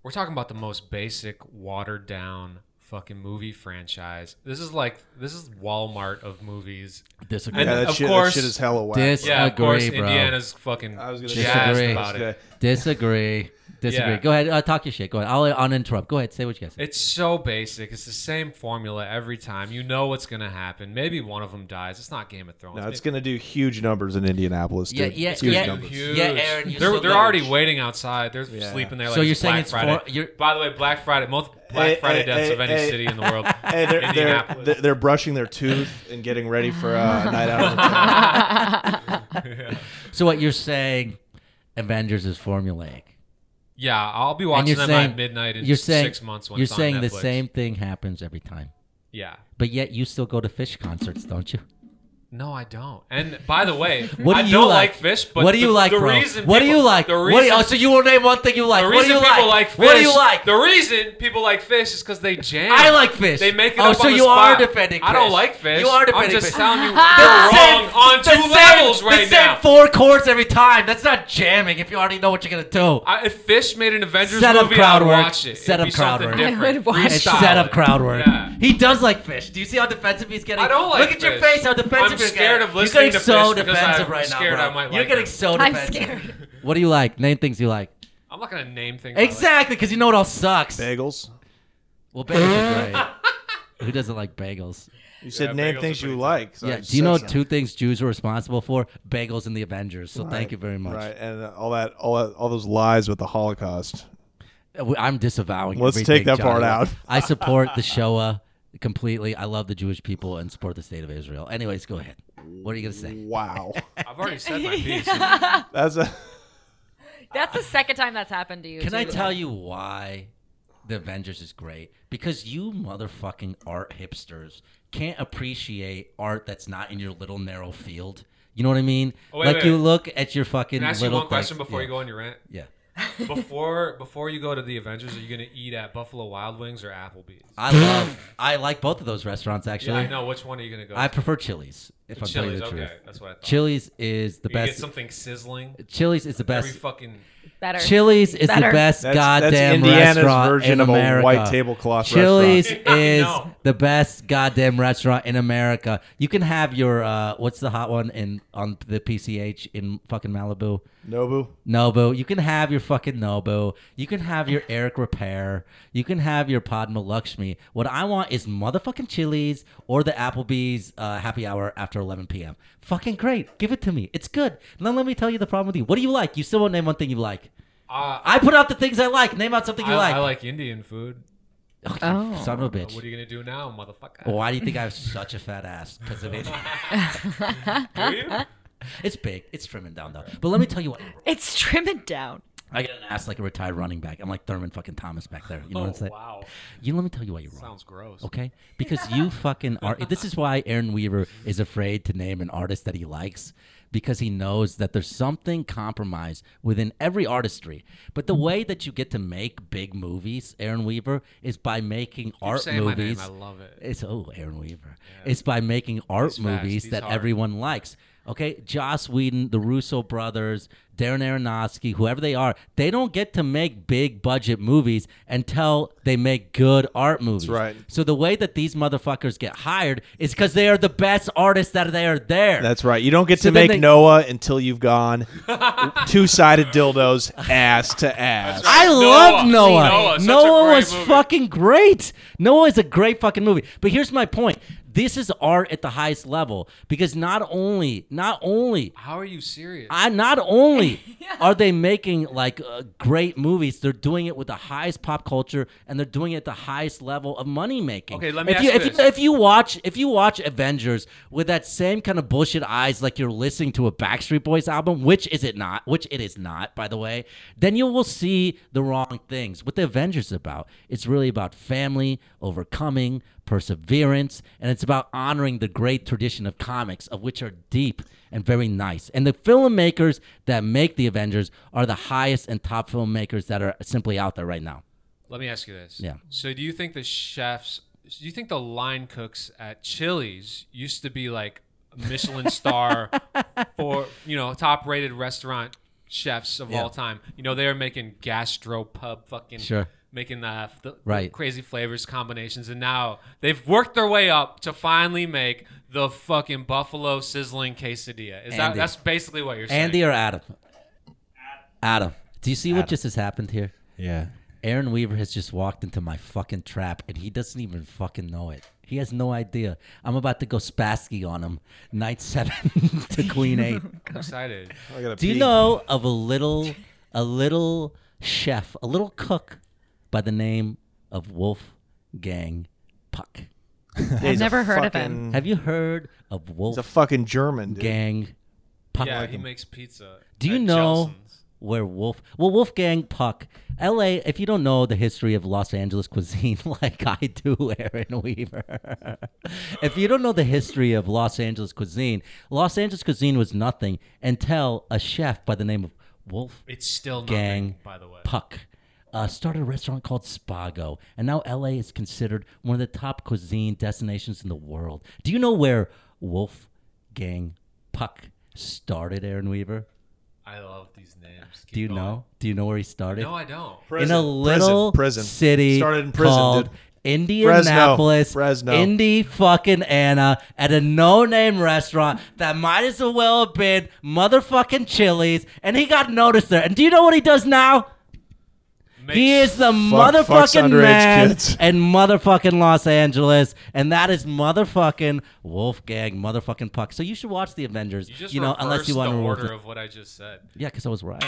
[SPEAKER 9] We're talking about the most basic, watered down fucking movie franchise. This is like this is Walmart of movies.
[SPEAKER 6] Disagree.
[SPEAKER 9] And
[SPEAKER 14] Yeah, that
[SPEAKER 9] of
[SPEAKER 14] shit- that
[SPEAKER 9] course,
[SPEAKER 14] shit is hella whack.
[SPEAKER 6] Disagree,
[SPEAKER 9] Yeah, of course,
[SPEAKER 6] bro.
[SPEAKER 9] Indiana's fucking
[SPEAKER 14] I was gonna say
[SPEAKER 9] jazzed
[SPEAKER 6] Disagree.
[SPEAKER 9] about it.
[SPEAKER 6] Disagree. Disagree.
[SPEAKER 9] Yeah.
[SPEAKER 6] Go ahead. Uh, talk your shit. Go ahead. I'll uninterrupt. Go ahead. Say what you guys.
[SPEAKER 9] It's so basic. It's the same formula every time. You know what's gonna happen. Maybe one of them dies. It's not Game of Thrones.
[SPEAKER 14] No, it's
[SPEAKER 9] Maybe-
[SPEAKER 14] going to do huge numbers in Indianapolis.
[SPEAKER 6] Yeah,
[SPEAKER 14] dude.
[SPEAKER 6] yeah,
[SPEAKER 14] huge
[SPEAKER 6] yeah.
[SPEAKER 14] numbers.
[SPEAKER 9] Huge.
[SPEAKER 6] Yeah, Aaron, you're
[SPEAKER 9] they're
[SPEAKER 6] so
[SPEAKER 9] they're
[SPEAKER 6] late.
[SPEAKER 9] already waiting outside. They're
[SPEAKER 14] Yeah.
[SPEAKER 9] sleeping there.
[SPEAKER 6] So
[SPEAKER 9] Like
[SPEAKER 6] you're
[SPEAKER 9] it's
[SPEAKER 6] saying
[SPEAKER 9] Black
[SPEAKER 6] it's
[SPEAKER 9] Friday.
[SPEAKER 6] for- you're-
[SPEAKER 9] By the way, Black Friday, most Black
[SPEAKER 14] Hey,
[SPEAKER 9] Friday
[SPEAKER 14] hey,
[SPEAKER 9] deaths
[SPEAKER 14] hey,
[SPEAKER 9] of any
[SPEAKER 14] hey.
[SPEAKER 9] city in the world.
[SPEAKER 14] Hey, they're, they're,
[SPEAKER 9] Indianapolis.
[SPEAKER 14] they're- they're brushing their tooth and getting ready for uh, a night out. on the town.
[SPEAKER 6] So what you're saying, Avengers is formulaic.
[SPEAKER 9] Yeah, I'll be
[SPEAKER 6] And
[SPEAKER 9] watching
[SPEAKER 6] you're
[SPEAKER 9] them
[SPEAKER 6] saying-
[SPEAKER 9] at midnight in
[SPEAKER 6] you're saying-
[SPEAKER 9] six months when
[SPEAKER 6] You're
[SPEAKER 9] it's on
[SPEAKER 6] saying the
[SPEAKER 9] Netflix.
[SPEAKER 6] same thing happens every time.
[SPEAKER 9] Yeah.
[SPEAKER 6] But yet you still go to fish concerts, don't you?
[SPEAKER 9] No, I don't. And by the way,
[SPEAKER 6] What do
[SPEAKER 9] Mm-hmm. I
[SPEAKER 6] you
[SPEAKER 9] don't
[SPEAKER 6] like?
[SPEAKER 9] like fish. But
[SPEAKER 6] what do you
[SPEAKER 9] the,
[SPEAKER 6] like,
[SPEAKER 9] the
[SPEAKER 6] bro?
[SPEAKER 9] Reason
[SPEAKER 6] what do
[SPEAKER 9] people-
[SPEAKER 6] you like?
[SPEAKER 9] The
[SPEAKER 6] What do you-
[SPEAKER 9] reason
[SPEAKER 6] oh, so you will name one thing you like.
[SPEAKER 9] The
[SPEAKER 6] what do
[SPEAKER 9] reason
[SPEAKER 6] you
[SPEAKER 9] people
[SPEAKER 6] like?
[SPEAKER 9] like fish.
[SPEAKER 6] What do you like?
[SPEAKER 9] The reason people like fish is because they jam.
[SPEAKER 6] I like fish.
[SPEAKER 9] They make it
[SPEAKER 6] Oh,
[SPEAKER 9] up
[SPEAKER 6] so
[SPEAKER 9] on the
[SPEAKER 6] you are
[SPEAKER 9] spot.
[SPEAKER 6] defending
[SPEAKER 9] I don't
[SPEAKER 6] fish.
[SPEAKER 9] like fish.
[SPEAKER 6] You are defending
[SPEAKER 9] I'm just
[SPEAKER 6] fish.
[SPEAKER 9] telling you, you're
[SPEAKER 6] The same-
[SPEAKER 9] wrong on
[SPEAKER 6] the
[SPEAKER 9] two
[SPEAKER 6] same-
[SPEAKER 9] levels right
[SPEAKER 6] the same
[SPEAKER 9] now.
[SPEAKER 6] four chords every time. That's not jamming if you already know what you're gonna do.
[SPEAKER 9] I, if Fish made an Avengers
[SPEAKER 6] set up
[SPEAKER 9] movie,
[SPEAKER 6] crowd
[SPEAKER 9] I'd
[SPEAKER 6] work.
[SPEAKER 9] watch it.
[SPEAKER 6] Set
[SPEAKER 9] It'd
[SPEAKER 6] up
[SPEAKER 9] be
[SPEAKER 6] crowd
[SPEAKER 9] something
[SPEAKER 6] work.
[SPEAKER 9] different.
[SPEAKER 6] It's
[SPEAKER 9] Freestyle
[SPEAKER 6] set
[SPEAKER 9] it.
[SPEAKER 6] up crowd work.
[SPEAKER 9] Yeah.
[SPEAKER 6] He does like fish. Do you see how defensive he's getting?
[SPEAKER 9] I don't like
[SPEAKER 6] Look at your
[SPEAKER 9] fish.
[SPEAKER 6] face. How defensive
[SPEAKER 9] I'm
[SPEAKER 6] you're
[SPEAKER 9] scared
[SPEAKER 6] getting.
[SPEAKER 9] of listening
[SPEAKER 6] You're
[SPEAKER 9] to
[SPEAKER 6] getting so
[SPEAKER 9] fish because
[SPEAKER 6] defensive
[SPEAKER 9] I'm
[SPEAKER 6] right
[SPEAKER 9] scared
[SPEAKER 6] now.
[SPEAKER 9] I might
[SPEAKER 6] You're
[SPEAKER 9] like
[SPEAKER 6] getting
[SPEAKER 9] them.
[SPEAKER 6] so
[SPEAKER 9] I'm
[SPEAKER 6] defensive.
[SPEAKER 9] scared.
[SPEAKER 6] What do you like? Name things you like.
[SPEAKER 9] I'm not gonna name things. I like.
[SPEAKER 6] Exactly, because you know it all sucks.
[SPEAKER 14] Bagels.
[SPEAKER 6] Well, bagels are great. Who doesn't like bagels?
[SPEAKER 14] You said name things you like. so I
[SPEAKER 6] yeah.
[SPEAKER 14] just
[SPEAKER 6] Do you
[SPEAKER 14] said
[SPEAKER 6] know
[SPEAKER 14] something.
[SPEAKER 6] two things Jews are responsible for? Bagels and the Avengers. So thank you very much.
[SPEAKER 14] Right, and uh, all that, all that, all those lies with the Holocaust.
[SPEAKER 6] I'm disavowing.
[SPEAKER 14] Let's
[SPEAKER 6] everything,
[SPEAKER 14] take that part
[SPEAKER 6] Johnny.
[SPEAKER 14] out.
[SPEAKER 6] I support the Shoah completely. I love the Jewish people and support the state of Israel. Anyways, go ahead. What are you gonna say?
[SPEAKER 14] Wow.
[SPEAKER 9] I've already said my piece.
[SPEAKER 14] That's a.
[SPEAKER 12] That's the second time that's happened to you.
[SPEAKER 6] Can I
[SPEAKER 12] too.
[SPEAKER 6] tell you why the Avengers is great? Because you motherfucking art hipsters can't appreciate art that's not in your little narrow field. You know what I mean?
[SPEAKER 9] Oh, wait,
[SPEAKER 6] like
[SPEAKER 9] wait.
[SPEAKER 6] you look at your fucking
[SPEAKER 9] Can I ask you
[SPEAKER 6] little
[SPEAKER 9] one question
[SPEAKER 6] things-
[SPEAKER 9] before
[SPEAKER 6] yeah.
[SPEAKER 9] you go on your rant?
[SPEAKER 6] Yeah.
[SPEAKER 9] before before you go to the Avengers, are you gonna eat at Buffalo Wild Wings or Applebee's?
[SPEAKER 6] I love I like both of those restaurants actually.
[SPEAKER 9] I know. Which one are you gonna go
[SPEAKER 6] I
[SPEAKER 9] to?
[SPEAKER 6] prefer Chili's, if
[SPEAKER 9] The
[SPEAKER 6] I'm telling you the
[SPEAKER 9] Chili's,
[SPEAKER 6] truth.
[SPEAKER 9] okay, that's what I thought.
[SPEAKER 6] Chili's is the
[SPEAKER 9] You
[SPEAKER 6] best.
[SPEAKER 9] get something sizzling.
[SPEAKER 6] Chili's is the best.
[SPEAKER 9] Every fucking-
[SPEAKER 12] Better.
[SPEAKER 6] Chili's is
[SPEAKER 12] Better.
[SPEAKER 6] the best
[SPEAKER 14] That's- that's
[SPEAKER 6] goddamn
[SPEAKER 14] Indiana's
[SPEAKER 6] restaurant
[SPEAKER 14] version
[SPEAKER 6] in
[SPEAKER 14] of a
[SPEAKER 6] America.
[SPEAKER 14] white tablecloth
[SPEAKER 6] Chili's
[SPEAKER 14] restaurant. I
[SPEAKER 6] is
[SPEAKER 14] know.
[SPEAKER 6] the best goddamn restaurant in America. You can have your uh, what's the hot one in on the PCH in fucking Malibu?
[SPEAKER 14] Nobu.
[SPEAKER 6] Nobu. You can have your fucking Nobu. You can have your Eric Repair. You can have your Padma Lakshmi. What I want is motherfucking Chili's or the Applebee's uh, happy hour after 11 p.m. Fucking great. Give it to me. It's good. Now let me tell you the problem with you. What do you like? You still won't name one thing you like.
[SPEAKER 9] Uh,
[SPEAKER 6] I put out the things I like. Name out something you
[SPEAKER 9] I,
[SPEAKER 6] like.
[SPEAKER 9] I like Indian food.
[SPEAKER 6] Oh, you son of a bitch.
[SPEAKER 9] What are you gonna do now, motherfucker?
[SPEAKER 6] Why do you think I have such a fat ass? Because of it.
[SPEAKER 9] Do you?
[SPEAKER 6] It's big. It's trimming down though. But let me tell you what.
[SPEAKER 12] It's trimming down.
[SPEAKER 6] I got an ass like a retired running back. I'm like Thurman fucking Thomas back there. You know what I'm
[SPEAKER 9] Oh,
[SPEAKER 6] saying?
[SPEAKER 9] wow.
[SPEAKER 6] You let me tell you why you're wrong.
[SPEAKER 9] Sounds gross.
[SPEAKER 6] Okay, because you fucking are. This is why Aaron Weaver is afraid to name an artist that he likes because he knows that there's something compromised within every artistry. But
[SPEAKER 9] Mm-hmm.
[SPEAKER 6] the way that you get to make big movies, Aaron Weaver, is by making art
[SPEAKER 9] saying my name.
[SPEAKER 6] movies.
[SPEAKER 9] I love it.
[SPEAKER 6] It's oh Aaron Weaver. It's by making art
[SPEAKER 9] These facts,
[SPEAKER 6] movies
[SPEAKER 9] these
[SPEAKER 6] that
[SPEAKER 9] hard.
[SPEAKER 6] everyone likes. Okay, Joss Whedon, the Russo brothers, Darren Aronofsky, whoever they are, they don't get to make big budget movies until they make good art movies.
[SPEAKER 14] right.
[SPEAKER 6] So the way that these motherfuckers get hired is because they are the best artists that they are there.
[SPEAKER 14] That's right. You don't get
[SPEAKER 6] So
[SPEAKER 14] to
[SPEAKER 6] then
[SPEAKER 14] make
[SPEAKER 6] they-
[SPEAKER 14] Noah until you've gone two-sided dildos ass to ass.
[SPEAKER 6] I loved Noah. Noah,
[SPEAKER 14] such a great
[SPEAKER 6] was fucking great. Noah is a great fucking movie. But here's my point. This is art at the highest level because not only, not only
[SPEAKER 9] How are you serious?
[SPEAKER 6] I not only are they making like uh, great movies, they're doing it with the highest pop culture and they're doing it at the highest level of money making.
[SPEAKER 9] Okay, let me
[SPEAKER 6] if
[SPEAKER 9] ask
[SPEAKER 6] you,
[SPEAKER 9] you
[SPEAKER 6] if,
[SPEAKER 9] this.
[SPEAKER 6] if you watch if you watch Avengers with that same kind of bullshit eyes, like you're listening to a Backstreet Boys album, which is it not? Which it is not, by the way. Then you will see the wrong things. What the Avengers is about? It's really about family, overcoming, perseverance, and it's about honoring the great tradition of comics, of which are deep and very nice. And the filmmakers that make the Avengers are the highest and top filmmakers that are simply out there right now.
[SPEAKER 9] Let me ask you this.
[SPEAKER 6] Yeah.
[SPEAKER 9] So do you think the chefs? Do you think the line cooks at Chili's used to be like Michelin star for you know top rated restaurant chefs of
[SPEAKER 6] Yeah.
[SPEAKER 9] all time? You know they were making gastro pub fucking
[SPEAKER 6] Sure.
[SPEAKER 9] making uh, f- the
[SPEAKER 6] Right.
[SPEAKER 9] crazy flavors combinations, and now they've worked their way up to finally make the fucking buffalo sizzling quesadilla. Is that
[SPEAKER 6] Andy.
[SPEAKER 9] that's basically what you're saying?
[SPEAKER 6] Andy or Adam? Adam. Do you see what just has happened here?
[SPEAKER 14] Yeah.
[SPEAKER 6] Aaron Weaver has just walked into my fucking trap and he doesn't even fucking know it. He has no idea. I'm about to go spasky on him. Knight seven to queen eight.
[SPEAKER 9] I'm excited.
[SPEAKER 6] Do you know of a little a little chef, a little cook by the name of Wolfgang Puck?
[SPEAKER 14] He's a never heard of him. fucking-
[SPEAKER 6] Have you heard of Wolf?
[SPEAKER 14] He's a fucking German dude.
[SPEAKER 6] Gang Puck.
[SPEAKER 9] yeah, he makes pizza.
[SPEAKER 6] Do you
[SPEAKER 9] at
[SPEAKER 6] know where Wolf, well, Wolfgang Puck, L.A. If you don't know the history of Los Angeles cuisine like I do, Aaron Weaver, if you don't know the history of Los Angeles cuisine, Los Angeles cuisine was nothing until a chef by the name of Wolf.
[SPEAKER 9] It's still nothing,
[SPEAKER 6] Gang
[SPEAKER 9] by the way.
[SPEAKER 6] Puck. Uh, started a restaurant called Spago, and now LA is considered one of the top cuisine destinations in the world. Do you know where Wolfgang Puck started, Aaron Weaver?
[SPEAKER 9] I love these names.
[SPEAKER 6] Do you know? Do you know where he started?
[SPEAKER 9] No, I don't.
[SPEAKER 6] in a
[SPEAKER 9] Prison,
[SPEAKER 6] little
[SPEAKER 14] prison, prison.
[SPEAKER 6] city
[SPEAKER 14] Started in prison,
[SPEAKER 6] called
[SPEAKER 14] dude.
[SPEAKER 6] Indianapolis,
[SPEAKER 14] Fresno.
[SPEAKER 6] Indy fucking Anna, at a no-name restaurant that might as well have been motherfucking Chili's, and he got noticed there. And do you know what he does now? he is the
[SPEAKER 14] Fuck- fucks
[SPEAKER 6] motherfucking
[SPEAKER 14] underage
[SPEAKER 6] man
[SPEAKER 14] kids.
[SPEAKER 6] in motherfucking Los Angeles, and that is motherfucking Wolfgang motherfucking Puck. So you should watch the Avengers.
[SPEAKER 9] You just
[SPEAKER 6] know, unless you
[SPEAKER 9] reversed
[SPEAKER 6] want
[SPEAKER 9] the
[SPEAKER 6] to
[SPEAKER 9] order of what I just said.
[SPEAKER 6] Yeah, because I was right.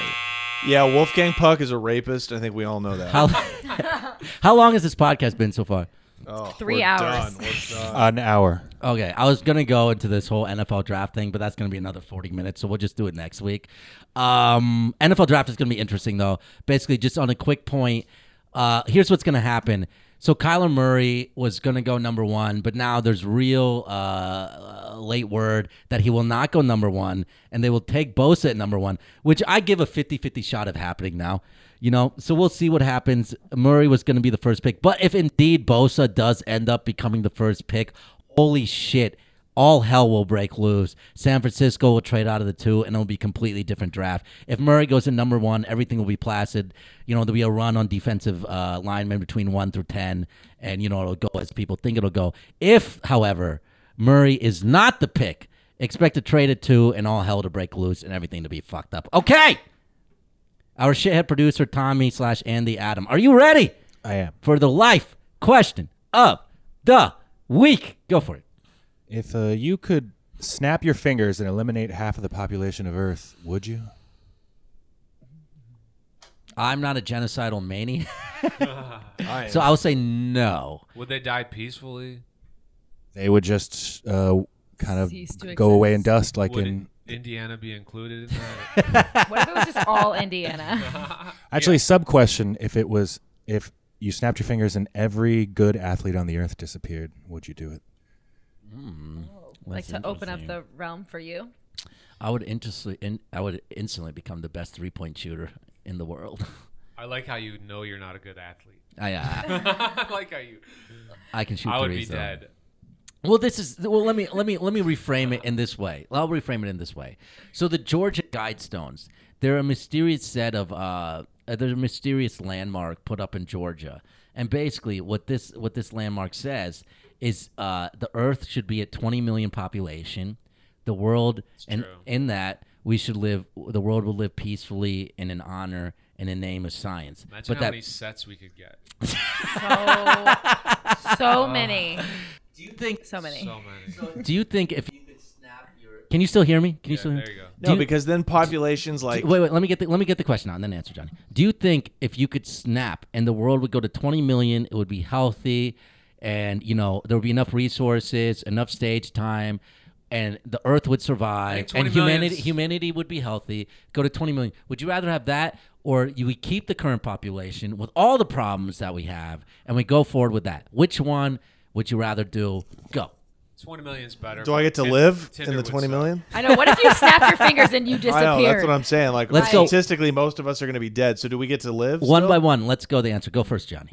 [SPEAKER 14] Yeah, Wolfgang Puck is a rapist. I think we all know that.
[SPEAKER 6] How, how long has this podcast been so far?
[SPEAKER 14] Oh,
[SPEAKER 12] Three
[SPEAKER 14] we're done.
[SPEAKER 12] hours.
[SPEAKER 14] We're done.
[SPEAKER 9] uh,
[SPEAKER 6] An hour. Okay, I was gonna go into this whole NFL draft thing, but that's gonna be another forty minutes, so we'll just do it next week. Um, NFL draft is gonna be interesting though. Basically, just on a quick point, uh, here's what's gonna happen. So Kyler Murray was gonna go number one, but now there's real uh, late word that he will not go number one, and they will take Bosa at number one, which I give a 50-50 shot of happening now. You know, so we'll see what happens. Murray was going to be the first pick, but if indeed Bosa does end up becoming the first pick, holy shit all hell will break loose san francisco will trade out of the two and it'll be a completely different draft if murray goes in number one everything will be placid you know there'll be a run on defensive uh, linemen between 1 through 10 and you know it'll go as people think it'll go if however murray is not the pick expect to trade at two and all hell to break loose and everything to be fucked up okay our shithead producer tommy slash andy adam are you ready
[SPEAKER 15] I am.
[SPEAKER 6] for the life question of the week go for it
[SPEAKER 15] If uh, you could snap your fingers and eliminate half of the population of Earth, would you?
[SPEAKER 6] I'm not a genocidal maniac.
[SPEAKER 9] I
[SPEAKER 6] so
[SPEAKER 9] am.
[SPEAKER 6] I'll say no.
[SPEAKER 9] Would they die peacefully?
[SPEAKER 15] They would just uh, kind of
[SPEAKER 12] Cease to
[SPEAKER 15] go away in
[SPEAKER 12] exist.
[SPEAKER 15] dust, like
[SPEAKER 9] Would
[SPEAKER 15] in.
[SPEAKER 9] Indiana be included in that?
[SPEAKER 12] What if it was just all Indiana?
[SPEAKER 15] Actually, sub question: If it was, if you snapped your fingers and every good athlete on the Earth disappeared, would you do it?
[SPEAKER 12] like to open up the realm for you.
[SPEAKER 6] I would instantly, in, I would instantly become the best three point shooter in the world.
[SPEAKER 9] I like how you know you're not a good athlete.
[SPEAKER 6] I, uh,
[SPEAKER 9] I like how you.
[SPEAKER 6] I can shoot.
[SPEAKER 9] I would
[SPEAKER 6] threes,
[SPEAKER 9] be
[SPEAKER 6] though.
[SPEAKER 9] dead.
[SPEAKER 6] Well, this is well. Let me let me let me reframe it in this way. I'll reframe it in this way. So the Georgia Guidestones, they're a mysterious set of uh, uh, they're a mysterious landmark put up in Georgia, and basically what this what this landmark says is uh, the Earth should be at 20 million population, the world, and in that we should live. The world will live peacefully and in honor and in name of science.
[SPEAKER 9] Imagine
[SPEAKER 6] but
[SPEAKER 9] how
[SPEAKER 6] that
[SPEAKER 9] many sets we could get. Oh.
[SPEAKER 12] So, so many.
[SPEAKER 6] Do you think
[SPEAKER 12] so many?
[SPEAKER 9] So many.
[SPEAKER 6] do you think if can you still hear me? Can you
[SPEAKER 14] Yeah,
[SPEAKER 6] still hear
[SPEAKER 14] there
[SPEAKER 6] me?
[SPEAKER 14] you go.
[SPEAKER 6] Do
[SPEAKER 14] No, because then populations
[SPEAKER 6] Do-
[SPEAKER 14] like-
[SPEAKER 6] wait, wait. Let me get the, let me get the question out and then answer, Johnny. Do you think if you could snap and the world would go to 20 million, it would be healthy, and you know there would be enough resources, enough stage time, and the Earth would survive,
[SPEAKER 9] Like 20
[SPEAKER 6] and humanity
[SPEAKER 9] million's-
[SPEAKER 6] humanity would be healthy. Go to 20 million. Would you rather have that, or you would keep the current population with all the problems that we have, and we go forward with that? Which one would you rather do? Go.
[SPEAKER 9] 20 million's better.
[SPEAKER 14] Do I get to
[SPEAKER 9] Tin-
[SPEAKER 14] live
[SPEAKER 9] Tinder
[SPEAKER 14] in the
[SPEAKER 9] would
[SPEAKER 14] twenty
[SPEAKER 9] suck.
[SPEAKER 14] million?
[SPEAKER 12] I know. What if you snapped your fingers and you disappeared?
[SPEAKER 14] I know that's what I'm saying. Like,
[SPEAKER 6] Let's go-
[SPEAKER 14] statistically, most of us are going to be dead. So, do we get to live?
[SPEAKER 6] One
[SPEAKER 14] still?
[SPEAKER 6] by one. Let's go. The answer. Go first, Johnny.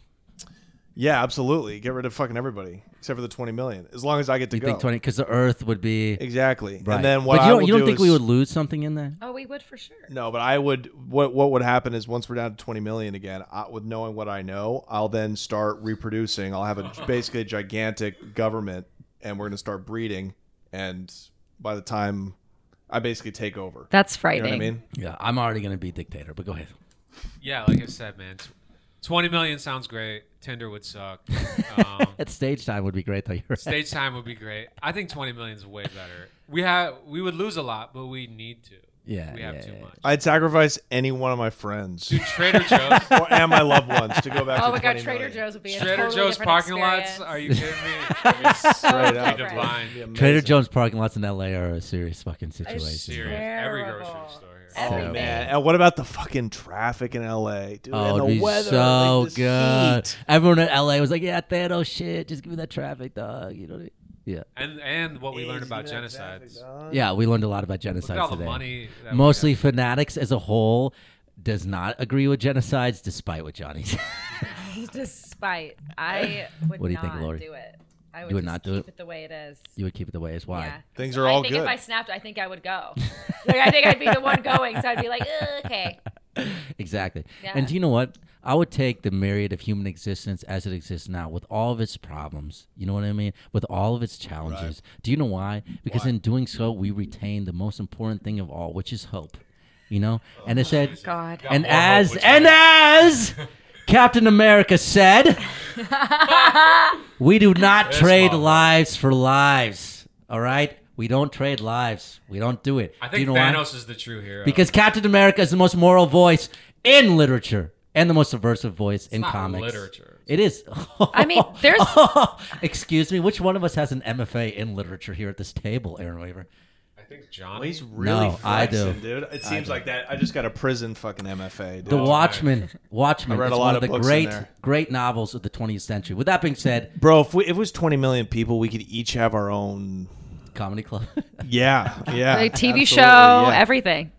[SPEAKER 14] Yeah, absolutely. Get rid of fucking everybody except for the twenty million. As long as I get to
[SPEAKER 6] You
[SPEAKER 14] go.
[SPEAKER 6] think twenty? Because the Earth would be
[SPEAKER 14] Exactly.
[SPEAKER 6] Right.
[SPEAKER 14] And then what
[SPEAKER 6] But you
[SPEAKER 14] I
[SPEAKER 6] don't,
[SPEAKER 14] will
[SPEAKER 6] you don't
[SPEAKER 14] do
[SPEAKER 6] think
[SPEAKER 14] is-
[SPEAKER 6] we would lose something in there?
[SPEAKER 12] Oh, we would for sure.
[SPEAKER 14] No, but I would. What what would happen is once we're down to twenty million again, I, with knowing what I know, I'll then start reproducing. I'll have a basically a gigantic government, and we're going to start breeding. And by the time I basically take over, You
[SPEAKER 12] That's
[SPEAKER 14] know what I
[SPEAKER 12] frightening.
[SPEAKER 14] mean?
[SPEAKER 6] Yeah, I'm already gonna be dictator. But go ahead.
[SPEAKER 9] Yeah, like I said, man. tw- 20 million sounds great. Tinder would suck. Um,
[SPEAKER 6] At stage time would be great though. You're right.
[SPEAKER 9] stage time would be great. I think 20 million is way better. We have we would lose a lot, but we need to.
[SPEAKER 6] Yeah,
[SPEAKER 9] we have too much.
[SPEAKER 14] I'd sacrifice any one of my friends,
[SPEAKER 9] Trader Joe's.
[SPEAKER 14] or and my loved ones to go back.
[SPEAKER 12] Oh
[SPEAKER 14] to
[SPEAKER 12] my God,
[SPEAKER 14] 20
[SPEAKER 12] Trader
[SPEAKER 14] million.
[SPEAKER 12] Joe's would be a
[SPEAKER 9] Trader
[SPEAKER 12] totally
[SPEAKER 9] Joe's
[SPEAKER 12] different
[SPEAKER 9] parking
[SPEAKER 12] experience.
[SPEAKER 9] lots? Are you kidding me? It'd be
[SPEAKER 12] So
[SPEAKER 9] straight up.
[SPEAKER 12] different.
[SPEAKER 9] divine.
[SPEAKER 6] Trader Joe's parking lots in LA are a serious fucking situation.
[SPEAKER 9] Serious. Every grocery store here.
[SPEAKER 14] Oh man! And what about the fucking traffic in L.A. Dude,
[SPEAKER 6] Oh,
[SPEAKER 14] and the
[SPEAKER 6] it'd be
[SPEAKER 14] weather,
[SPEAKER 6] so
[SPEAKER 14] like, the
[SPEAKER 6] good.
[SPEAKER 14] heat.
[SPEAKER 6] Everyone in LA was like, "Yeah, Thanos shit, just give me that traffic, dog." You know what I mean? Yeah.
[SPEAKER 9] And and what we learned about genocides.
[SPEAKER 14] Uh,
[SPEAKER 6] Yeah, we learned a lot about
[SPEAKER 9] Look
[SPEAKER 6] genocide
[SPEAKER 9] at all
[SPEAKER 6] today.
[SPEAKER 9] the money. that we
[SPEAKER 6] Mostly fanatics as a whole does not agree with genocides, despite what Johnny said.
[SPEAKER 12] Despite I would
[SPEAKER 6] What do you
[SPEAKER 12] not
[SPEAKER 6] think, Lori?
[SPEAKER 12] do it. I
[SPEAKER 6] You
[SPEAKER 12] would,
[SPEAKER 6] would
[SPEAKER 12] just
[SPEAKER 6] not do
[SPEAKER 12] keep
[SPEAKER 6] it?
[SPEAKER 12] it. the way it is.
[SPEAKER 6] You would keep it the way it is. Why?
[SPEAKER 12] Yeah.
[SPEAKER 14] Things
[SPEAKER 12] So
[SPEAKER 14] are all
[SPEAKER 12] I think
[SPEAKER 6] good.
[SPEAKER 12] if I snapped, I think I would go. like I think I'd be the one going, so I'd be like, "Ugh, okay.
[SPEAKER 6] exactly.
[SPEAKER 12] Yeah.
[SPEAKER 6] And do you know what? I would take the myriad of human existence as it exists now with all of its problems. You know what I mean? With all of its challenges. Do you know why? Because in doing so, we retain the most important thing of all, which is hope. You know? And it said,
[SPEAKER 12] God.
[SPEAKER 6] and
[SPEAKER 12] Got more hope,
[SPEAKER 6] as,
[SPEAKER 12] which
[SPEAKER 6] and as Captain America said, we do not
[SPEAKER 12] Yes,
[SPEAKER 6] trade
[SPEAKER 12] Mama.
[SPEAKER 6] lives for lives. All right? We don't trade lives. We don't do it.
[SPEAKER 9] I
[SPEAKER 6] Do you
[SPEAKER 9] think
[SPEAKER 6] know why?
[SPEAKER 9] Thanos is the true hero.
[SPEAKER 6] Because Captain America is the most moral voice in literature and the most subversive voice in
[SPEAKER 9] not
[SPEAKER 6] comics.
[SPEAKER 9] literature.
[SPEAKER 6] It is.
[SPEAKER 12] I mean, there's
[SPEAKER 6] Excuse me. Which one of us has an MFA in literature here at this table, Aaron Weaver?
[SPEAKER 9] I think Johnny.
[SPEAKER 14] Well, he's really
[SPEAKER 6] No, I
[SPEAKER 14] flexing,
[SPEAKER 6] do.
[SPEAKER 14] dude. It
[SPEAKER 6] I
[SPEAKER 14] seems
[SPEAKER 6] do.
[SPEAKER 14] like that. I just got a prison fucking MFA. Dude.
[SPEAKER 6] The Watchmen. Watchmen.
[SPEAKER 14] I read a
[SPEAKER 6] is
[SPEAKER 14] lot of
[SPEAKER 6] one of the
[SPEAKER 14] books in
[SPEAKER 6] great,
[SPEAKER 14] there.
[SPEAKER 6] great novels of the 20th century. With that being said,
[SPEAKER 14] Bro, if we, if it was 20 million people, we could each have our own
[SPEAKER 6] comedy club.
[SPEAKER 14] yeah, yeah.
[SPEAKER 12] Like, TV
[SPEAKER 14] absolutely,
[SPEAKER 12] show,
[SPEAKER 14] yeah.
[SPEAKER 12] everything.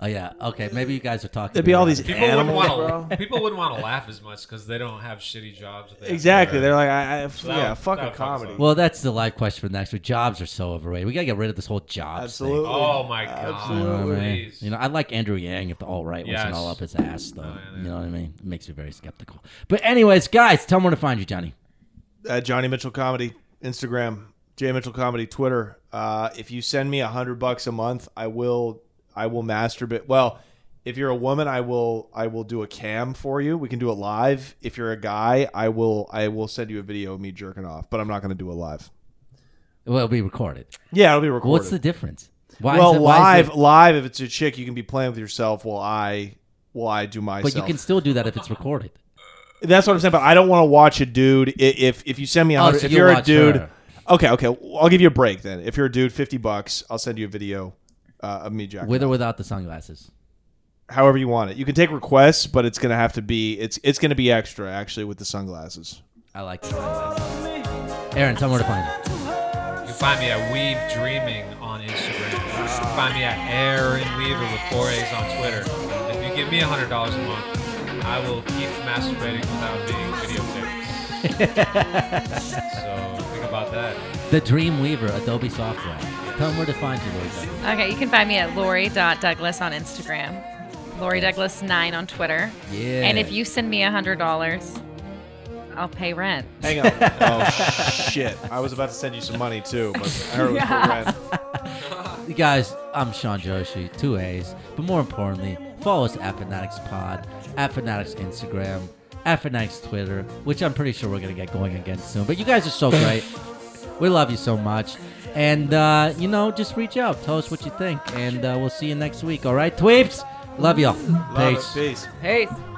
[SPEAKER 6] oh yeah, okay. Maybe you guys are talking.
[SPEAKER 14] There'd be
[SPEAKER 6] to me
[SPEAKER 14] all
[SPEAKER 6] about
[SPEAKER 14] these
[SPEAKER 6] it.
[SPEAKER 9] people
[SPEAKER 14] Animals,
[SPEAKER 9] wouldn't
[SPEAKER 14] bro.
[SPEAKER 9] want to. People wouldn't want to laugh as much because they don't have shitty jobs. that they have to
[SPEAKER 14] Exactly.
[SPEAKER 9] work.
[SPEAKER 14] They're like, I, I-
[SPEAKER 9] So that
[SPEAKER 14] yeah,
[SPEAKER 9] would-
[SPEAKER 14] fuck
[SPEAKER 9] that
[SPEAKER 14] a
[SPEAKER 9] would fuck us
[SPEAKER 14] comedy.
[SPEAKER 9] up.
[SPEAKER 6] Well, that's the live question for the next week. Jobs are so overrated. We gotta get rid of this whole jobs
[SPEAKER 14] Absolutely.
[SPEAKER 6] thing.
[SPEAKER 9] Oh my god.
[SPEAKER 6] You know, what I mean?
[SPEAKER 9] Please.
[SPEAKER 6] You know, I like Andrew Yang if the alt right wasn't
[SPEAKER 9] Yes.
[SPEAKER 6] all up his ass, though. You know what I mean? It makes me very skeptical. But anyways, guys, tell them where to find you, Johnny.
[SPEAKER 14] uh, Johnny Mitchell Comedy, Instagram, Jay Mitchell Comedy, Twitter. Uh, if you send me a hundred bucks a month, I will I will masturbate. Well, if you're a woman, I will I will do a cam for you. We can do it live. If you're a guy, I will I will send you a video of me jerking off, but I'm not going to do it live.
[SPEAKER 6] Well, it'll be recorded.
[SPEAKER 14] Yeah, it'll be recorded.
[SPEAKER 6] What's the difference? Why is
[SPEAKER 14] well,
[SPEAKER 6] it- why
[SPEAKER 14] live
[SPEAKER 6] is it-
[SPEAKER 14] live if it's a chick, you can be playing with yourself while I while I do myself.
[SPEAKER 6] But you can still do that if it's recorded.
[SPEAKER 14] That's what I'm saying. But I don't want to watch a dude. i- If if you send me a
[SPEAKER 6] Oh,
[SPEAKER 14] hundred,
[SPEAKER 6] so
[SPEAKER 14] if
[SPEAKER 6] you'll
[SPEAKER 14] you're a
[SPEAKER 6] watch
[SPEAKER 14] dude,
[SPEAKER 6] her.
[SPEAKER 14] okay, okay, well, I'll give you a break then. If you're a dude, fifty bucks, I'll send you a video uh, of me jacking.
[SPEAKER 6] With or without the sunglasses.
[SPEAKER 14] However you want it, you can take requests, but it's gonna have to be it's it's gonna be extra actually with the sunglasses.
[SPEAKER 6] I like the sunglasses. Aaron, tell them where to find you.
[SPEAKER 9] You can find me at Weave Dreaming on Instagram. You can find me at Aaron Weaver with four A's on Twitter. If you give me $100 a month, I will keep masturbating without being videotaped. so think about that.
[SPEAKER 6] The Dream Weaver, Adobe Software. Tell them where to find you, Lord. Douglas.
[SPEAKER 12] Okay, you can find me at Lori.Douglas on Instagram. Lori Douglas nine on Twitter.
[SPEAKER 6] Yeah.
[SPEAKER 12] And if you send me a hundred dollars, I'll pay rent.
[SPEAKER 14] Hang on. oh shit! I was about to send you some money too, but I heard it was
[SPEAKER 12] Yeah.
[SPEAKER 14] for rent.
[SPEAKER 6] You guys, I'm Sean Joshi, two A's, but more importantly, follow us at Fanatics Pod, at Fanatics Instagram, at Fanatics Twitter, which I'm pretty sure we're gonna get going again soon. But you guys are so great. we love you so much. And uh, you know, just reach out, tell us what you think, and uh, we'll see you next week. All right, tweeps, love y'all.
[SPEAKER 14] Love it. Peace.
[SPEAKER 12] Peace.